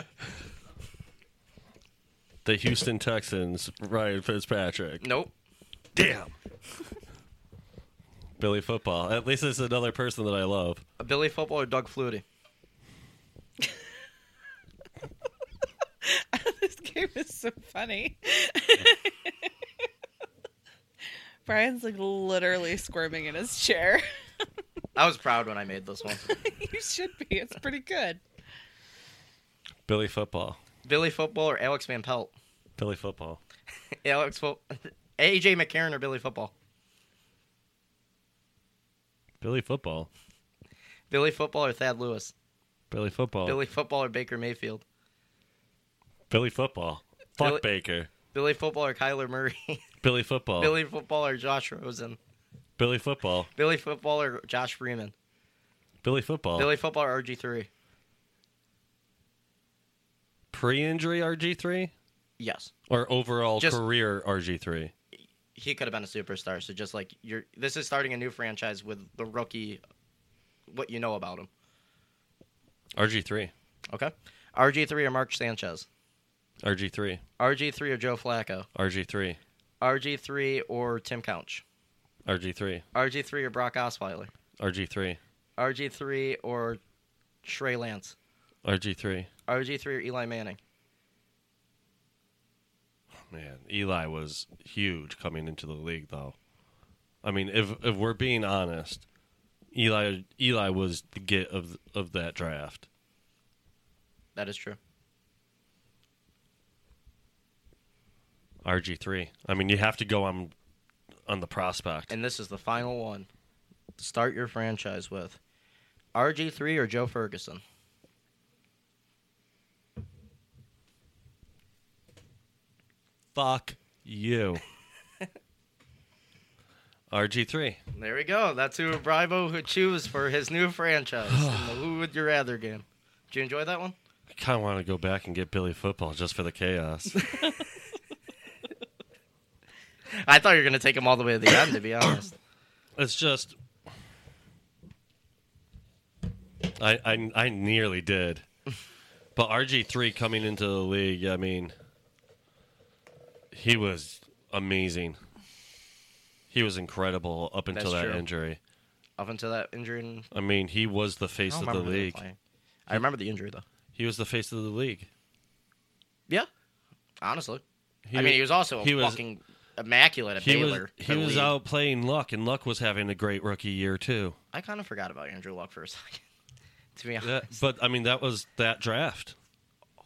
Speaker 1: The Houston Texans, Ryan Fitzpatrick.
Speaker 5: Nope.
Speaker 1: Damn. Billy football. At least it's another person that I love.
Speaker 5: Billy football or Doug Flutie.
Speaker 7: this game is so funny. Brian's like literally squirming in his chair.
Speaker 5: I was proud when I made this one.
Speaker 7: you should be. It's pretty good.
Speaker 1: Billy football.
Speaker 5: Billy football or Alex Van Pelt.
Speaker 1: Billy football.
Speaker 5: Alex Fo- AJ McCarron or Billy football.
Speaker 1: Billy football.
Speaker 5: Billy football or Thad Lewis.
Speaker 1: Billy football.
Speaker 5: Billy football or Baker Mayfield.
Speaker 1: Billy football. Fuck
Speaker 5: Billy-
Speaker 1: Baker.
Speaker 5: Billy football or Kyler Murray.
Speaker 1: Billy football.
Speaker 5: Billy football or Josh Rosen.
Speaker 1: Billy football.
Speaker 5: Billy football or Josh Freeman.
Speaker 1: Billy football.
Speaker 5: Billy football or RG3.
Speaker 1: pre-injury RG3
Speaker 5: Yes.
Speaker 1: or overall
Speaker 5: Just-
Speaker 1: career RG3?
Speaker 5: he could have been a superstar. So just like you're, this is starting a new franchise with the rookie, what you know about him.
Speaker 1: RG3.
Speaker 5: Okay, RG three or Mark Sanchez,
Speaker 1: RG3.
Speaker 5: RG three or Joe Flacco,
Speaker 1: RG3.
Speaker 5: RG three or Tim Couch,
Speaker 1: RG3.
Speaker 5: RG three or Brock Osweiler,
Speaker 1: RG3.
Speaker 5: RG three or Trey Lance,
Speaker 1: RG3.
Speaker 5: RG three or Eli Manning.
Speaker 1: Man, Eli was huge coming into the league though. I mean, if if we're being honest, Eli Eli was the get of of that draft.
Speaker 5: That is true.
Speaker 1: RG3. I mean, you have to go on on the prospect.
Speaker 5: And this is the final one. to Start your franchise with RG three or Joe Ferguson.
Speaker 1: Fuck you. RG3.
Speaker 5: There we go. That's who Bribo would choose for his new franchise. in the Who Would You Rather game. Did you enjoy that one?
Speaker 1: I kind of want to go back and get Billy football just for the chaos.
Speaker 5: I thought you were going to take him all the way to the end, to be honest.
Speaker 1: It's just I, I I nearly did. But RG three coming into the league, I mean he was amazing. He was incredible up until
Speaker 5: That's
Speaker 1: that
Speaker 5: true.
Speaker 1: injury.
Speaker 5: Up until that injury. And...
Speaker 1: I mean, he was the face
Speaker 5: I
Speaker 1: of
Speaker 5: don't
Speaker 1: the
Speaker 5: remember who they were
Speaker 1: league.
Speaker 5: playing. I remember the injury, though.
Speaker 1: He was the face of the league.
Speaker 5: Yeah. Honestly.
Speaker 1: He
Speaker 5: I mean, he was also
Speaker 1: he was-
Speaker 5: fucking immaculate at
Speaker 1: he was
Speaker 5: Baylor.
Speaker 1: he
Speaker 5: the
Speaker 1: was
Speaker 5: league.
Speaker 1: out playing Luck, and Luck was having a great rookie year too.
Speaker 5: I kind of forgot about Andrew Luck for a second, to be honest.
Speaker 1: That, but I mean, that was that draft.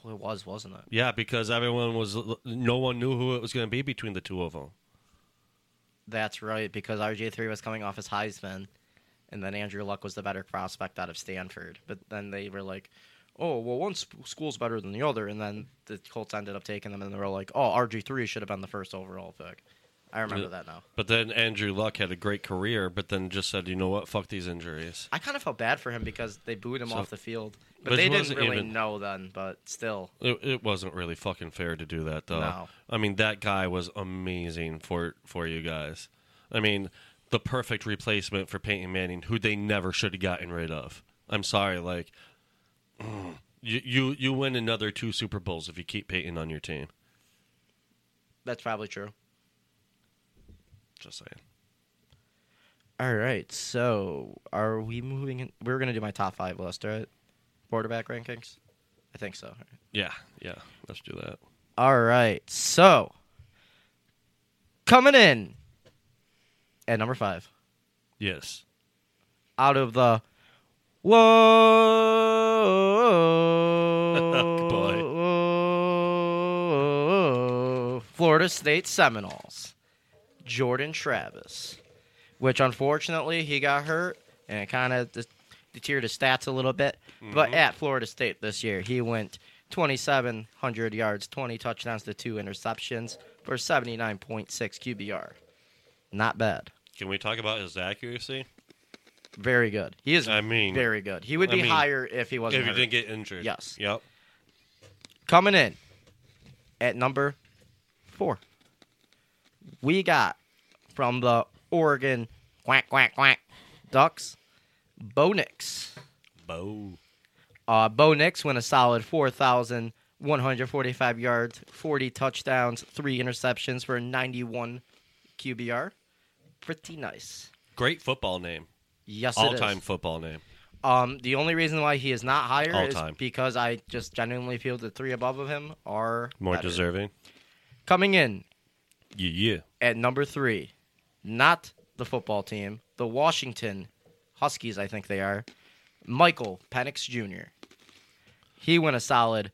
Speaker 5: Oh, it was, wasn't it?
Speaker 1: Yeah, because everyone was no one knew who it was going to be between the two of them.
Speaker 5: That's right, because RG3 was coming off his Heisman, and then Andrew Luck was the better prospect out of Stanford. But then they were like, oh, well, one sp- school's better than the other. And then the Colts ended up taking them, and they were like, oh, RG3 should have been the first overall pick. I remember
Speaker 1: Yeah.
Speaker 5: that now.
Speaker 1: But then Andrew Luck had a great career, but then just said, "You know what? Fuck these injuries."
Speaker 5: I kind of felt bad for him because they booed him
Speaker 1: So-
Speaker 5: off the field. But
Speaker 1: Which
Speaker 5: they didn't
Speaker 1: wasn't
Speaker 5: really
Speaker 1: even-
Speaker 5: know then, but still.
Speaker 1: It, it wasn't really fucking fair to do that, though.
Speaker 5: No.
Speaker 1: I mean, that guy was amazing for for you guys. I mean, the perfect replacement for Peyton Manning, who they never should have gotten rid of. I'm sorry, like you you you win another two Super Bowls if you keep Peyton on your team.
Speaker 5: That's probably true.
Speaker 1: Just saying.
Speaker 5: All right, so are we moving? In? We're going to do my top five list, right? Quarterback rankings? I think so.
Speaker 1: Yeah, yeah. Let's do that.
Speaker 5: All right. So, coming in at number five
Speaker 1: Yes.
Speaker 5: out of the whoa, Florida State Seminoles, Jordan Travis, which unfortunately he got hurt and it kind of deteriorated his stats a little bit. But at Florida State this year, he went 2,700 yards, 20 touchdowns to two interceptions for 79.6 QBR. Not bad.
Speaker 1: Can we talk about his accuracy?
Speaker 5: Very good. He is
Speaker 1: I mean-
Speaker 5: very good. He would
Speaker 1: I
Speaker 5: be
Speaker 1: mean,
Speaker 5: higher if he wasn't
Speaker 1: If he
Speaker 5: hurt.
Speaker 1: didn't get injured.
Speaker 5: Yes.
Speaker 1: Yep.
Speaker 5: Coming in at number four, we got from the Oregon quack quack quack Ducks, Bo Nix.
Speaker 1: Bo.
Speaker 5: Uh, Bo Nix went a solid 4,145 yards, 40 touchdowns, three interceptions for 91 QBR. Pretty nice.
Speaker 1: Great football name.
Speaker 5: Yes, it is.
Speaker 1: All time football name.
Speaker 5: Um, the only reason why he is not higher
Speaker 1: All
Speaker 5: is
Speaker 1: time.
Speaker 5: because I just genuinely feel the three above of him are
Speaker 1: More
Speaker 5: better.
Speaker 1: deserving.
Speaker 5: Coming in
Speaker 1: Yeah, yeah.
Speaker 5: at number three, not the football team, the Washington Huskies, I think they are, Michael Penix Jr. He went a solid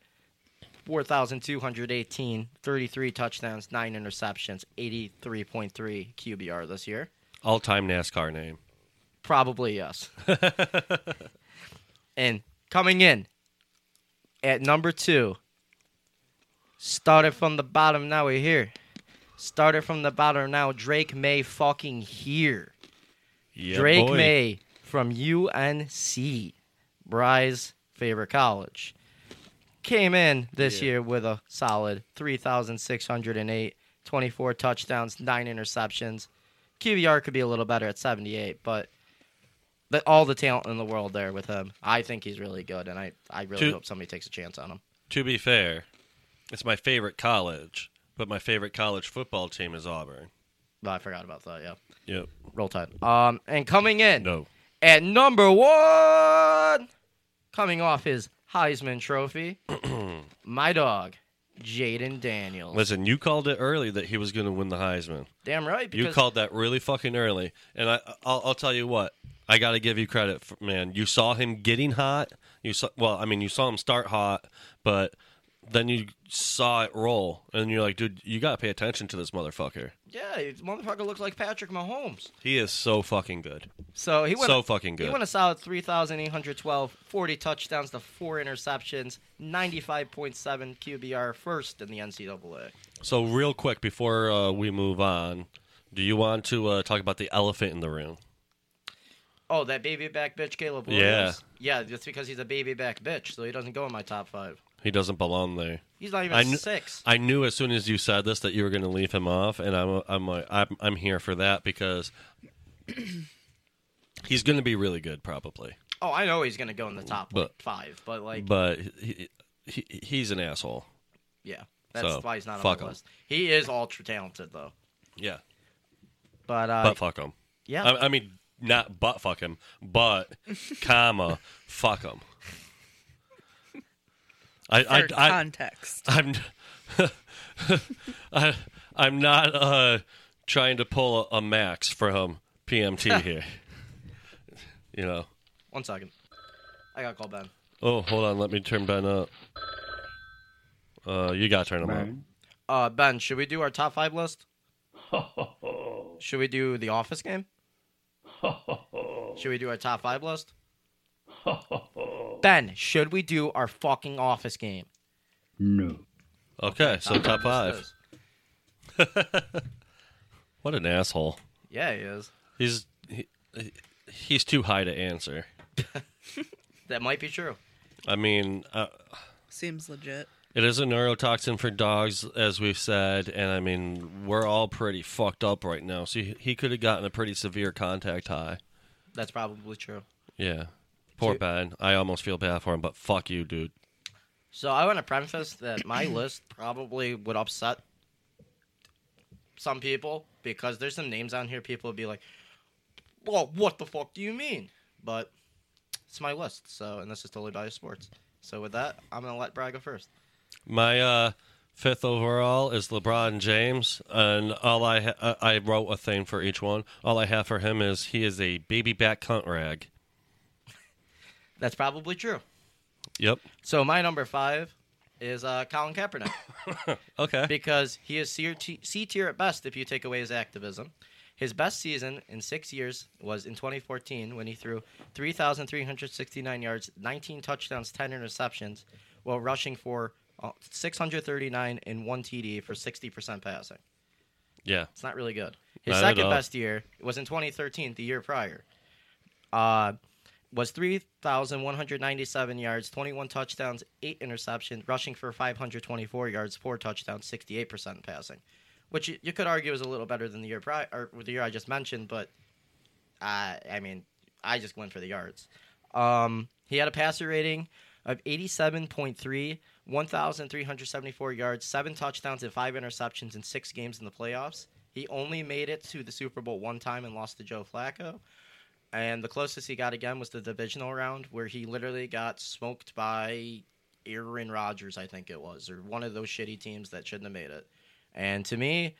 Speaker 5: 4,218, 33 touchdowns, nine interceptions, 83.3 QBR this year.
Speaker 1: All time NASCAR name.
Speaker 5: Probably yes. and coming in at number two, started from the bottom. Now we're here. Started from the bottom. Now Drake May fucking here.
Speaker 1: Yeah,
Speaker 5: Drake
Speaker 1: boy.
Speaker 5: May from UNC, Bry's favorite college, came in this year with a solid 3,608, 24 touchdowns, nine interceptions. QBR could be a little better at 78, but the, all the talent in the world there with him. I think he's really good, and I, I really
Speaker 1: Two-
Speaker 5: hope somebody takes a chance on him.
Speaker 1: To be fair, it's my favorite college, but my favorite college football team is Auburn.
Speaker 5: But I forgot about that, yeah.
Speaker 1: Yep.
Speaker 5: Roll Tide. Um, and coming in.
Speaker 1: No.
Speaker 5: At number one, coming off his Heisman Trophy, my dog, Jaden Daniels.
Speaker 1: Listen, you called it early that he was going to win the Heisman.
Speaker 5: Damn right.
Speaker 1: You
Speaker 5: Because
Speaker 1: called that really fucking early, and I, I'll, I'll tell you what. I got to give you credit, for, man. You saw him getting hot. You saw, well, I mean, you saw him start hot, but then you saw it roll, and you're like, dude, you got to pay attention to this motherfucker.
Speaker 5: yeah, this motherfucker looks like Patrick Mahomes.
Speaker 1: He is so fucking good.
Speaker 5: So he went
Speaker 1: So fucking
Speaker 5: He
Speaker 1: good.
Speaker 5: went a solid 3,812, 40 touchdowns to four interceptions, 95.7 QBR, first in the NCAA.
Speaker 1: So, real quick before uh, we move on, do you want to uh, talk about the elephant in the room?
Speaker 5: Oh, that baby back bitch, Caleb Williams. Yeah. Yeah, that's because he's a baby back bitch, so he doesn't go in my top five.
Speaker 1: He doesn't belong there.
Speaker 5: He's not even
Speaker 1: I kn-
Speaker 5: six.
Speaker 1: I knew as soon as you said this that you were going to leave him off, and I'm I'm like I'm, I'm here for that because he's going to be really good probably,
Speaker 5: Oh, I know he's gonna go in the top like,
Speaker 1: But-
Speaker 5: five, but like,
Speaker 1: but he, he, he's an asshole.
Speaker 5: yeah, that's
Speaker 1: So,
Speaker 5: why he's not on
Speaker 1: fuck
Speaker 5: the
Speaker 1: him.
Speaker 5: list. He is ultra talented though.
Speaker 1: Yeah,
Speaker 5: But uh,
Speaker 1: but fuck him.
Speaker 5: yeah,
Speaker 1: I, I mean, not but fuck him, but comma fuck him. I I,
Speaker 7: For
Speaker 1: I
Speaker 7: context.
Speaker 1: I'm I, I'm not uh, trying to pull a, a max from PMT here. you know.
Speaker 5: one second, I got to call Ben.
Speaker 1: Oh, hold on. Let me turn Ben up. Uh, you got to turn him
Speaker 5: Uh, Ben, should we do our top five list? should we do the Office game? should we do our top five list? ben, should we do our fucking Office game?
Speaker 1: up. Okay, so top
Speaker 5: This
Speaker 1: five.
Speaker 5: is-
Speaker 1: What an asshole.
Speaker 5: Yeah, he is.
Speaker 1: He's he, he- he's too high to answer.
Speaker 5: That might be true.
Speaker 1: I mean, uh,
Speaker 7: Seems legit.
Speaker 1: it is a neurotoxin for dogs, as we've said, and I mean we're all pretty fucked up right now. So he, he could have gotten a pretty severe contact high.
Speaker 5: That's probably true.
Speaker 1: Yeah. Poor
Speaker 5: So-
Speaker 1: Ben. I almost feel bad for him, but fuck you, dude.
Speaker 5: So I want to preface that my list probably would upset some people because there's some names on here people would be like, "Well, what the fuck do you mean?" But it's my list, so and this is totally by sports. So with that, I'm gonna let Brad go first.
Speaker 1: My uh, fifth overall is LeBron James, and all I ha- uh, I I wrote a thing for each one. All I have for him is he is a baby back cunt rag.
Speaker 5: That's probably true.
Speaker 1: Yep.
Speaker 5: So my number five is uh, Colin Kaepernick.
Speaker 1: Okay.
Speaker 5: because he is C tier- C tier at best if you take away his activism. His best season in six years was in 2014 when he threw 3,369 yards, 19 touchdowns, 10 interceptions while rushing for uh, 639 and one TD for 60% passing.
Speaker 1: Yeah.
Speaker 5: It's not really good. His
Speaker 1: Not at
Speaker 5: second
Speaker 1: all.
Speaker 5: best year was in 2013, the year prior. Uh, was 3,197 yards, 21 touchdowns, 8 interceptions, rushing for 524 yards, 4 touchdowns, 68% passing, which you, you could argue is a little better than the year prior, or the year I just mentioned, but uh, I mean, I just went for the yards. Um, he had a passer rating of 87.3, 1,374 yards, seven touchdowns, and five interceptions in six games in the playoffs. He only made it to the Super Bowl one time and lost to Joe Flacco. And the closest he got again was the divisional round, where he literally got smoked by Aaron Rodgers, I think it was, or one of those shitty teams that shouldn't have made it. And to me,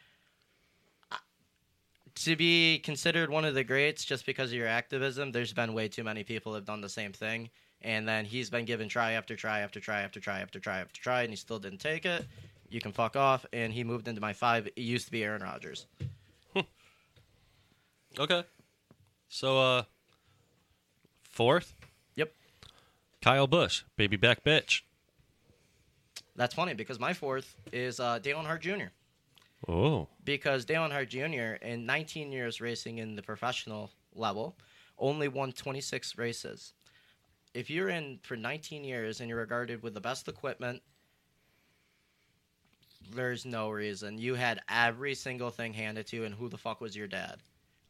Speaker 5: to be considered one of the greats just because of your activism, there's been way too many people that have done the same thing. And then he's been given try after try after try after try after try after try, and he still didn't take it. You can fuck off. And he moved into my five. It used to be Aaron Rodgers.
Speaker 1: Okay. So uh fourth,
Speaker 5: Yep.
Speaker 1: Kyle Bush, baby back bitch.
Speaker 5: That's funny because my fourth is uh, Dale Earnhardt Jr.
Speaker 1: Oh.
Speaker 5: because Dale Earnhardt Jr. in 19 years racing in the professional level only won 26 races. If you're in for 19 years and you're regarded with the best equipment, there's no reason. You had every single thing handed to you, and who the fuck was your dad?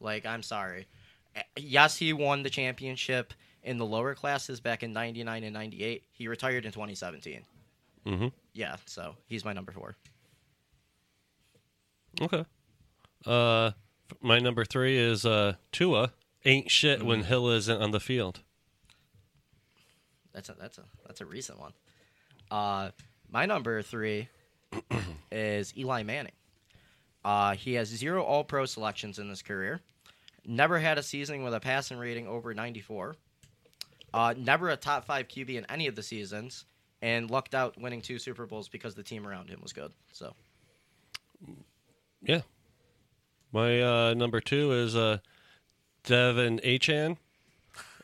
Speaker 5: Like, I'm sorry. Eh, Yes, he won the championship in the lower classes back in 99 and 98. He retired in 2017.
Speaker 1: Mhm.
Speaker 5: Yeah, so he's my number four.
Speaker 1: Okay. Uh f- my number 3 is uh Tua ain't shit when Hill isn't on the field.
Speaker 5: That's a that's a that's a recent one. Uh, my number three is Eli Manning. Uh, he has zero All Pro selections in his career. Never had a season with a passing rating over 94. Uh, never a top five QB in any of the seasons, and lucked out winning two Super Bowls because the team around him was good. So
Speaker 1: Yeah. My uh, number two is uh, Devin Achan.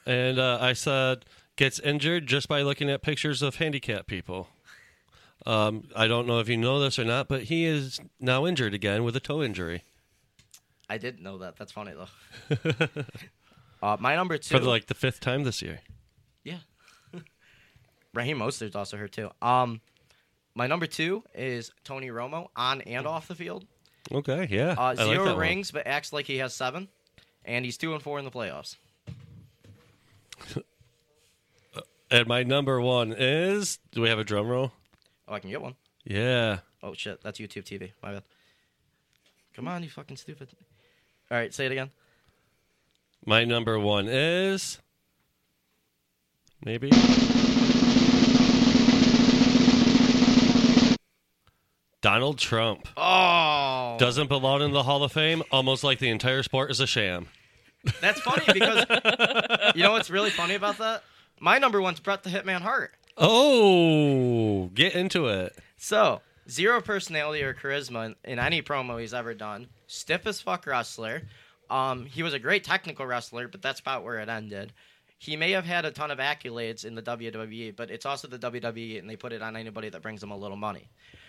Speaker 1: And uh, I said, gets injured just by looking at pictures of handicapped people. Um, I don't know if you know this or not, but he is now injured again with a toe injury
Speaker 5: I didn't know that. That's funny though. uh, my number two
Speaker 1: for like the fifth time this year.
Speaker 5: Yeah. Raheem Mostert's also hurt too. Um, my number two is Tony Romo on and off the field.
Speaker 1: Okay, yeah.
Speaker 5: Uh,
Speaker 1: I like
Speaker 5: zero
Speaker 1: that one.
Speaker 5: rings, but acts like he has seven, and he's two and four in the playoffs.
Speaker 1: And my number one is do we have a drum roll?
Speaker 5: Oh, I can get one.
Speaker 1: Yeah.
Speaker 5: Oh shit, that's YouTube TV. My bad. Come on, you fucking stupid. All right, say it again.
Speaker 1: My number one is maybe Donald Trump
Speaker 5: Oh,
Speaker 1: doesn't belong in the Hall of Fame. Almost like the entire sport is a sham.
Speaker 5: that's funny because you know what's really funny about that? My number one's Brett the Hitman Hart.
Speaker 1: Oh, get into it.
Speaker 5: So, zero personality or charisma in, in any promo he's ever done. Stiff as fuck wrestler. Um, he was a great technical wrestler, but that's about where it ended. He may have had a ton of accolades in the WWE, but it's also the WWE, and they put it on anybody that brings them a little money.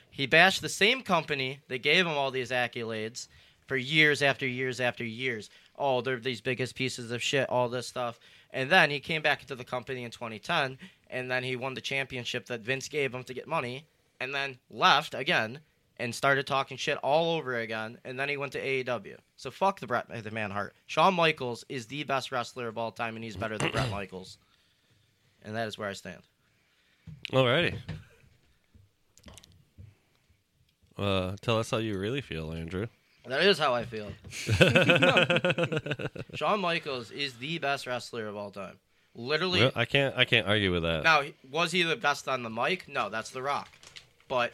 Speaker 5: He bashed the same company that gave him all these accolades for years after years after years. Oh, they're these biggest pieces of shit, all this stuff. And then he came back into the company in 2010, and then he won the championship that Vince gave him to get money, and then left again and started talking shit all over again. And then he went to AEW. So fuck the Bret the Man Hart. Shawn Michaels is the best wrestler of all time, and he's better than Bret Michaels. And that is where I stand.
Speaker 1: Alrighty. Uh, tell us how you really feel, Andrew.
Speaker 5: That is how I feel. Shawn Michaels is the best wrestler of all time. Literally.
Speaker 1: Well, I can't. I can't argue with that.
Speaker 5: Now, he- was he the best on the mic? No, that's The Rock. But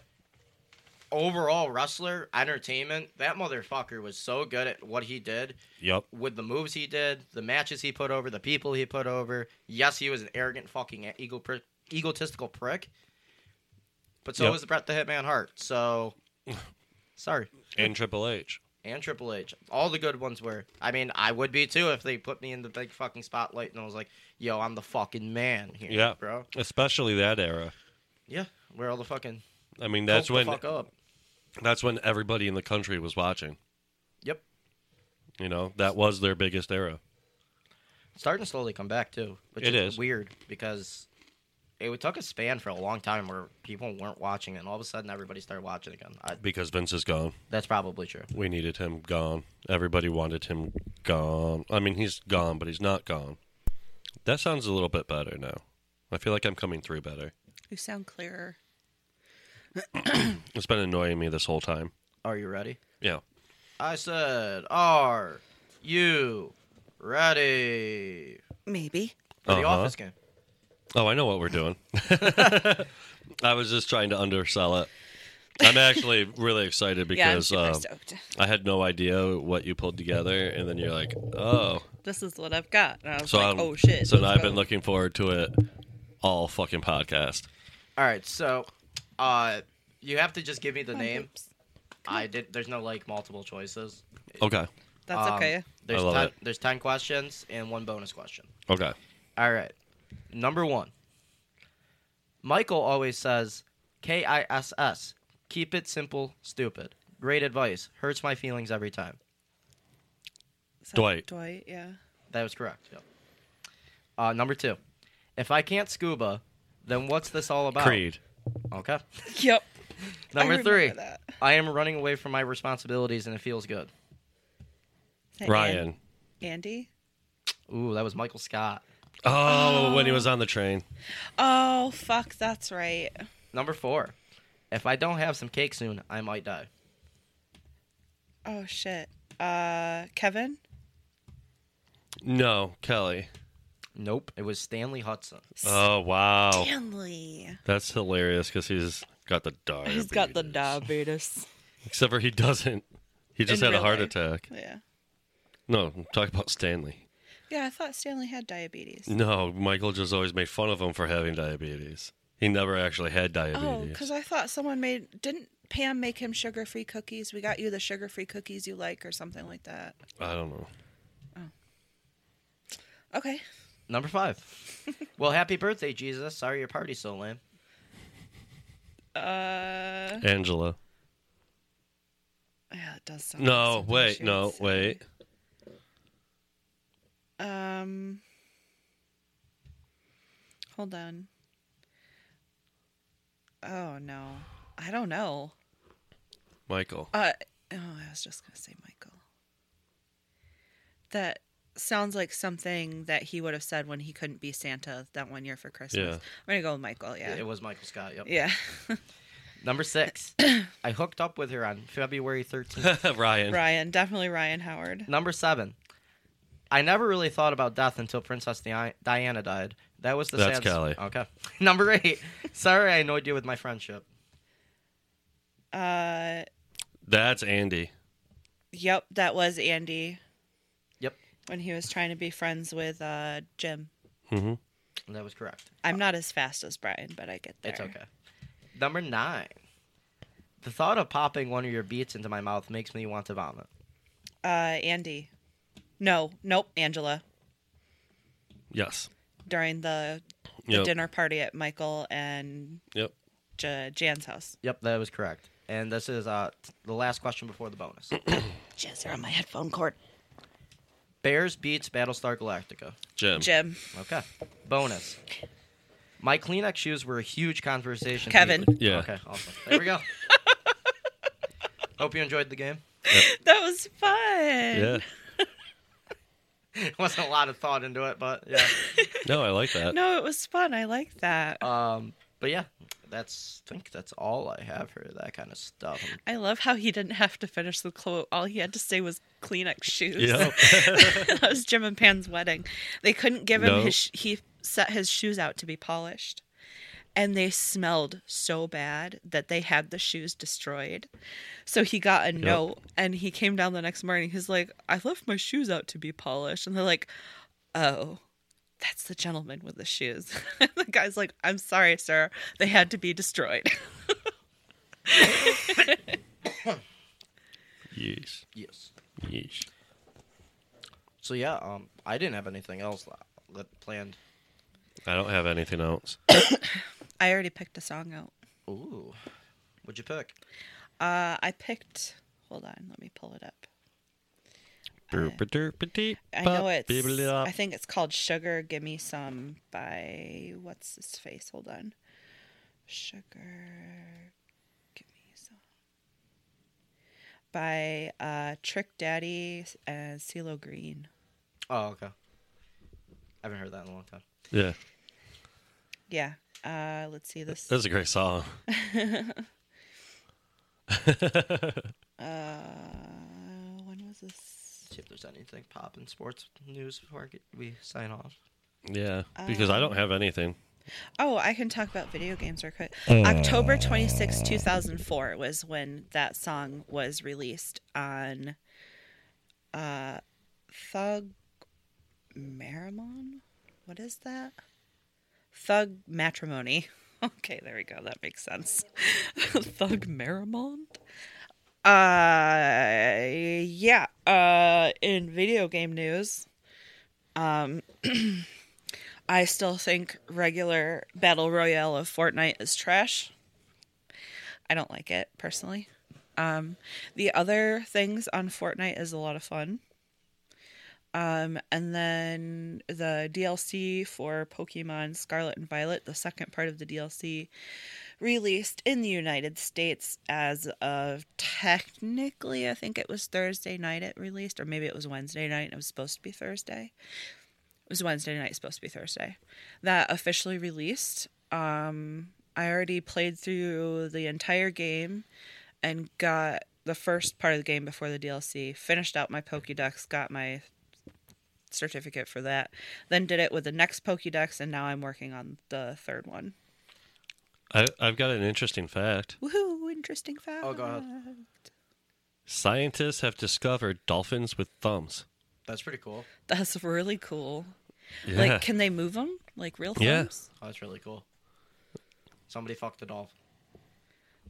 Speaker 5: overall, wrestler, entertainment, that motherfucker was so good at what he did
Speaker 1: Yup.
Speaker 5: with the moves he did, the matches he put over, the people he put over. Yes, he was an arrogant fucking ego pri- egotistical prick. But so
Speaker 1: Yep.
Speaker 5: was Bret the Hitman Hart. So, sorry.
Speaker 1: And Triple H.
Speaker 5: And Triple H. All the good ones were. I mean, I would be too if they put me in the big fucking spotlight and I was like, yo, I'm the fucking man here,
Speaker 1: Yeah,
Speaker 5: bro.
Speaker 1: Especially that era.
Speaker 5: Yeah, where all the fucking
Speaker 1: I mean, that's
Speaker 5: poke
Speaker 1: when
Speaker 5: the fuck up.
Speaker 1: that's when everybody in the country was watching.
Speaker 5: Yep,
Speaker 1: You know, that was their biggest era.
Speaker 5: starting to slowly come back too, which
Speaker 1: It
Speaker 5: is,
Speaker 1: is.
Speaker 5: weird because it took a span for a long time where people weren't watching, and all of a sudden everybody started watching again. I,
Speaker 1: Because Vince is gone.
Speaker 5: that's probably true.
Speaker 1: We needed him gone. Everybody wanted him gone. I mean, he's gone, but he's not gone. That sounds a little bit better now. I feel like I'm coming through better.
Speaker 6: You sound clearer.
Speaker 1: It's been annoying me this whole time.
Speaker 5: Are you ready?
Speaker 1: Yeah.
Speaker 5: I said, are you ready
Speaker 6: Maybe.
Speaker 5: for the
Speaker 1: Uh-huh.
Speaker 5: office game?
Speaker 1: Oh, I know what we're doing. I was just trying to undersell it. I'm actually really excited
Speaker 6: yeah, I'm
Speaker 1: because
Speaker 6: super
Speaker 1: um,
Speaker 6: stoked.
Speaker 1: I had no idea what you pulled together, and then you're like, "Oh,
Speaker 6: This is what I've got. And I was
Speaker 1: so
Speaker 6: like,
Speaker 1: I'm,
Speaker 6: oh shit.
Speaker 1: So now
Speaker 6: let's
Speaker 1: I've
Speaker 6: go.
Speaker 1: been looking forward to it all fucking podcast.
Speaker 5: All right, so uh, you have to just give me the
Speaker 6: Come on,
Speaker 5: name.
Speaker 6: babes.
Speaker 5: I did. There's no like multiple choices.
Speaker 1: Okay,
Speaker 6: That's
Speaker 5: Um,
Speaker 6: okay.
Speaker 5: There's
Speaker 1: I love
Speaker 5: ten,
Speaker 1: it.
Speaker 5: there's ten questions and one bonus question.
Speaker 1: okay.
Speaker 5: All right, number one. Michael always says K I S S. Keep it simple, stupid. Great advice. Hurts my feelings every time.
Speaker 6: Is that
Speaker 1: Dwight.
Speaker 6: Dwight, yeah.
Speaker 5: That was correct. Yep. Uh, number two. If I can't scuba, then what's this all about?
Speaker 1: Creed.
Speaker 5: Okay.
Speaker 6: Yep.
Speaker 5: Number
Speaker 6: remember
Speaker 5: three.
Speaker 6: that.
Speaker 5: I am running away from my responsibilities and it feels good.
Speaker 6: Is that
Speaker 1: Ryan.
Speaker 6: An- Andy?
Speaker 5: Ooh, that was Michael Scott.
Speaker 1: Oh, when he was on the train.
Speaker 6: Oh, fuck. That's right.
Speaker 5: Number four. If I don't have some cake soon, I might die.
Speaker 6: Oh, shit. Uh, Kevin?
Speaker 1: No, Kelly.
Speaker 5: Nope. It was Stanley Hudson.
Speaker 1: Oh wow,
Speaker 6: Stanley.
Speaker 1: that's hilarious because he's got the diabetes.
Speaker 6: He's got the diabetes.
Speaker 1: Except for he doesn't. He just
Speaker 6: In
Speaker 1: had a
Speaker 6: real
Speaker 1: heart
Speaker 6: life.
Speaker 1: attack.
Speaker 6: yeah.
Speaker 1: No, I'm talking about Stanley.
Speaker 6: Yeah, I thought Stanley had diabetes.
Speaker 1: No, Michael just always made fun of him for having diabetes. He never actually had
Speaker 6: Oh,
Speaker 1: diabetes.
Speaker 6: because I thought someone made didn't Pam make him sugar free cookies? We got you the sugar free cookies you like or something like that.
Speaker 1: I don't know.
Speaker 6: Okay.
Speaker 5: Number five. well, happy birthday, Jesus. Sorry your party's so lame.
Speaker 6: Uh
Speaker 1: Angela.
Speaker 6: yeah, it does sound like
Speaker 1: No,
Speaker 6: something
Speaker 1: wait,
Speaker 6: she
Speaker 1: no,
Speaker 6: would say.
Speaker 1: wait.
Speaker 6: Um Hold on. Oh no. I don't know.
Speaker 1: Michael.
Speaker 6: Uh oh, I was just gonna say Michael. That sounds like something that he would have said when he couldn't be Santa that one year for Christmas.
Speaker 1: Yeah.
Speaker 6: I'm gonna go with Michael, yeah.
Speaker 5: It was Michael Scott. Yep.
Speaker 6: Yeah.
Speaker 5: Number six. I hooked up with her on February 13th.
Speaker 1: Ryan.
Speaker 6: Ryan, definitely Ryan Howard.
Speaker 5: Number seven. I never really thought about death until Princess Di- Diana died. That was the
Speaker 1: That's
Speaker 5: sad.
Speaker 1: Kelly.
Speaker 5: Okay. Number eight. Sorry, I annoyed you with my friendship.
Speaker 6: Uh,
Speaker 1: That's Andy.
Speaker 6: yep, that was Andy
Speaker 5: Yep,
Speaker 6: when he was trying to be friends with uh Jim.
Speaker 5: that was correct.
Speaker 6: I'm not as fast as Brian, but I get there.
Speaker 5: It's okay. Number nine. The thought of popping one of your beats into my mouth makes me want to vomit.
Speaker 6: Uh, Andy. No, nope, Angela.
Speaker 1: Yes.
Speaker 6: During the, the
Speaker 1: Yep.
Speaker 6: dinner party at Michael and
Speaker 1: Yep.
Speaker 6: J- Jan's house.
Speaker 5: Yep, that was correct. And this is uh, t- the last question before the bonus.
Speaker 6: Jizz are on my headphone cord.
Speaker 5: Bears beats Battlestar Galactica.
Speaker 1: Jim.
Speaker 6: Jim.
Speaker 5: Okay. Bonus. My Kleenex shoes were a huge conversation.
Speaker 6: Kevin.
Speaker 1: Yeah.
Speaker 5: Okay, awesome. There we go. Hope you enjoyed the game.
Speaker 6: That was fun.
Speaker 1: Yeah.
Speaker 5: Wasn't a lot of thought into it, but yeah.
Speaker 1: No, I like that.
Speaker 6: No, it was fun. I like that.
Speaker 5: Um, but yeah, that's I think that's all I have for that kind of stuff.
Speaker 6: I love how he didn't have to finish the quote. All he had to say was Kleenex shoes.
Speaker 1: Yeah.
Speaker 6: that was Jim and Pan's wedding. They couldn't give him
Speaker 1: No.
Speaker 6: his. sh- He set his shoes out to be polished, and they smelled so bad that they had the shoes destroyed. So he got a note, and he came down the next morning. He's like, "I left my shoes out to be polished," and they're like, "Oh." That's the gentleman with the shoes. the guy's like, I'm sorry, sir. They had to be destroyed.
Speaker 1: Yeesh.
Speaker 5: Yes.
Speaker 1: Yeesh.
Speaker 5: So yeah, um, I didn't have anything else la- that planned.
Speaker 1: I don't have anything else.
Speaker 6: I already picked a song out.
Speaker 5: Ooh. What'd you pick?
Speaker 6: Uh, I picked. Hold on, let me pull it up. I know it's. I think it's called "Sugar Gimme Some" by what's his face. Hold on, "Sugar Gimme Some" by uh, Trick Daddy and CeeLo Green.
Speaker 5: Oh, okay. I haven't heard that in a long time.
Speaker 1: Yeah,
Speaker 6: Yeah. Uh, let's see this.
Speaker 1: that's a great song.
Speaker 6: Uh, when was this?
Speaker 5: See if there's anything pop in sports news before I get, we sign off.
Speaker 1: Yeah, because I don't have anything.
Speaker 6: Oh, I can talk about video games real quick. October twenty sixth, 2004 was when that song was released on uh Thug Marimon. What is that? Thug Matrimony. Okay, there we go. That makes sense. Thug Marimond. Uh yeah, uh in video game news, I still think regular battle royale of Fortnite is trash. I don't like it personally. Um, the other things on Fortnite is a lot of fun. Um, and then the DLC for Pokemon Scarlet and Violet, the second part of the DLC, released in the United States as of technically, I think it was Thursday night it released, or maybe it was Wednesday night and it was supposed to be Thursday it was Wednesday night, supposed to be Thursday, that officially released. Um, I already played through the entire game and got the first part of the game before the DLC, finished out my Pokédex, got my certificate for that, then did it with the next Pokédex, and now I'm working on the third one.
Speaker 1: I, I've got an interesting fact.
Speaker 6: Woohoo! Interesting fact.
Speaker 5: Oh, go ahead.
Speaker 1: Scientists have discovered dolphins with thumbs.
Speaker 5: That's pretty cool.
Speaker 6: That's really cool.
Speaker 1: Yeah.
Speaker 6: Like, can they move them? Like real
Speaker 1: Yeah.
Speaker 6: thumbs?
Speaker 5: Oh, that's really cool. Somebody fucked a dolphin.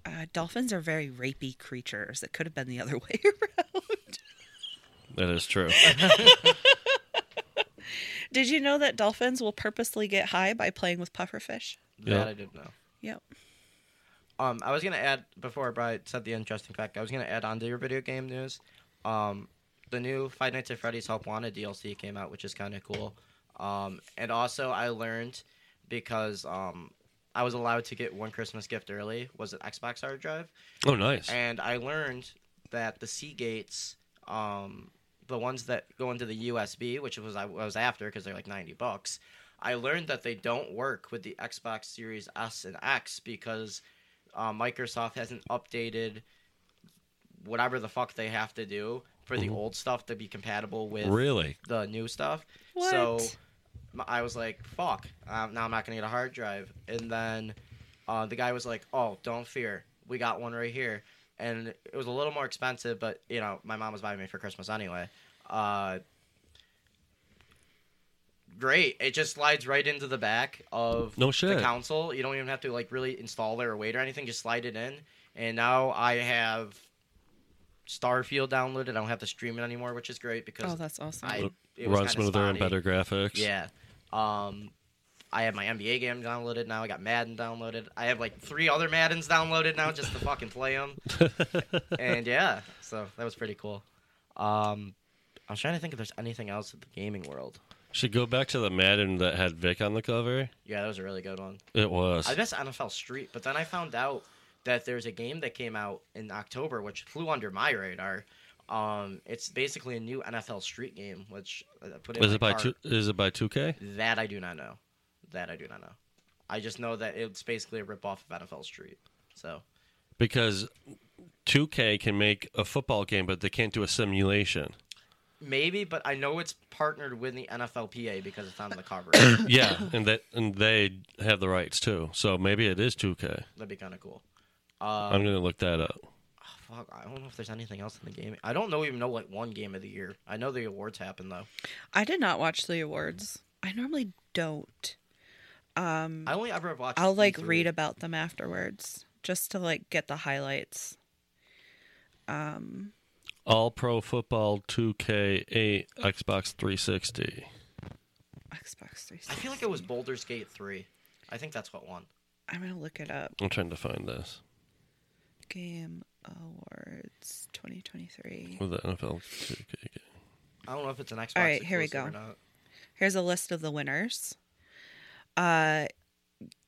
Speaker 6: Uh, dolphins are very rapey creatures. It could have been the other way around.
Speaker 1: that is true.
Speaker 6: Did you know that dolphins will purposely get high by playing with pufferfish?
Speaker 1: Yeah.
Speaker 5: That I didn't know.
Speaker 6: Yep.
Speaker 5: Um, I was gonna add before Brian said the interesting fact. I was gonna add on to your video game news. Um, the new Five Nights at Freddy's Help Wanted DLC came out, which is kind of cool. Um, and also I learned because um, I was allowed to get one Christmas gift early was an Xbox hard drive,
Speaker 1: Oh, nice.
Speaker 5: and I learned that the Seagates, um, the ones that go into the USB, which was I was after because they're like ninety bucks. I learned that they don't work with the Xbox Series S and X because uh, Microsoft hasn't updated whatever the fuck they have to do for the old stuff to be compatible with
Speaker 1: Really?
Speaker 5: the new stuff.
Speaker 6: What?
Speaker 5: So m- I was like, fuck, um, now I'm not going to get a hard drive. And then uh, the guy was like, oh, don't fear. We got one right here. And it was a little more expensive, but, you know, my mom was buying me for Christmas anyway. Uh, great. It just slides right into the back of
Speaker 1: No shit.
Speaker 5: the console. You don't even have to, like, really install it or wait or anything. Just slide it in. And now I have Starfield downloaded. I don't have to stream it anymore, which is great because
Speaker 6: Oh, that's awesome.
Speaker 5: I it was
Speaker 1: Run
Speaker 5: kinda
Speaker 1: smoother and
Speaker 5: spotty.
Speaker 1: better graphics.
Speaker 5: Yeah. Um, I have my NBA game downloaded now. I got Madden downloaded. I have like three other Maddens downloaded now just to fucking play them. and yeah, so that was pretty cool. Um, I was trying to think if there's anything else in the gaming world.
Speaker 1: Should go back to the Madden that had Vic on the cover.
Speaker 5: Yeah, that was a really good one.
Speaker 1: It was.
Speaker 5: I guess NFL Street, but then I found out that there's a game that came out in October, which flew under my radar. Um, it's basically a new NFL Street game, which I put in
Speaker 1: Is
Speaker 5: my
Speaker 1: it by
Speaker 5: cart.
Speaker 1: two? Is it by 2K?
Speaker 5: That I do not know. That I do not know. I just know that it's basically a ripoff of NFL Street. So
Speaker 1: Because 2K can make a football game, but they can't do a simulation.
Speaker 5: maybe, but I know it's partnered with the NFLPA because it's on the cover.
Speaker 1: Yeah, and that and they have the rights too. So maybe it is 2K.
Speaker 5: That'd be kind of cool. Oh,
Speaker 1: I'm gonna look that up.
Speaker 5: Fuck, I don't know if there's anything else in the game. I don't know even know like one game of the year. I know the awards happen though.
Speaker 6: I did not watch the awards. I normally don't.
Speaker 5: I only ever watched.
Speaker 6: Mm.
Speaker 5: E
Speaker 6: I'll like
Speaker 5: E3.
Speaker 6: read about them afterwards just to like get the highlights.
Speaker 1: All Pro Football 2K8 Xbox 360.
Speaker 6: Xbox
Speaker 5: I
Speaker 6: 360.
Speaker 5: feel like it was Boulder's Gate three. I think that's what won.
Speaker 6: I'm gonna look it up.
Speaker 1: I'm trying to find this
Speaker 6: Game Awards 2023.
Speaker 1: with the NFL. 2K game.
Speaker 5: I don't know if it's an Xbox.
Speaker 6: All right, here we
Speaker 5: exclusive
Speaker 6: go.
Speaker 5: or not.
Speaker 6: Here's a list of the winners. Uh,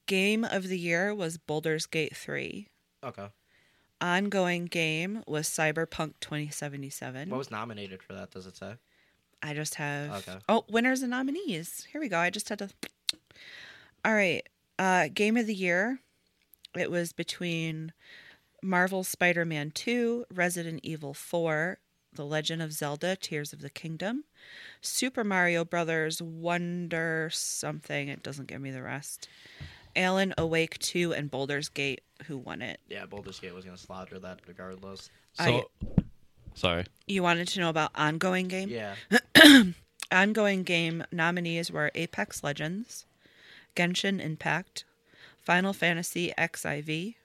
Speaker 6: game of the year was Boulder's Gate 3.
Speaker 5: Okay.
Speaker 6: Ongoing game was Cyberpunk 2077.
Speaker 5: What was nominated for that? Does it say?
Speaker 6: I just have
Speaker 5: Okay.
Speaker 6: oh winners and nominees. Here we go. I just had to. All right, uh, game of the year. It was between Marvel Spider-Man Two, Resident Evil Four, The Legend of Zelda: Tears of the Kingdom, Super Mario Brothers Wonder something. It doesn't give me the rest. Alan Awake Two and Boulder's Gate. Who won it?
Speaker 5: Yeah, Baldur's Gate was gonna slaughter that regardless.
Speaker 6: I-
Speaker 1: So, sorry.
Speaker 6: You wanted to know about ongoing game?
Speaker 5: Yeah.
Speaker 6: ongoing game nominees were Apex Legends, Genshin Impact, Final Fantasy XIV,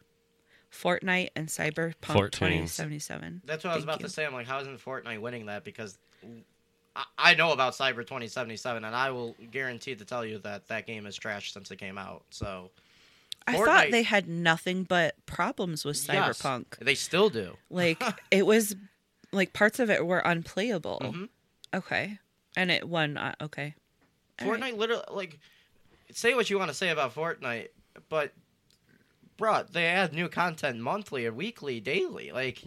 Speaker 6: Fortnite, and Cyberpunk
Speaker 1: 14.
Speaker 6: 2077.
Speaker 5: That's what I was
Speaker 6: Thank
Speaker 5: about
Speaker 6: you.
Speaker 5: to say. I'm like, how isn't Fortnite winning that? Because I, I know about Cyber 2077, and I will guarantee to tell you that that game is trash since it came out. So
Speaker 6: I thought
Speaker 5: Fortnite-
Speaker 6: they had nothing but problems with
Speaker 5: Yes,
Speaker 6: Cyberpunk.
Speaker 5: they still do.
Speaker 6: Like it was, like parts of it were unplayable.
Speaker 5: Mm-hmm.
Speaker 6: Okay, and it won. Uh, okay, All
Speaker 5: Fortnite
Speaker 6: right.
Speaker 5: literally, like, say what you want to say about Fortnite, but bruh, they add new content monthly or weekly, daily. Like,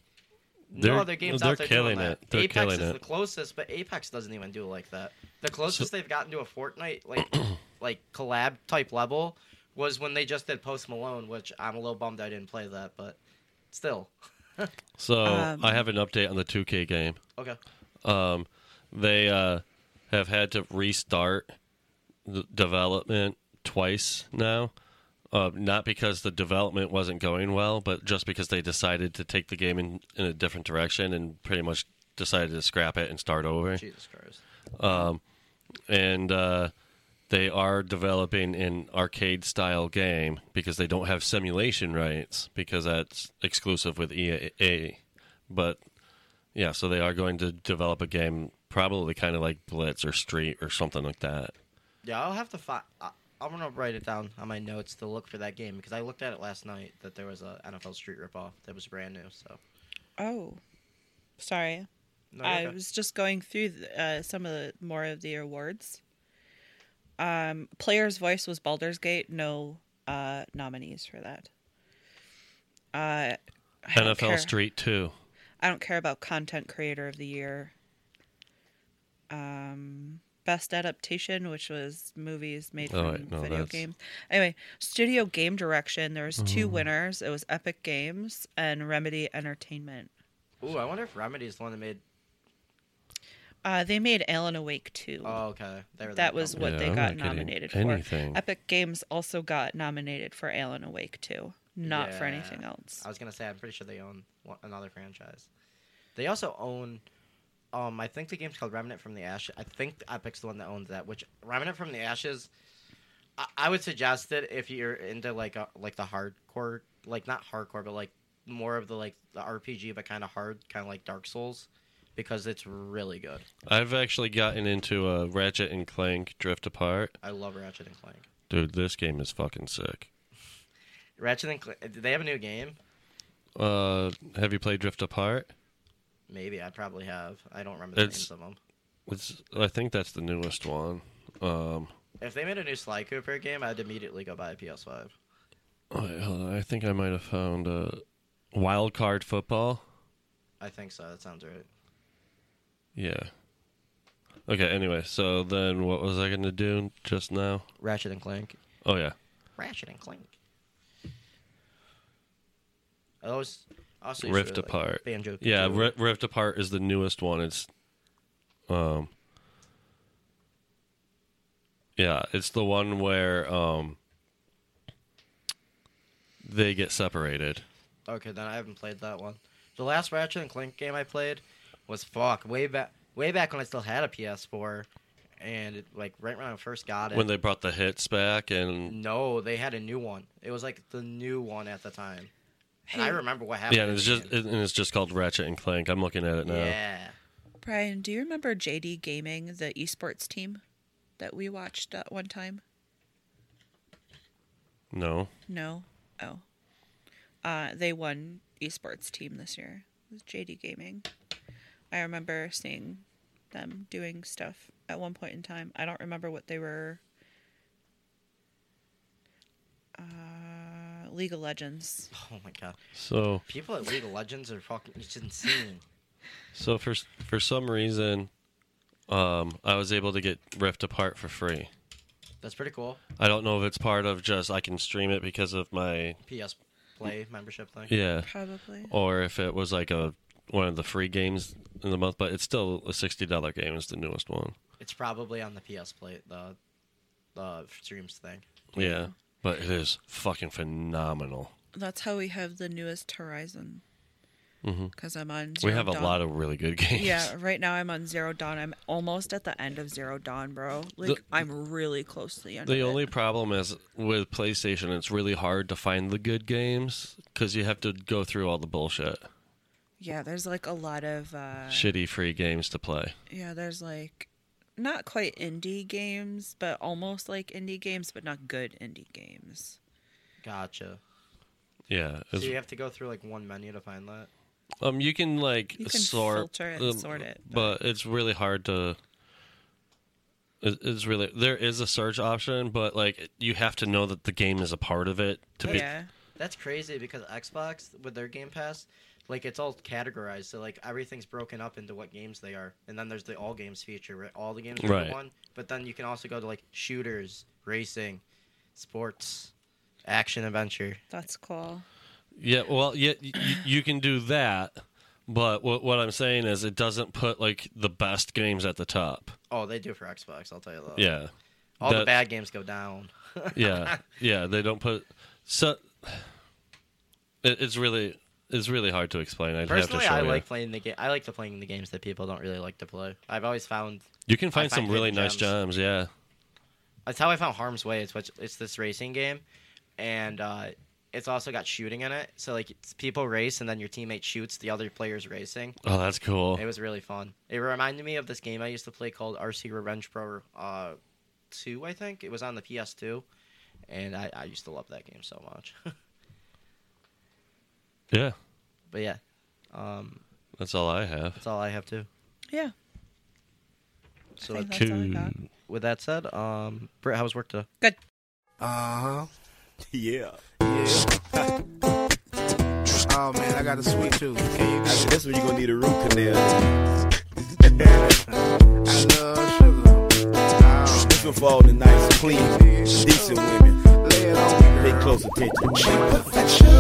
Speaker 1: They're-
Speaker 5: no other games
Speaker 1: they're
Speaker 5: out there
Speaker 1: killing
Speaker 5: doing that.
Speaker 1: it. They're
Speaker 5: Apex
Speaker 1: killing
Speaker 5: is
Speaker 1: it.
Speaker 5: the closest, but Apex doesn't even do it like that. The closest they've gotten to a Fortnite like like collab type level was when they just did Post Malone, which I'm a little bummed I didn't play that, but still
Speaker 1: So
Speaker 6: Um,
Speaker 1: I have an update on the 2K game.
Speaker 5: okay.
Speaker 1: um, they uh, have had to restart the development twice now. Uh, not because the development wasn't going well, but just because they decided to take the game in, in a different direction and pretty much decided to scrap it and start over.
Speaker 5: Jesus Christ.
Speaker 1: And uh, they are developing an arcade style game because they don't have simulation rights because that's exclusive with E EA. But yeah, so they are going to develop a game probably kind of like Blitz or Street or something like that.
Speaker 5: Yeah, I'll have to find. I'm gonna write it down on my notes to look for that game because I looked at it last night that there was a NFL Street ripoff that was brand new. So
Speaker 6: Oh, sorry.
Speaker 5: no,
Speaker 6: I
Speaker 5: okay.
Speaker 6: was just going through th- uh, some of the more of the awards. Um, player's voice was Baldur's Gate. No uh, nominees for that. Uh, I don't
Speaker 1: NFL
Speaker 6: care.
Speaker 1: Street 2.
Speaker 6: I don't care about content creator of the year. Um, best adaptation, which was movies made from
Speaker 1: Oh, wait, no,
Speaker 6: video
Speaker 1: that's-
Speaker 6: games. Anyway, studio game direction. There was two
Speaker 1: Mm-hmm.
Speaker 6: winners. It was Epic Games and Remedy Entertainment.
Speaker 5: Ooh, I wonder if Remedy's the one that made.
Speaker 6: Uh, they made Alan Awake too.
Speaker 5: Oh, okay. They were
Speaker 6: that
Speaker 5: the
Speaker 6: was
Speaker 5: company.
Speaker 6: what
Speaker 1: Yeah,
Speaker 6: they
Speaker 1: I'm
Speaker 6: got
Speaker 1: not getting
Speaker 6: nominated
Speaker 1: anything.
Speaker 6: for. Epic Games also got nominated for Alan Awake too, not for
Speaker 5: Yeah.
Speaker 6: anything else.
Speaker 5: I was gonna say I'm pretty sure they own one, another franchise. They also own. Um, I think the game's called Remnant from the Ashes. I think Epic's the one that owns that. Which Remnant from the Ashes, I, I would suggest it if you're into like a, like the hardcore, like not hardcore, but like more of the like the RPG, but kind of hard, kind of like Dark Souls, because it's really good.
Speaker 1: I've actually gotten into a Ratchet and Clank Drift Apart.
Speaker 5: I love Ratchet and Clank.
Speaker 1: Dude, this game is fucking sick.
Speaker 5: Ratchet and Clank. Did they have a new game?
Speaker 1: Uh, have you played Drift Apart?
Speaker 5: Maybe I probably have. I don't remember the
Speaker 1: It's-
Speaker 5: names of them.
Speaker 1: It's, I think that's the newest one. Um,
Speaker 5: If they made a new Sly Cooper game, I'd immediately go buy a PS5.
Speaker 1: wait, hold on. I think I might have found uh, Wild Card Football.
Speaker 5: I think so. That sounds right.
Speaker 1: Yeah. Okay, anyway, so then what was I going to do just now?
Speaker 5: Ratchet and Clank.
Speaker 1: Oh, yeah.
Speaker 5: Ratchet and Clank. I always, I also used
Speaker 1: Rift
Speaker 5: to, like,
Speaker 1: Apart.
Speaker 5: Banjo.
Speaker 1: yeah,
Speaker 5: Kazooie.
Speaker 1: Ri- Rift Apart is the newest one. It's um Yeah, it's the one where um they get separated.
Speaker 5: Okay, then I haven't played that one. The last Ratchet and Clank game I played was fuck way back, way back when I still had a PS4, and it, like right when I first got it.
Speaker 1: When they brought the hits back and
Speaker 5: no, they had a new one. It was like the new one at the time. And I
Speaker 6: Hey.
Speaker 5: remember what happened.
Speaker 1: yeah, and
Speaker 5: in
Speaker 1: it's
Speaker 5: the
Speaker 1: just
Speaker 5: game.
Speaker 1: and it's just called Ratchet and Clank. I'm looking at it now.
Speaker 5: yeah.
Speaker 6: Brian, do you remember JD Gaming, the esports team that we watched at one time?
Speaker 1: No.
Speaker 6: No. Oh. Uh, they won esports team this year. It was JD Gaming. I remember seeing them doing stuff at one point in time. I don't remember what they were. Uh, League of Legends.
Speaker 5: Oh my god.
Speaker 1: So
Speaker 5: People at League of Legends are fucking it's insane.
Speaker 1: so for s- for some reason, um, I was able to get Rift Apart for free.
Speaker 5: That's pretty cool.
Speaker 1: I don't know if it's part of just I can stream it because of my
Speaker 5: PS Play membership thing.
Speaker 1: yeah,
Speaker 6: Probably.
Speaker 1: or if it was like a one of the free games in the month, but it's still a sixty dollar game. It's the newest one.
Speaker 5: It's probably on the PS Play the the streams thing.
Speaker 1: Yeah, but it is fucking phenomenal.
Speaker 6: That's how we have the newest Horizon. Because I'm on.
Speaker 1: Mm-hmm. We
Speaker 6: Zero
Speaker 1: have a
Speaker 6: Dawn.
Speaker 1: lot of really good games.
Speaker 6: Yeah, right now I'm on Zero Dawn. I'm almost at the end of Zero Dawn, bro. Like
Speaker 1: The-
Speaker 6: I'm really close to the end.
Speaker 1: The
Speaker 6: of it.
Speaker 1: only problem is with PlayStation, it's really hard to find the good games because you have to go through all the bullshit,
Speaker 6: Yeah, there's like a lot of uh
Speaker 1: shitty free games to play.
Speaker 6: yeah, there's like not quite indie games, but almost like indie games, but not good indie games.
Speaker 5: Gotcha.
Speaker 1: Yeah,
Speaker 5: So
Speaker 1: it's-
Speaker 5: you have to go through like one menu to find that.
Speaker 1: um, you can like
Speaker 6: You can
Speaker 1: sort,
Speaker 6: filter it,
Speaker 1: um,
Speaker 6: sort it,
Speaker 1: but it's really hard to. it- It's really there is a search option, but like you have to know that the game is a part of it to be.
Speaker 6: yeah.
Speaker 5: That's crazy because Xbox with their Game Pass, like it's all categorized. So like everything's broken up into what games they are, and then there's the all games feature where all the games are
Speaker 1: Right.
Speaker 5: in one. But then you can also go to like shooters, racing, sports, action adventure.
Speaker 6: That's cool.
Speaker 1: Yeah, well, yeah, y- y- you can do that, but what what I'm saying is it doesn't put like the best games at the top.
Speaker 5: Oh, they do for Xbox. I'll tell you that.
Speaker 1: Yeah.
Speaker 5: all
Speaker 1: that-
Speaker 5: the bad games go down.
Speaker 1: yeah yeah they don't put so it, it's really it's really hard to explain i'd
Speaker 5: Personally,
Speaker 1: have to
Speaker 5: I
Speaker 1: show
Speaker 5: like
Speaker 1: you
Speaker 5: playing the game. I like to playing the games that people don't really like to play. I've always found
Speaker 1: you can find,
Speaker 5: find
Speaker 1: some really
Speaker 5: hidden
Speaker 1: nice gems yeah
Speaker 5: That's how I found Harm's Way. It's what it's this racing game, and uh, it's also got shooting in it. So like it's people race, and then your teammate shoots the other player's racing.
Speaker 1: oh that's cool
Speaker 5: It was really fun. It reminded me of this game I used to play called RC Revenge Pro uh, Two. I think it was on the PS2, and I, I used to love that game so much.
Speaker 1: yeah
Speaker 5: but yeah, um,
Speaker 1: that's all i have
Speaker 5: that's all I have too.
Speaker 6: Yeah.
Speaker 5: So
Speaker 6: I think
Speaker 5: with-
Speaker 6: that's all I got.
Speaker 5: with that said, um, Britt, how was work today?
Speaker 6: Good.
Speaker 3: Uh huh.
Speaker 8: Yeah.
Speaker 3: Oh man, I got a sweet tooth.
Speaker 8: After this one, you're going to need a root canal.
Speaker 3: I love sugar. Oh,
Speaker 8: Looking for all the nice, clean, decent women.
Speaker 3: lay it on me,
Speaker 8: Pay
Speaker 3: girl.
Speaker 8: close attention.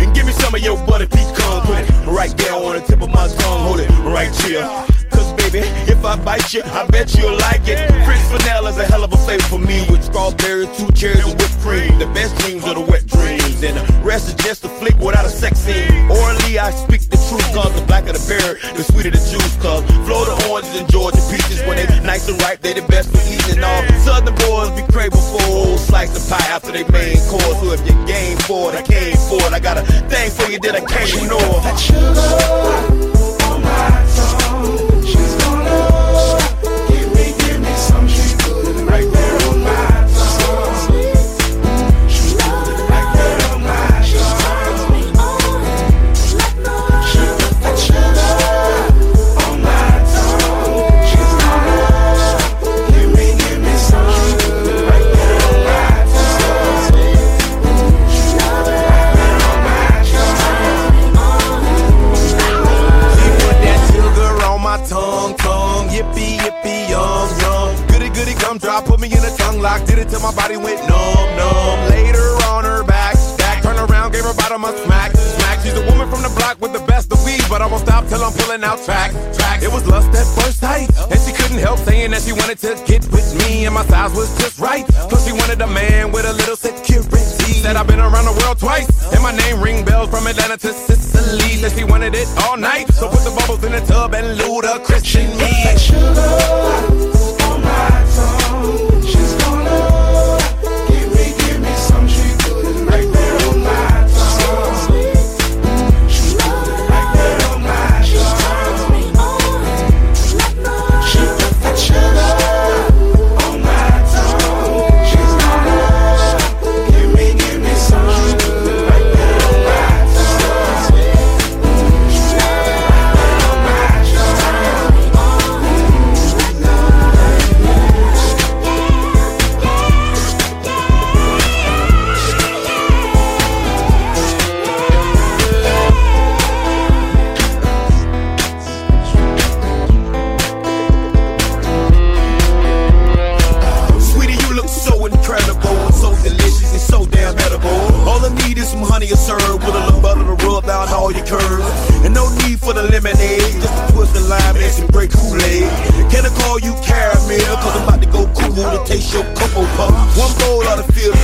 Speaker 8: And give me some of your butter pecan. Put it right there on the tip of my tongue. Hold it right here. Cause baby, if I bite you, I bet you'll like it. French vanilla is a hell of a flavor for me. With strawberries, two cherries, and whipped cream. The best dreams are the wet dreams. And the rest is just a flick without a sex scene. Orally, I speak the truth. Cause the blacker the berry, the sweeter the juice. Cause Florida oranges and Georgia peaches. When they nice and ripe, they the best for eating. All southern boys be craving for a whole slice of pie after they main course. So if you game for it, I came for it. I got a thing for you that I can't ignore.
Speaker 9: Put that sugar on my tongue, tongue. Yippee, yippee, yum, yum. Goody, goody, gumdrop. Put me in a tongue lock. Did it till my body went numb, numb. Later on her back, back. Turn around, gave her bottom a smack, smack. She's a woman from the block with the best of weed, but I won't stop till I'm pulling out tracks, tracks. It was lust at first sight, and she couldn't help saying that she wanted to get with me, and my size was just right. Plus she wanted a man with a little security. Said I've been around the world twice, and my name ring bells from Atlanta to Sicily. Said she wanted it all night, so put the bubbles in the tub and Luda Christian me.
Speaker 3: Give me, give me some sugar.
Speaker 8: you served with a little butter to rub down all your curves. And no need for the lemonade, just to twist the lime and some great Kool-Aid. Can I call you caramel? Cause I'm about to go cool to taste your cocoa puff. One bowl of the field